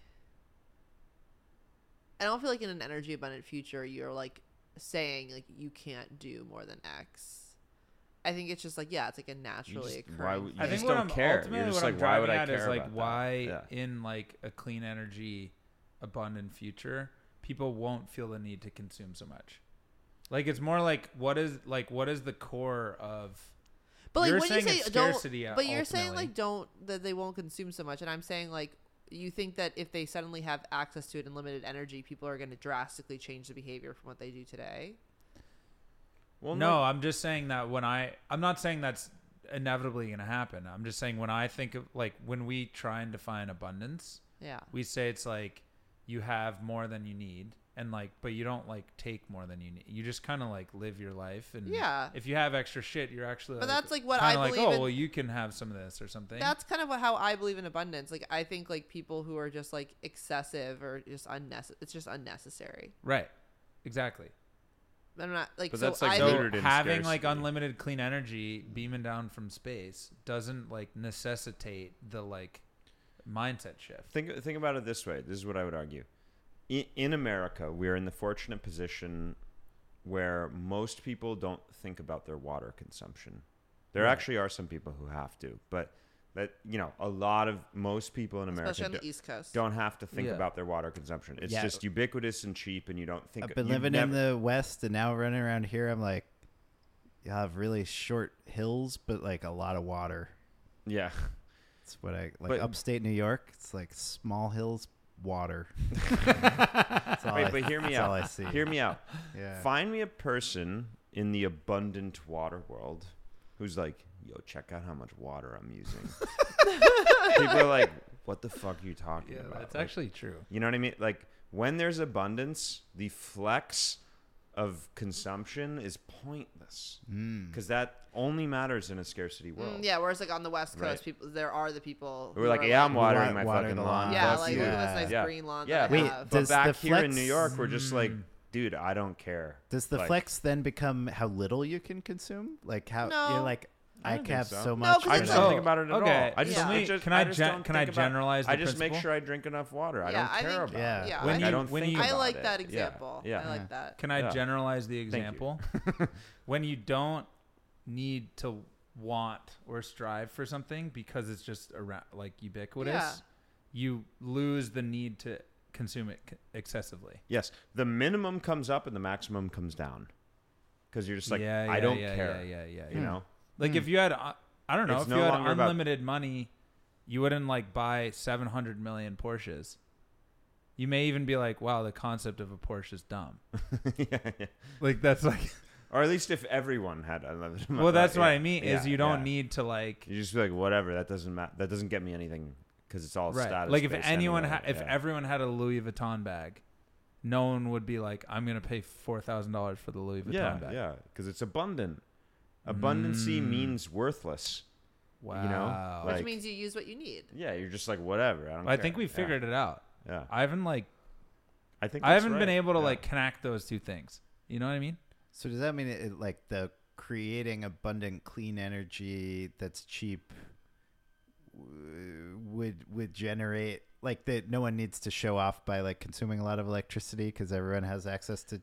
I don't feel like in an energy abundant future you're like saying like you can't do more than X. I think it's just like yeah, it's like a You naturally just, why occurring. would, you I think just what don't I'm care. ultimately You're just what like, I'm why driving would I at care is like about that? why Yeah. in like a clean energy abundant future people won't feel the need to consume so much. Like it's more like what is like what is the core of but like you're when you saying say it's don't, scarcity, uh, but you're saying ultimately. like don't that they won't consume so much, and I'm saying like you think that if they suddenly have access to it and limited energy, people are going to drastically change the behavior from what they do today. Well, no, I'm just saying that when I I'm not saying that's inevitably going to happen. I'm just saying when I think of like when we try and define abundance, Yeah. we say it's like you have more than you need and like but you don't like take more than you need you just kind of like live your life and Yeah. if you have extra shit you're actually But that's, like, what I kinda like believe oh in- well you can have some of this or something That's kind of what- how I believe in abundance. Like I think like people who are just like excessive or just unnecessary. It's just unnecessary. right exactly I'm not like But so. that's, like, I so think, Rooted in having like scarcity. unlimited clean energy beaming down from space doesn't like necessitate the like mindset shift think think about it this way. This is what I would argue. In, in America, we are in the fortunate position where most people don't think about their water consumption. There actually are some people who have to, but that you know, a lot of most people in America especially on do- the East Coast. don't have to think Yeah. about their water consumption. It's Yeah. just ubiquitous and cheap, and you don't think. I've been you living never- in the West and now running around here. I'm like, you have really short hills, but like a lot of water. [laughs] yeah. It's what I like. But- upstate New York, it's like small hills, [laughs] water. That's all Wait, I- but hear me that's out. all I see. Hear me out. [laughs] Yeah. Find me a person in the abundant water world who's like, yo, check out how much water I'm [laughs] using. People are like, what the fuck are you talking yeah about? that's Like, actually true you know what I mean? Like, when there's abundance, the flex of consumption is pointless Hmm. because that only matters in a scarcity world. Mm, yeah. Whereas like on the West Coast, Right. people there are the people. We're who like, are, yeah, I'm watering wa- my water fucking the lawn. lawn. Yeah, Fuck like you. look at this nice Yeah. green lawn. Yeah, that I Wait, have. but Does the back here in New flex- York, we're just like, dude, I don't care. Does the Like, flex then become how little you can consume? Like how No. you're like I I, don't think have so. so, No, much. 'cause I it's for just that. Oh, don't think about it at okay. all. I just, Yeah. it Let me- just- can I I just gen- don't can think I about- generalize the I just make principle? sure I drink enough water. I Yeah, don't I care think- about it. yeah, Like, When I you- don't when think you- I about like it. that Yeah, example. Yeah. I like that. Can I Yeah. generalize the you. example? [laughs] when you don't need to want or strive for something because it's just around, like ubiquitous, Yeah. you lose the need to consume it c- excessively. Yes, the minimum comes up and the maximum comes down. Because you're just like, yeah, I yeah, don't yeah, care. Yeah, yeah, yeah. yeah. Hmm. You know, [laughs] Hmm. Like if you had, uh, I don't know, It's if no you had longer about- unlimited money, you wouldn't like buy 700 million Porsches. You may even be like, wow, the concept of a Porsche is dumb. yeah, yeah. Like that's like, or at least if everyone had another. [laughs] well, that's what I mean is yeah, you don't yeah. need to like, You just be like, whatever. That doesn't matter. That doesn't get me anything because it's all right? status. Like if based anyone, anyway. ha- if Yeah. everyone had a Louis Vuitton bag, no one would be like, I'm gonna pay four thousand dollars for the Louis Vuitton yeah, bag. yeah, because it's abundant. Abundancy Mm. means worthless. Wow. like- Which means you use what you need. Yeah, you're just like whatever. I don't. I care. think we Yeah, figured it out. Yeah, I haven't like, I think I that's haven't been right. able to Yeah. like connect those two things. You know what I mean? So does that mean it, it like the creating abundant clean energy that's cheap w- would would generate like that no one needs to show off by like consuming a lot of electricity because everyone has access to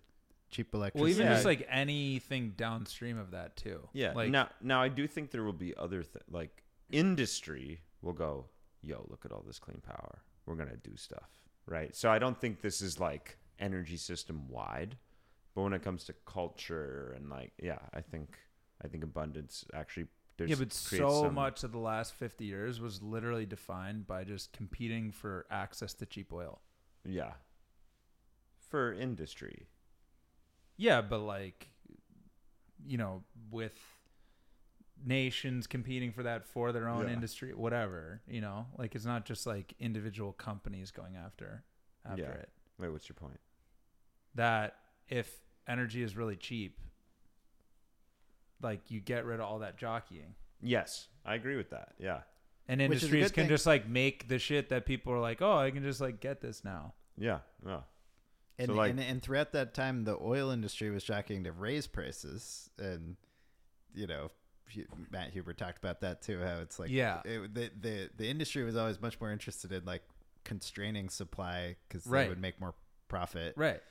cheap Well, electricity. even Yeah. just like anything downstream of that too. Yeah. Like now, now I do think there will be other th- like industry will go, yo, look at all this clean power. We're gonna do stuff, right? So I don't think this is like energy system wide, but when it comes to culture and like, yeah, I think I think abundance actually. There's, yeah, but creates so some- much of the last 50 years was literally defined by just competing for access to cheap oil. Yeah. For industry, Yeah, but like you know, with nations competing for that for their own Yeah. industry, whatever, you know? Like it's not just like individual companies going after after Yeah. it. wait, what's your point? That if energy is really cheap, like you get rid of all that jockeying. Yes, I agree with that. Yeah, and Which is a industries good can thing. just like make the shit that people are like, oh, I can just like get this now. yeah, yeah. and, so, like- and and throughout that time, the oil industry was jockeying to raise prices, and you know. Hu- Matt Huber talked about that too. How it's like, Yeah. it, the, the the industry was always much more interested in like constraining supply because Right. they would make more profit, Right.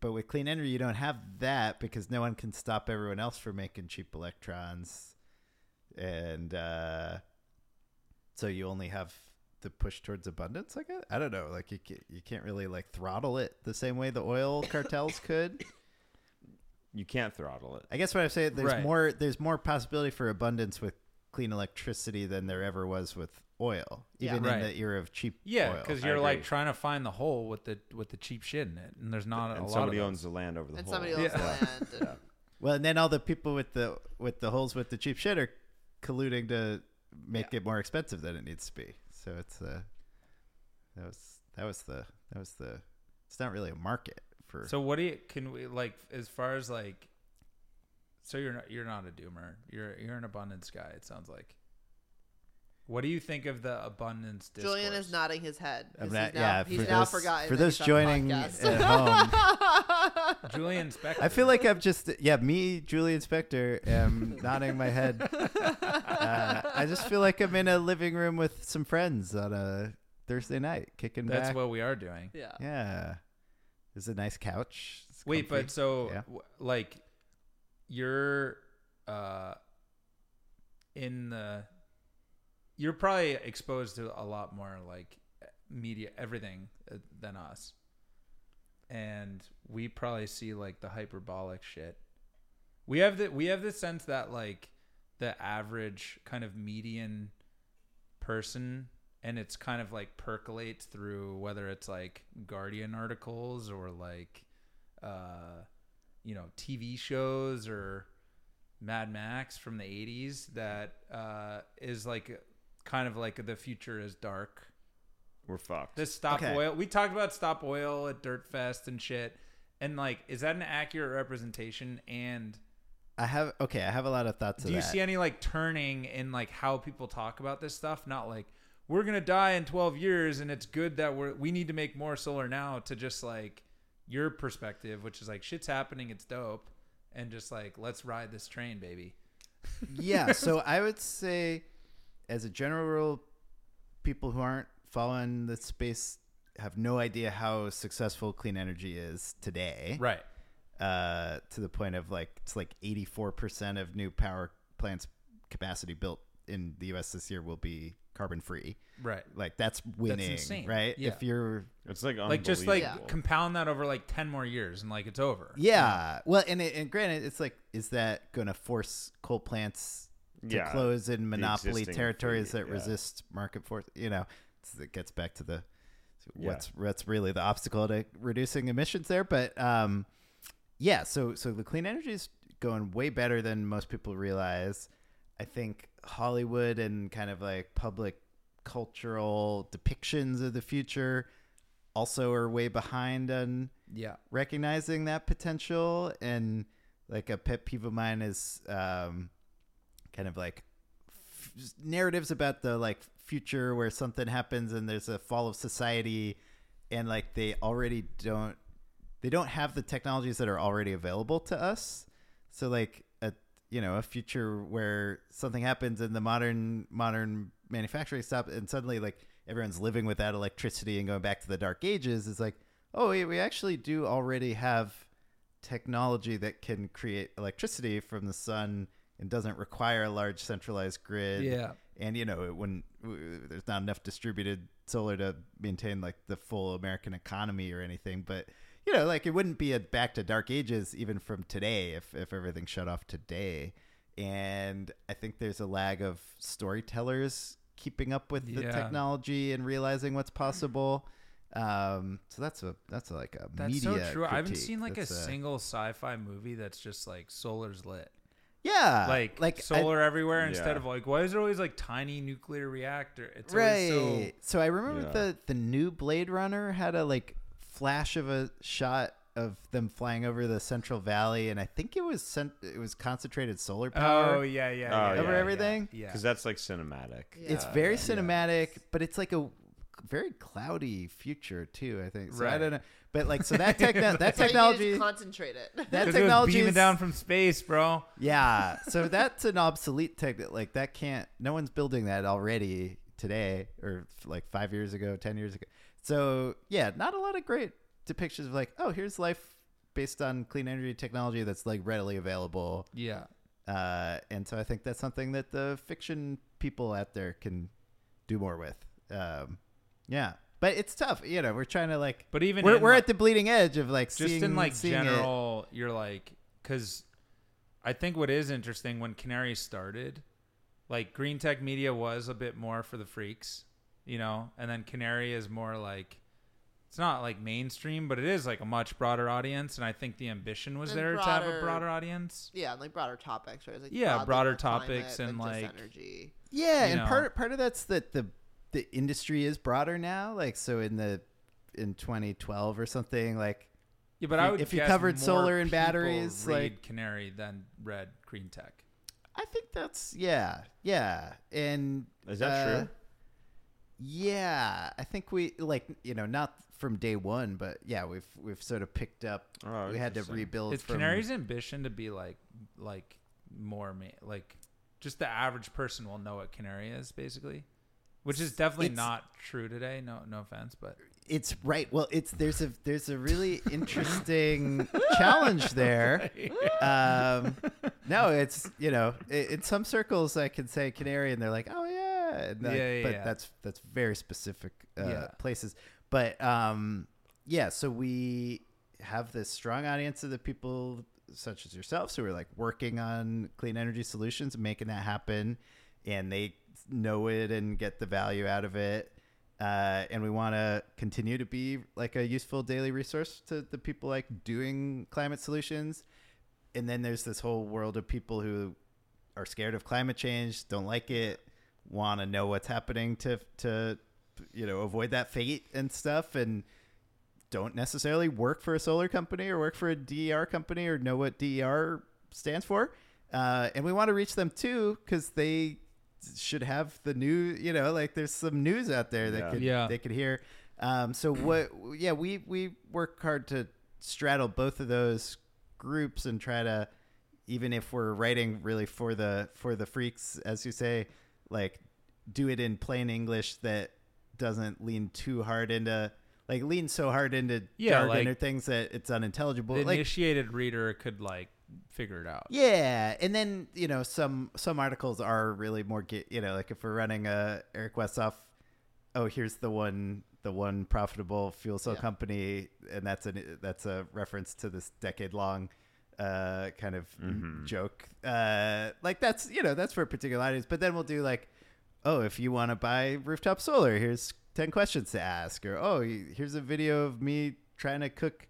but with clean energy you don't have that because no one can stop everyone else from making cheap electrons and uh so you only have the push towards abundance i guess i don't know like you can't, you can't really like throttle it the same way [laughs] the oil cartels could You can't throttle it. i guess what i'm saying there's Right. more there's more possibility for abundance with clean electricity than there ever was with oil Yeah. even in Right. the era of cheap Yeah, oil. because I you're like agree. trying to find the hole with the with the cheap shit in it, and there's not a And lot of somebody those. owns the land over the And whole. somebody owns the Yeah. [laughs] land. And Well, and then all the people with the with the holes with the cheap shit are colluding to make it more expensive than it needs to be. So it's uh that was that was the that was the it's not really a market for So what do you can we like as far as like? So you're not you're not a doomer. You're you're an abundance guy. It sounds like. What do you think of the abundance? Discourse? Julian is nodding his head. 'cause I'm He's, not- now, yeah, he's for now those- forgotten. for that those he's on joining the [laughs] at podcast. Julian Spector. I feel like I'm just yeah, me, Julian Spector, am [laughs] nodding my head. Uh, I just feel like I'm in a living room with some friends on a Thursday night, kicking that's back. what we are doing. yeah. yeah, there's a nice couch. It's Wait, comfy. but so Yeah. w- like you're uh in the you're probably exposed to a lot more like media everything uh, than us. And we probably see like the hyperbolic shit. We have the we have the sense that like the average kind of median person and it's kind of like percolates through whether it's like guardian articles or like uh you know tv shows or mad max from the 80s that uh is like kind of like the future is dark We're fucked. this stop Okay. oil we talked about stop oil at dirt fest and shit and like is that an accurate representation and I have okay. I have a lot of thoughts. do of you that. see any like turning in like how people talk about this stuff not like we're gonna die in 12 years and it's good that we're we need to make more solar now to just like your perspective which is like shit's happening it's dope and just like let's ride this train baby [laughs] yeah, so I would say, as a general rule, people who aren't following the space have no idea how successful clean energy is today. Right. Uh, to the point of like it's like eighty four percent of new power plants capacity built in the U.S. this year will be carbon free. Right. Like that's winning, insane. right? Yeah. If you're It's like Like just like Yeah. compound that over like 10 more years and like it's over. Yeah. Well, and it, and granted, it's like, is that going to force coal plants to Yeah, close in monopoly existing territories fleet, that yeah. resist market force? You know, it's- it gets back to the Yeah. what's what's really the obstacle to reducing emissions there. But um, yeah, so so the clean energy is going way better than most people realize. I think Hollywood and kind of like public cultural depictions of the future also are way behind on Yeah. recognizing that potential and like a pet peeve of mine is um kind of like f- narratives about the like future where something happens and there's a fall of society and like they already don't they don't have the technologies that are already available to us so like a you know a future where something happens and the modern modern manufacturing stop and suddenly like everyone's living without electricity and going back to the dark ages is like oh wait, we actually do already have technology that can create electricity from the sun and doesn't require a large centralized grid Yeah. and you know it wouldn't w- there's not enough distributed solar to maintain like the full american economy or anything but you know like it wouldn't be a back to dark ages even from today if if everything shut off today and i think there's a lag of storytellers keeping up with the Yeah. technology and realizing what's possible um so that's a that's like a That's media so true. I haven't critique. seen like a, That's single sci-fi movie that's just like solar's lit. yeah like Uh, like like I- solar everywhere Yeah. instead of like why is there always like tiny nuclear reactor? It's right. always so so, I remember Yeah. the the new Blade Runner had a like flash of a shot of them flying over the Central Valley, and I think it was sent. It was concentrated solar power Oh yeah, yeah. Oh, yeah, Over yeah, everything? Yeah. because that's like cinematic. Yeah. it's very cinematic, but it's like a very cloudy future too. I think. So I Right. don't know, but like so [laughs] that techno- that So you can just technology concentrate it. that 'Cause it was technology beaming down from space, bro. Yeah. So that's an obsolete tech. Like that can't. No one's building that already today, or f- like five years ago, ten years ago. So yeah, not a lot of great depictions of like, oh, here's life based on clean energy technology that's like readily available. Yeah. Uh, and so I think that's something that the fiction people out there can do more with. Um, yeah. But it's tough, you know. We're trying to like, But even we're, in, we're like- at the bleeding edge of like just seeing, in like seeing it. general you're like because i think what is interesting when canary started like green tech media was a bit more for the freaks you know and then canary is more like it's not like mainstream but it is like a much broader audience and i think the ambition was And there to have a broader- broader audience yeah, and like broader topics, right? It's, Like Yeah, broadly broader about climate topics and, just like- energy. Yeah, you and know? part part of that's that the the industry is broader now. Like so in the in 2012 or something like yeah but If i you- would if you guess covered more solar and people batteries, read like- canary than read green tech I think that's yeah yeah and Is that uh, true? Yeah, I think we like you know not from day one, but yeah, we've we've sort of picked up. Oh, we had to interesting. rebuild. It's from, Canary's ambition to be like like more ma- like just the average person will know what Canary is basically, which is definitely It's- not true today. No no offense, but It's right. Well, it's there's a there's a really [laughs] interesting challenge there. um, no, it's you know, i in some circles I can say canary, and they're like, oh yeah, and like- Yeah, yeah, but yeah. that's that's very specific uh, Yeah. places. But um, yeah, so we have this strong audience of the people such as yourselves who are like working on clean energy solutions, and making that happen, and they know it and get the value out of it. Uh, and we want to continue to be like a useful daily resource to the people like doing climate solutions and then there's this whole world of people who are scared of climate change, don't like it, want to know what's happening to to you know avoid that fate and stuff, and don't necessarily work for a solar company or work for a DER company or know what DER stands for. Uh, and we want to reach them too because they should have the new, you know, like there's some news out there that Yeah. could Yeah. they could hear. Um, so what? Yeah, we we work hard to straddle both of those groups and try to even if we're writing really for the for the freaks, as you say, like do it in plain English that doesn't lean too hard into like lean so hard into Yeah, jargon like- or things that it's unintelligible. the like initiated reader could like figure it out. yeah, and then you know some some articles are really more ge- you know like if we're running a Eric Westhoff, oh here's the one the one profitable fuel cell Yeah. company, and that's a that's a reference to this decade long uh kind of joke uh like that's you know that's for particular audience but then we'll do like oh if you want to buy rooftop solar here's 10 questions to ask or oh here's a video of me trying to cook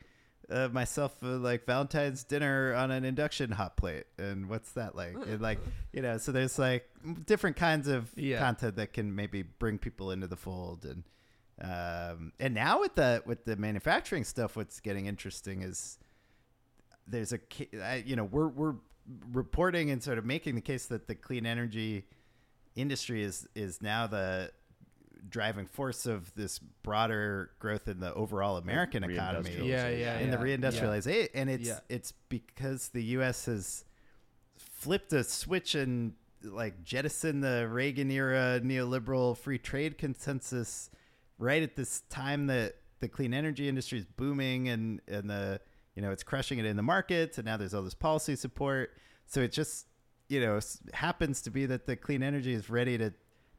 uh, myself uh, like Valentine's dinner on an induction hot plate, and what's that like? And like you know, so there's like m- different kinds of Yeah. content that can maybe bring people into the fold, and um, and now with the with the manufacturing stuff, what's getting interesting is there's a ca- I, you know we're we're reporting and sort of making the case that the clean energy industry is is now the driving force of this broader growth in the overall American economy Reindustrialization. Yeah, yeah, in the yeah, reindustrialization and it's Yeah. it's because the US has flipped a switch and like jettisoned the Reagan era neoliberal free trade consensus right at this time that the clean energy industry is booming and and the you know it's crushing it in the markets and now there's all this policy support so it just you know s- happens to be that the clean energy is ready to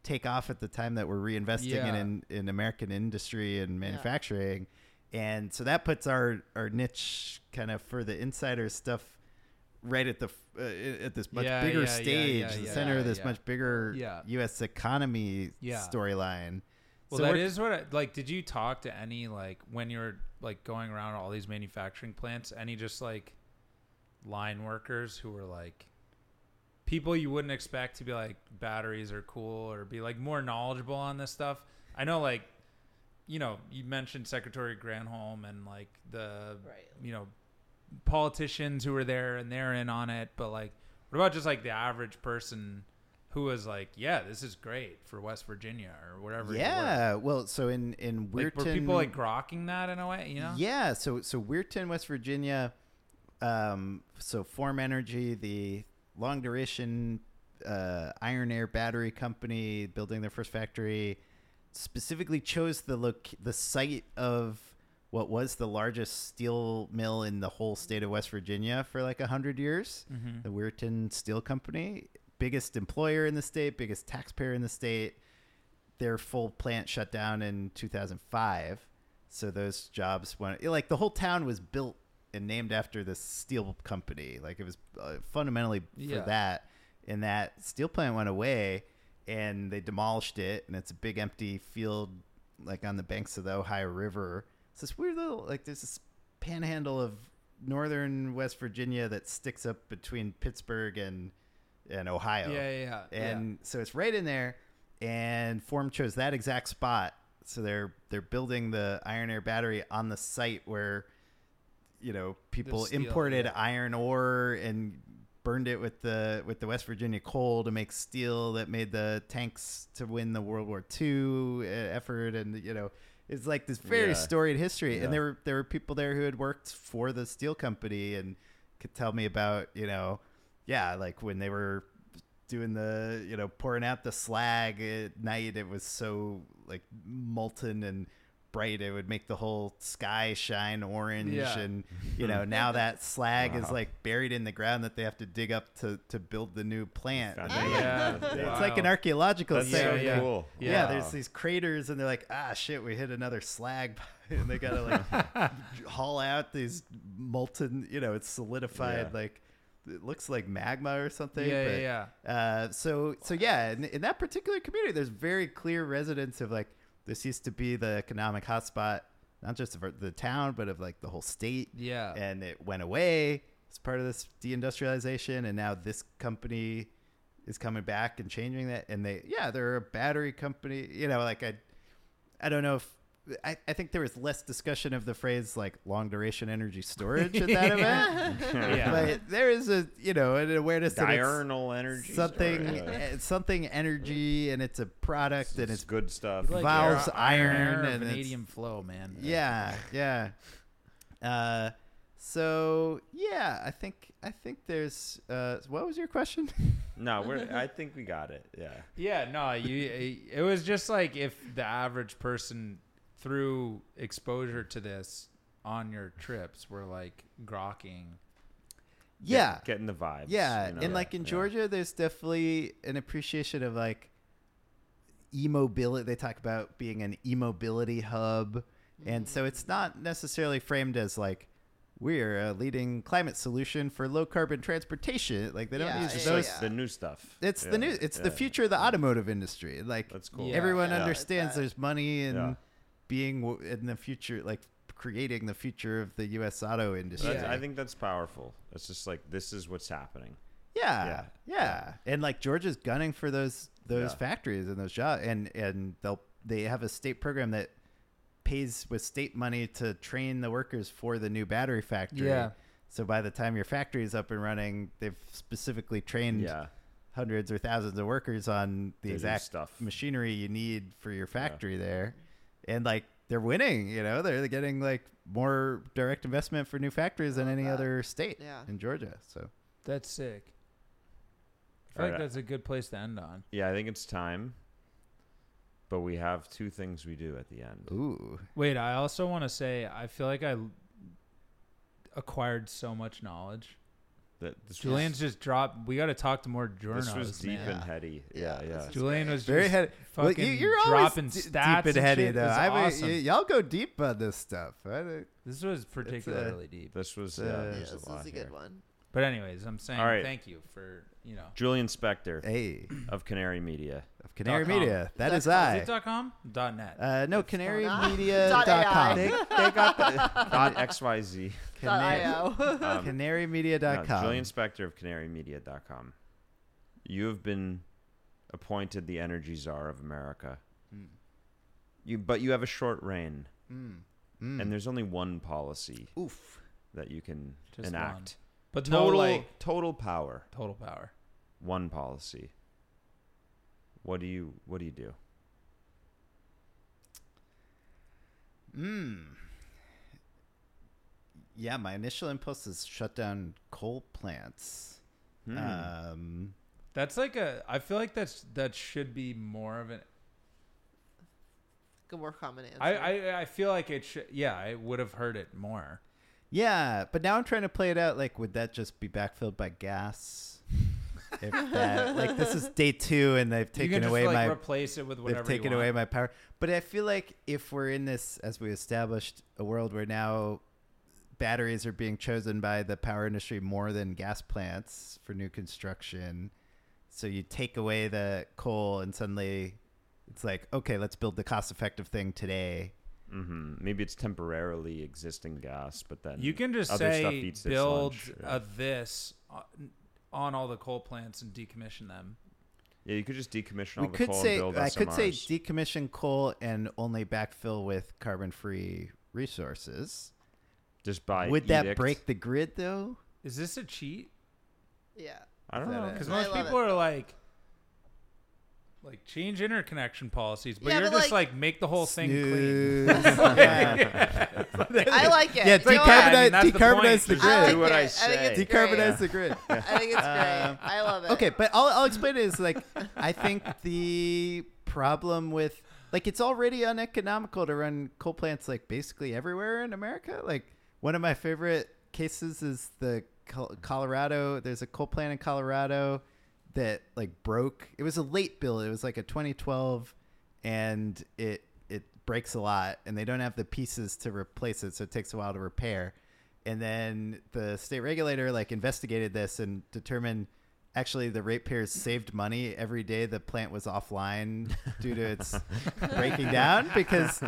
take off at the time that we're reinvesting Yeah. in, in in American industry and manufacturing and so that puts our our niche kind of for the insider stuff right at the f- uh, at this much Yeah, bigger yeah, yeah, stage yeah, the yeah, center of yeah, this yeah. much bigger Yeah. US economy Yeah. storyline Well, So that we're- is what I, like. Did you talk to any like when you're like going around all these manufacturing plants? Any just like line workers who were like people you wouldn't expect to be like batteries are cool or be like more knowledgeable on this stuff? I know like you know you mentioned Secretary Granholm and like the Right. you know politicians who were there and they're in on it, but like what about just like the average person? Who was like, yeah, this is great for West Virginia or whatever. you work? yeah well so in in Like, Weirton were people like grokking that in a way? You know? Yeah, so so Weirton, West Virginia. Um, so Form Energy, the long duration uh, iron air battery company, building their first factory, specifically chose the look the site of what was the largest steel mill in the whole state of West Virginia for like hundred years, the Weirton Steel Company, biggest employer in the state, biggest taxpayer in the state their full plant shut down in 2005. So those jobs went like the whole town was built and named after this steel company. Like it was uh, fundamentally for Yeah. that. And that steel plant went away and they demolished it. And it's a big empty field like on the banks of the Ohio River. It's this weird little like there's this panhandle of northern West Virginia that sticks up between Pittsburgh and and Ohio Yeah, yeah, yeah. and so it's right in there and form chose that exact spot so they're they're building the iron air battery on the site where you know people steel, imported yeah. iron ore and burned it with the with the west virginia coal to make steel that made the tanks to win the world war ii effort and you know it's like this very Yeah. storied history Yeah. and there were there were people there who had worked for the steel company and could tell me about you know yeah like when they were doing the you know pouring out the slag at night it was so like molten and bright it would make the whole sky shine orange Yeah. and you [laughs] know now that slag is Wow. like buried in the ground that they have to dig up to to build the new plant And Fascinating. [laughs] they- Yeah. Wow. it's like an archaeological That's site so where, like, cool. yeah. Yeah. there's these craters and they're like ah shit we hit another slag [laughs] and they gotta like [laughs] haul out these molten you know it's solidified Yeah. like it looks like magma or something Yeah, but yeah, [laughs] yeah. uh, so so yeah, in, in that particular community, there's very clear residents of like this used to be the economic hotspot, not just of the town, but of like the whole state. Yeah. and it went away as part of this deindustrialization, and now this company is coming back and changing that. And they yeah, they're a battery company. You know, like I I don't know if. I, I think there was less discussion of the phrase like long duration energy storage at that event, [laughs] Yeah. but there is a you know an awareness that it's- Diurnal energy. something storage. Yeah. eh, something energy and it's a product and It's it's good stuff. Like- Valves, air- air iron, or and it's- vanadium flow, man. yeah yeah uh So yeah, I think I think there's. Uh, what was your question? [laughs] No, we're. I think we got it. Yeah. Yeah, no, you. It was just like if the average person through exposure to this on your trips were like grokking. Get- yeah, Getting the vibes. yeah, you know? and like in Yeah. Georgia, there's definitely an appreciation of like e-mobility. They talk about being an e-mobility hub, and so it's not necessarily framed as like we're a leading climate solution for low carbon transportation. Like they don't Yeah, use It's yeah, those. like the new stuff. It's Yeah, the new. It's yeah. the future of the automotive industry. Like That's cool. Yeah. everyone Yeah. understands That- there's money in Yeah. being w- in the future like creating the future of the US auto industry. That's- Yeah. I think that's powerful. It's just like this is what's happening. Yeah, Yeah. yeah. And like Georgia's gunning for those those Yeah. factories and those jobs and and they'll they have a state program that pays with state money to train the workers for the new battery factory. Yeah. So by the time your factory is up and running, they've specifically trained Yeah. hundreds or thousands of workers on They the do exact stuff. machinery you need for your factory there. And like they're winning, you know, they're getting like more direct investment for new factories than love any that. other state Yeah. in Georgia. So That's sick. I feel All like right. that's a good place to end on. Yeah, I think it's time. But we have two things we do at the end. ooh. Wait, I also want to say I feel like I acquired so much knowledge. That this Julian's just dropped. We got to talk to more was, journals. this was deep man. and heady. Yeah, Yeah, yeah. this is- Julian was Very just heady. Well, you- fucking you're always dropping d- stats deep and heady, though. I mean, awesome. y- y'all go deep on this stuff. I don't- this was particularly deep. This was Uh, yeah, Yeah, Yeah, there's this is a lot a here. good one. But anyways, I'm saying All right. thank you for you know. Julian Spector Hey, of Canary [laughs] Media. of Canary com. Media, that is Is com. I. it dot .com? Dot .net. Uh, no, not- canarymedia.com. They- got the dot XYZ. Cana- uh, Um, no, Canarymedia.com. Julian Spector of CanaryMedia.com. You have been appointed the energy czar of America. You, but you have a short reign, Mm. and there's only one policy Oof. that you can Just enact. but Total, no, like total power. total power. One policy. What do you What do you do? Mm. Yeah, my initial impulse is shut down coal plants. Hmm. Um, That's like a. I feel like that's that should be more of an. [laughs] Good more common answer. I I, I feel like it should. Yeah, I would have heard it more. yeah, but now I'm trying to play it out. Like, would that just be backfilled by gas? [laughs] if that, like, this is day two, and they've you can taken just away like my replace it with whatever. they've taken you want. away my power. But I feel like if we're in this, as we established, a world where now batteries are being chosen by the power industry more than gas plants for new construction. So you take away the coal, and suddenly it's like, okay, let's build the cost-effective thing today. hmm Maybe it's temporarily existing gas, but then You can just other say stuff eats its build lunch. Yeah. a this on- on all the coal plants and decommission them. Yeah, you could just decommission all we the could coal say and build I SMRs. could say decommission coal and only backfill with carbon-free resources. just by Would that edict. break the grid though? Is this a cheat? [laughs] yeah. I don't Is that know. it? Because I most love people are like, like change interconnection policies, but Yeah, you're but, just like- like, make the whole thing clean. [laughs] Snooze. Yeah. I like it. Yeah, You know what? I mean, decarbonize, that's the decarbonize the, point. I grid. like Do what it. I think say. it's great. decarbonize the grid. [laughs] I think it's great. Um, I love it. Okay, but I'll, I'll explain it. Is like I think [laughs] the problem with like it's already uneconomical to run coal plants like basically everywhere in America. Like one of my favorite cases is the Col- Colorado. There's a coal plant in Colorado that like broke. It was a late bill. It was like a 2012, and it it breaks a lot, and they don't have the pieces to replace it, so it takes a while to repair. And then the state regulator like investigated this and determined actually the ratepayers saved money every day the plant was offline due to [laughs] its breaking down because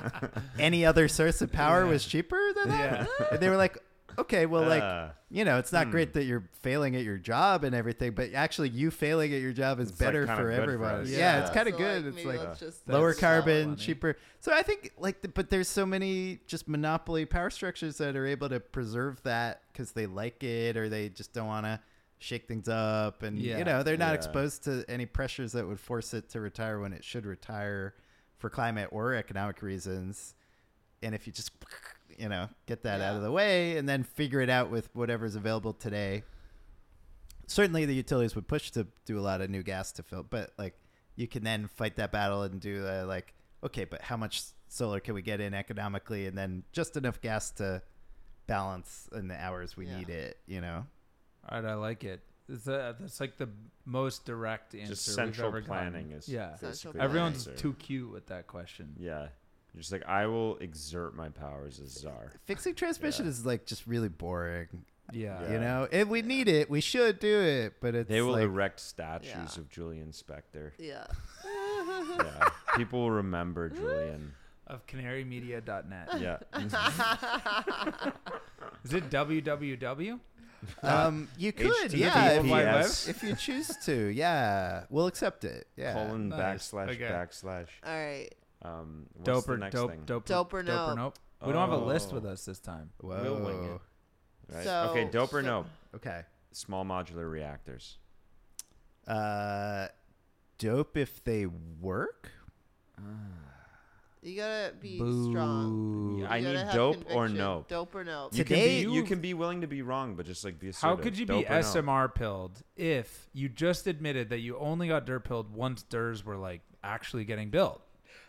any other source of power was cheaper than that. And they were like, okay, well, like Uh, hmm. you know, it's not great that you're failing at your job and everything, but actually, you failing at your job is It's, like, better kinda for good for everyone. us. yeah, Yeah. it's kind of So, good. it's maybe like let's just lower that's so carbon, money. cheaper. So I think like, the, but there's so many just monopoly power structures that are able to preserve that because they like it or they just don't want to shake things up, and Yeah. you know, they're not Yeah. exposed to any pressures that would force it to retire when it should retire for climate or economic reasons. And if you just you know, get that out Yeah. of the way and then figure it out with whatever's available today. Certainly, the utilities would push to do a lot of new gas to fill, but like you can then fight that battle and do uh, like, okay, but how much solar can we get in economically and then just enough gas to balance in the hours we Yeah. need it, you know? All right, I like it. It's a, that's like the most direct answer. we've central ever gotten. planning is yeah. Central basically the Everyone's answer. too cute with that question. Yeah, You're just like I will exert my powers as czar. Fixing transmission Yeah. is like just really boring, Yeah. Yeah. you know? If we need it, we should do it, but it's They will like, erect statues Yeah. of Julian Spector. Yeah. Yeah, people will remember Julian. Of canarymedia.net. Yeah, Is it www? um, you could, HTTPS yeah, if World you- Wide Web? if you choose to, yeah, we'll accept it. Yeah. colon Nice. backslash Okay. backslash. All right. Um, what's Dope the or next dope, thing? dope, Dope or nope. nope. We don't have a list Oh. with us this time. Whoa. We'll wing it. Right? So- okay, dope or so- nope? Okay. Small modular reactors. Uh, dope if they work. You gotta be strong. Boo. Yeah, You I gotta need have dope or conviction. nope. Dope or nope. You can, be, Today- you can be willing to be wrong, but just like be How assertive. could you be Dope or nope? SMR pilled if you just admitted that you only got dirt pilled once DIRs were like actually getting built?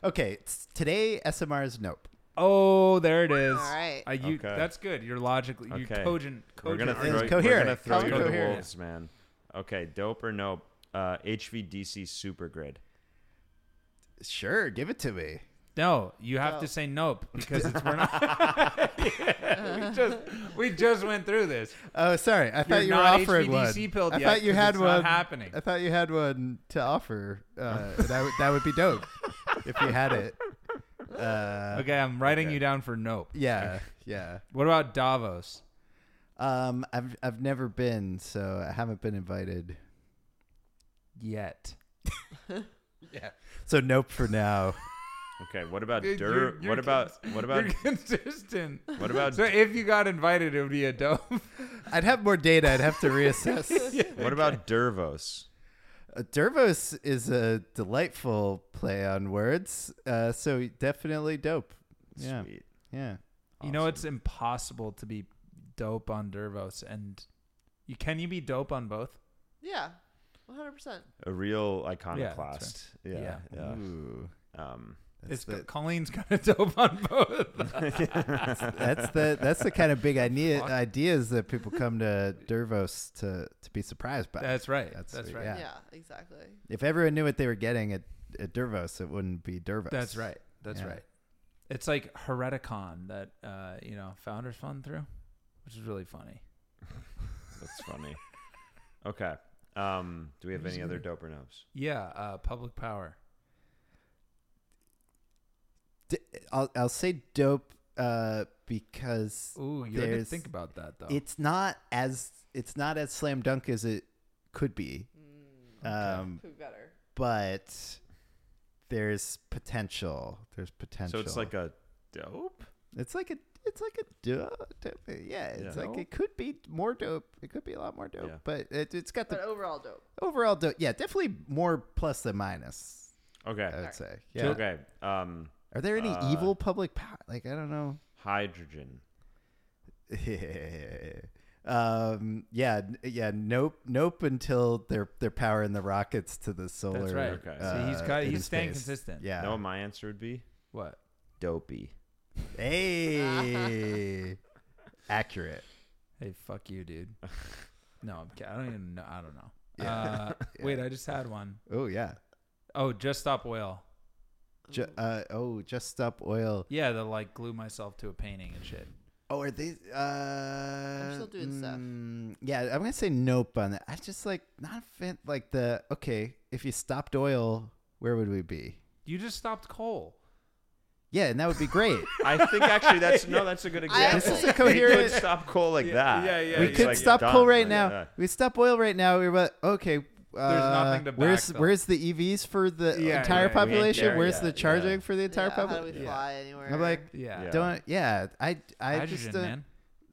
Okay. s- Today, SMR is nope. Oh, there it is. All right. I- you- Okay. That's good. You're logically, you Okay. cogent, We're cogent. gonna It's throw, you- we're coherent. gonna throw you Sounds to the coherent. wolves, man. Okay, dope or nope? Uh, HVDC supergrid. Sure, give it to me. No, you have No. to say [laughs] nope because it's we're not. [laughs] Yeah, we just we just went through this. Oh, sorry. I You're thought you were not offering HVDC one. pilled I yet thought you 'cause had it's not one happening. I thought you had one to offer. Uh, [laughs] and I would, that would be dope if you had it. [laughs] Uh, Okay, I'm writing Okay. you down for nope. Yeah. Yeah. What about Davos? Um, I've I've never been, so I haven't been invited. Yet. So nope [laughs] for now. Okay, what about Dude, dirt? you're- you're what about cons- what about You're [laughs] consistent. what about So if you got invited, it would be a dope. [laughs] I'd have more data. I'd have to reassess. what about Dervos? Uh, Dervos is a delightful play on words, uh, so definitely dope. Yeah, Sweet. yeah. You know, it's impossible to be dope on Dervos, and you can you be dope on both? Yeah. 100%. a real iconoclast. Yeah, yeah. Yeah. Ooh, Um, that's, it's the, Colleen's kind of [laughs] dope on both. that's the that's the kind [laughs] of big idea Fuck. ideas that people come to Dervos to to be surprised by. That's right. [laughs] [laughs] That's That's, sweet, right. Yeah. Yeah. exactly. if everyone knew what they were getting at, at Dervos, it wouldn't be Dervos. That's right. That's Yeah. right. It's like Hereticon that uh, you know founders fund through, which is really funny. that's funny. Okay. Um, do we have any other doper nopes? Yeah, uh, public power. D- I'll I'll say dope uh, because Ooh, you had to There's- think about that though. it's not as it's not as slam dunk as it could be. Um, Mm. Who better? but there's potential. There's potential. So it's like a dope. it's like a it's like a do- do- yeah. It's Yeah. like it could be more dope. It could be a lot more dope. Yeah. But it, it's got the But overall, dope. uh, overall dope. Yeah, definitely more plus than minus. Okay. I would Alright. say. Uh, Yeah. Okay. Um, Are there any Uh, evil public power? Like I don't know. [laughs] hydrogen. um. Yeah. n- Yeah. Nope. Nope. Until they're they're powering the rockets to the solar. That's right. Okay. See, he's uh, got- into he's staying space. consistent. Yeah. no, my answer would be What? dopey. [laughs] Hey, accurate. Hey, fuck you, dude. [laughs] no, I'm kidding. I don't even know. I don't know. [laughs] Yeah. Uh, Wait, I just had one. Oh yeah. Oh, just stop oil. Ju- uh, oh, just stop oil. Yeah, the like glue myself to a painting and shit. Oh, are they? Uh, I'm still doing stuff. Yeah, I'm gonna say nope on that. I just like not a fan. Like the okay, if you stopped oil, where would we be? You just stopped coal. Yeah, and that would be [laughs] great. I think [laughs] actually that's no, that's a good example. This is a They could coherent- stop coal like that. yeah, yeah, we yeah. It's could like stop done, coal right like, now. yeah. We stop oil right now. We were okay. Uh, nothing to where's backfill. where's the EVs for the Yeah, yeah, entire we ain't population? there Where's yet, the yeah. charging for the entire yeah, how do population? we fly anywhere? I'm like, Yeah. Yeah. don't. Yeah, I I Hydrogen, just uh, don't, man.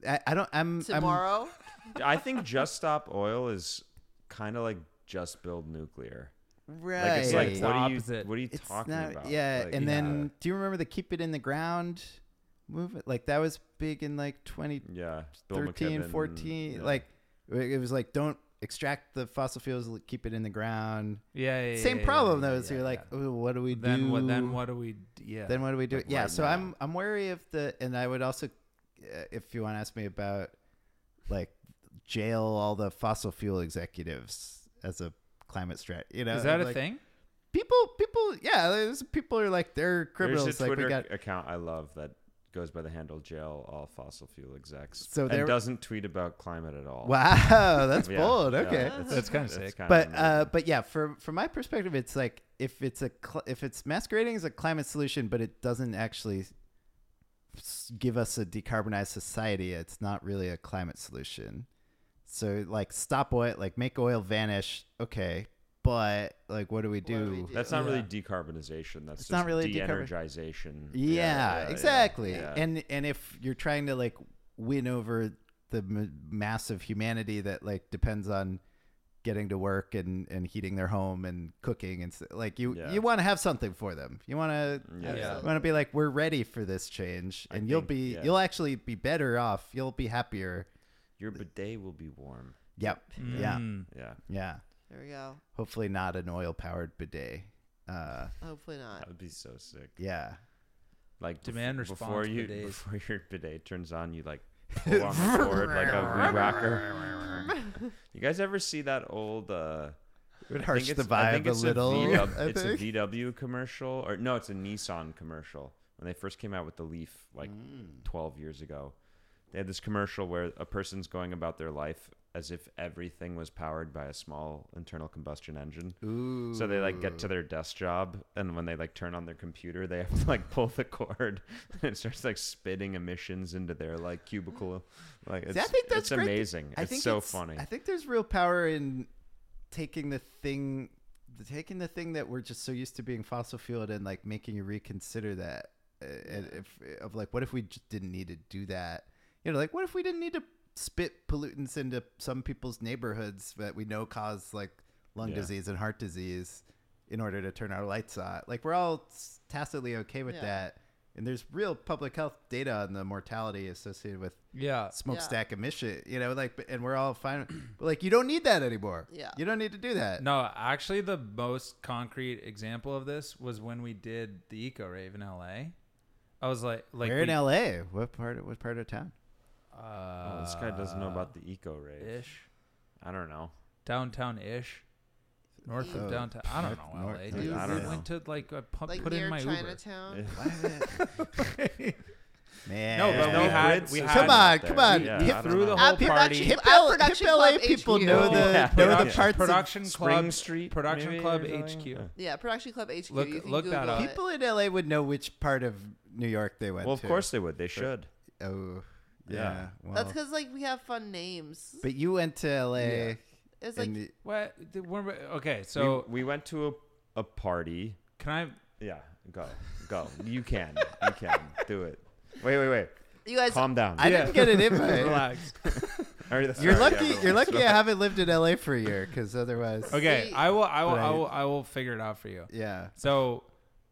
I, I don't. I'm I'm, tomorrow? I think just stop oil is kind of like just build nuclear. Right. Like it's like It's what the are you opposite. what are you It's talking not- about? Yeah, Like, and yeah. then do you remember the keep it in the ground? movement. Like that was big in like 2013, Yeah. Bill McKibben, 14. yeah. Like it was like don't extract the fossil fuels, l- keep it in the ground. Yeah, yeah, Same yeah, problem yeah, though. yeah, is you're yeah. like, "Ooh, what do we do? then what? Then what do we? d- Yeah. Then what do we do? Like, yeah. right so now. I'm I'm wary of the, and I would also, uh, if you want to ask me about, like, jail all the fossil fuel executives as a climate strat. You know, is that a like, thing? People, people, yeah. There's people are like they're criminals. There's a like Twitter [laughs] we got account I love that goes by the handle jail all fossil fuel execs. So So and there- doesn't tweet about climate at all. wow, that's Yeah, bold. yeah, Okay. That's kinda sick. kinda but amazing. uh, but yeah, from from my perspective, it's like if it's a cl- if it's masquerading as a climate solution, but it doesn't actually s- give us a decarbonized society, it's not really a climate solution. So like stop oil, like make oil vanish. Okay, but like what do we do we do? do? that's not really Yeah. decarbonization. That's It's just not really decarbon- de-energization. Yeah, exactly. yeah. And and if you're trying to like win over the m- mass of humanity that like depends on getting to work and and heating their home and cooking and s- like you Yeah. you want to have something for them. You want to Yeah. Yeah. want to be like we're ready for this change I and you'll think- be yeah. you'll actually be better off. You'll be happier. Your bidet will be warm. Yep. Yeah. Mm. Yeah, Yeah. There we go. Hopefully not an oil powered bidet. Uh Hopefully not. that would be so sick. yeah. Like bef- Demand before response you bidets. before your bidet turns on, you like pull on [laughs] the cord like a weed rocker. you guys ever see that old? uh It would I think harsh the it's- I vibe think a it's little. VW I it's a think. VW commercial, or no, it's a Nissan commercial. When they first came out with the Leaf, like Mm. 12 years ago, they had this commercial where a person's going about their life as if everything was powered by a small internal combustion engine. Ooh. So they like get to their desk job, and when they like turn on their computer, they have to like pull the cord, [laughs] and it starts like spitting emissions into their like cubicle. Like it's, See, I think that's it's great. amazing. I it's think so it's- funny. I think there's real power in taking the thing, the, taking the thing that we're just so used to being fossil fueled and like making you reconsider that. uh, And if of like, what if we just didn't need to do that? You know, like what if we didn't need to spit pollutants into some people's neighborhoods that we know cause like lung Yeah. disease and heart disease in order to turn our lights on? Like we're all tacitly okay with Yeah. that. And there's real public health data on the mortality associated with Yeah. smokestack emission, you know, like, and we're all fine. But like, you don't need that anymore. Yeah. You don't need to do that. No, actually, the most concrete example of this was when we did the Eco Rave in LA. I was like, like Where in we- LA? What part of, what part of town? Uh, oh, this guy doesn't know about the eco rave. ish I don't know. downtown ish, north Oh, of downtown. I don't north- know north- LA. north- Dude, I we don't went to like I pu- Like put near in my [laughs] Chinatown. Yeah. Uber. Man. No, but No we had Brits we or had come on, out come there. on. Yeah, hip, I don't through the know. whole At Uh, production- party. at hip LA production people, LA club people HQ. know the, Yeah. know the Oh, Production- parts production Spring club Street, Production maybe, Club or something? HQ. Yeah. Yeah, Production Club HQ. Look- you can look that Google up. of, it. people in LA would know which part of New York they went Well, of to. course they would. They should. Oh, yeah. Yeah. Well, That's because like we have fun names. but you went to LA. Yeah. It's like and you- What? the- when we- Okay, So so we, we went to a, a party. can I? Yeah, go, go. You can, you can do it. Wait, wait, wait. you guys. Calm down. I didn't get an [laughs] invite. Relax. All right, that's You're all right, lucky. yeah, You're relax. lucky. I haven't lived in LA for a year, because otherwise, Okay, See- I will. I will. But I- I will. I will figure it out for you. yeah. So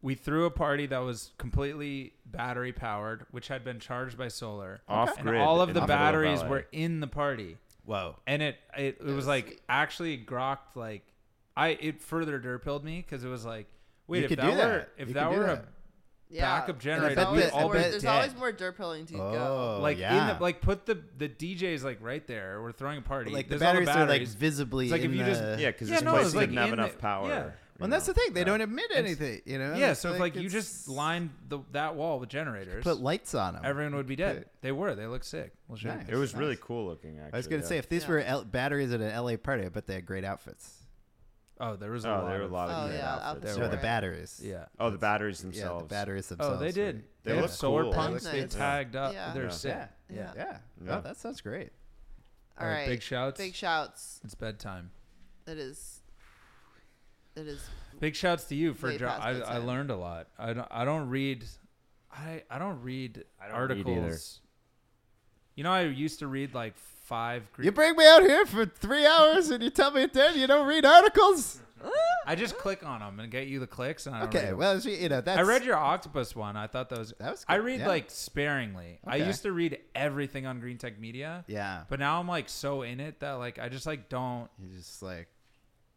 we threw a party that was completely battery powered, which had been charged by solar. Off and grid. all of in the middle batteries LA. were in the party. Whoa. And it it, it was like sweet. actually grokked like I it further dirt pilled me because it was like wait You if could that do were that. if You that could do were that. yeah. backup And there's generator, always we'd all more- be There's dead. always more diur pilling to go. Oh, a like yeah. in the like put the the DJs like right there. We're throwing a party. like the There's all batteries, are like batteries. visibly It's like in if you just- the- Yeah, because Yeah, this no, it place was, like, didn't have in enough the- power. yeah. you well that's know. the thing they Yeah. don't admit It's- anything you know yeah, It's so if like you it's- just lined the that wall with generators, put lights on them everyone would be dead. They were. They look sick. We'll show you. Nice. It was really Nice. cool looking. Actually, i was gonna yeah. say if these Yeah. were L- batteries at an la party i bet they had great outfits Oh, there was a oh, lot. there were a of- lot of Oh, great yeah, outfits. outfits so There the were. batteries Yeah. Oh, the batteries yeah the themselves. batteries Oh, themselves they did. were- They They look have solar cool. punks. They They look nice. tagged up. Yeah. They're Yeah. sick. yeah yeah Yeah. yeah Yeah. oh that sounds great All All right, right. big shouts. Big shouts. It's bedtime. It is. It is. Big shouts to you for Way jo- past I, I bedtime. learned a lot. I don't, I don't read I I don't read don't read either. articles. you know I used to read like 5 Greek you bring me out here for three hours and you tell me at the end you don't read articles I just click on them and get you the clicks, and I don't read Okay, 'em. well, it's- you know, that's I read your octopus one. I thought that was That was I good, read yeah. like sparingly. I Okay. used to read everything on Green Tech Media. Yeah, But now I'm like so in it that like I just like don't you just like,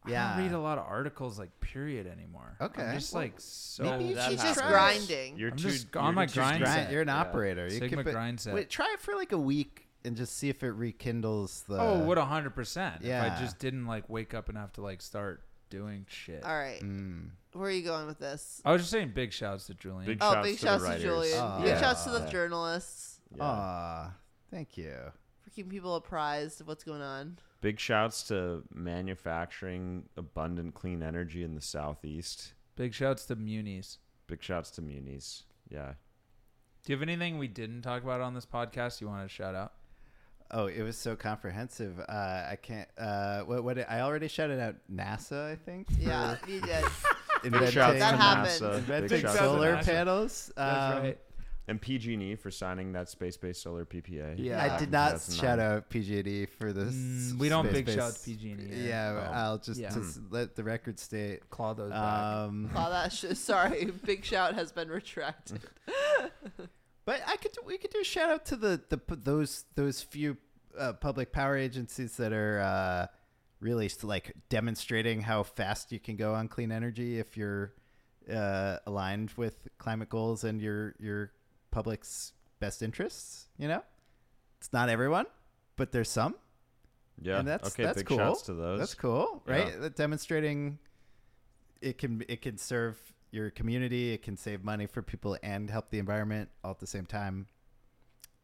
yeah. yeah, read a lot of articles like period anymore. I'm Okay. just like so maybe you That She's just happens. grinding. You're I'm too, just you're on my just grind grinding. set. Grind, you're an Yeah. operator. You Sigma could put- grind set. Wait, try it for like a week and just see if it rekindles the. Oh, what a hundred percent. If uh, yeah. I just didn't like wake up and have to like start doing shit. All right. Mm. Where are you going with this? I was just saying big shouts to Julian. Big Oh, shouts big to the shouts to writers. Julian. Oh, big yeah. shouts to the Yeah. journalists Yeah. Aw, thank you. for keeping people apprised of what's going on. Big shouts to manufacturing abundant clean energy in the southeast. Big shouts to Muni's. Big shouts to Muni's. Yeah. Do you have anything we didn't talk about on this podcast you want to shout out? Oh, it was so comprehensive. Uh, I can't. Uh, what? What? I already shouted out NASA. I [laughs] think. for Yeah, you did. Big inventing- shouts That to happened. NASA. Big Inventing shouts to solar NASA. panels. That's Um, right. And PG&E for signing that space-based solar PPA. Yeah, I did not shout out PG&E E for this. Mm, we don't space big base- shout PG&E. Yeah, Oh. I'll just, E. Yeah. just let the record state. Claw those back. Um, Wow, that sh- [laughs] sorry, big shout has been retracted. But I could we could do a shout out to the the p- those those few uh, public power agencies that are uh, really s- like demonstrating how fast you can go on clean energy if you're uh, aligned with climate goals and your your public's best interests. You know, it's not everyone, but there's some, Yeah. and that's okay, that's big cool. shouts to those. That's cool, right? Yeah. That demonstrating it can it can serve your community, it can save money for people and help the environment all at the same time.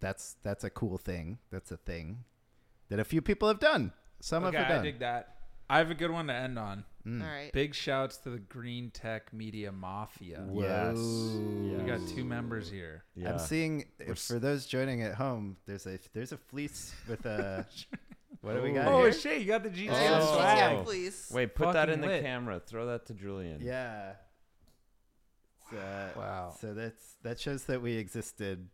That's that's a cool thing. That's a thing that a few people have done. Some okay, have done. I dig that. I have a good one to end on. Mm-hmm. All right. Big shouts to the Green Tech Media Mafia. Yes. Whoa. We Yes. got two members here. Yeah. I'm seeing We're s- for those joining at home. There's a there's a fleece [laughs] with a what do we got? Oh here? shit! You got the GTM I got Oh. swag. GTF, please. Wait, put that Fucking in the lit. camera. Throw that to Julian. Yeah. So, Wow. So that's that shows that we existed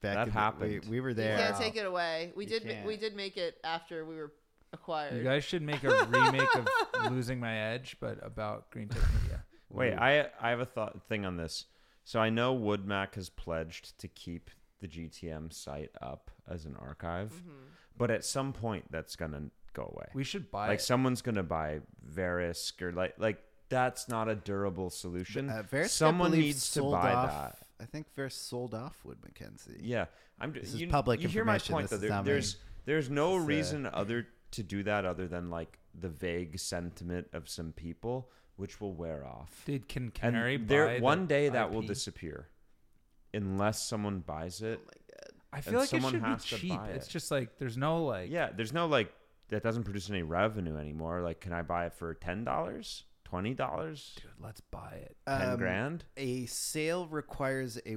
back. That in happened. The, we, we were You there. can't take it away. We You did. ma- We can't. did make it after we were acquired. You guys should make a remake of [laughs] Losing My Edge, but about Green Tech Media. Wait, I I have a thought thing on this. So I know Woodmac has pledged to keep the GTM site up as an archive, Mm-hmm. but at some point that's gonna go away. We should buy like it. someone's gonna buy Verisk or like like that's not a durable solution. Uh, Verisk, I Someone believe, needs to sold buy off, that. I think Vers sold off Wood Mackenzie. Yeah, I'm. This just is you, public You hear my information. point This though. is There- not me. there's there's no This is, uh, reason other to do that other than like the vague sentiment of some people, which will wear off. Dude, can and Canary buy there the one day that will IP? disappear unless someone buys Oh it I and feel like it someone should be has to cheap. buy It's it. just like there's no like. yeah there's no like that doesn't produce any revenue anymore like can i buy it for ten dollars twenty dollars Dude, let's buy it. ten Um, grand A sale requires a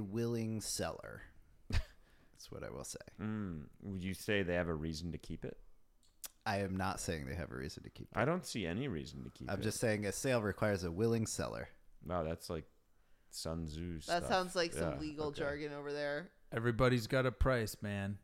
[laughs] willing seller. That's what I will say. mm, would you say they have a reason to keep it I am not saying they have a reason to keep it. i don't see any reason to keep I'm it just saying a sale requires a willing [laughs] seller. wow that's like sun tzu That stuff. sounds like some Yeah, legal okay. jargon over there. Everybody's got a price, man.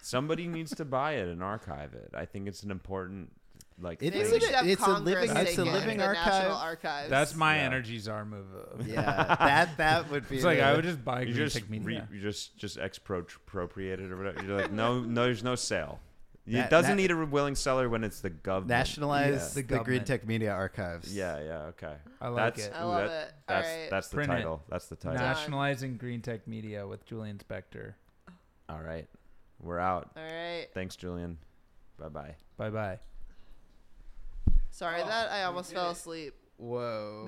somebody needs to buy it and archive it i think it's an important like It Maybe is thing. we an- should have it's a Congress living- take it's a it living to the National archive. Archives. That's my Yeah. energy's our move. of- Yeah, that that would [laughs] be. It's like the- I would just buy you Green just Tech re- Media. you just just expropriate it or whatever. You're like, no, no, there's no sale. That- it doesn't that- need a willing seller when it's the government. nationalize Yeah. the, Green Government. Tech Media Archives. Yeah, yeah, okay. I like that's, it. I love that- it. All That's right. that's the Print it. title. That's the title. Nationalizing Green Tech Media with Julian Spector. All right, we're out. All right. Thanks, Julian. Bye bye. Bye bye. Sorry that I almost fell asleep. Whoa.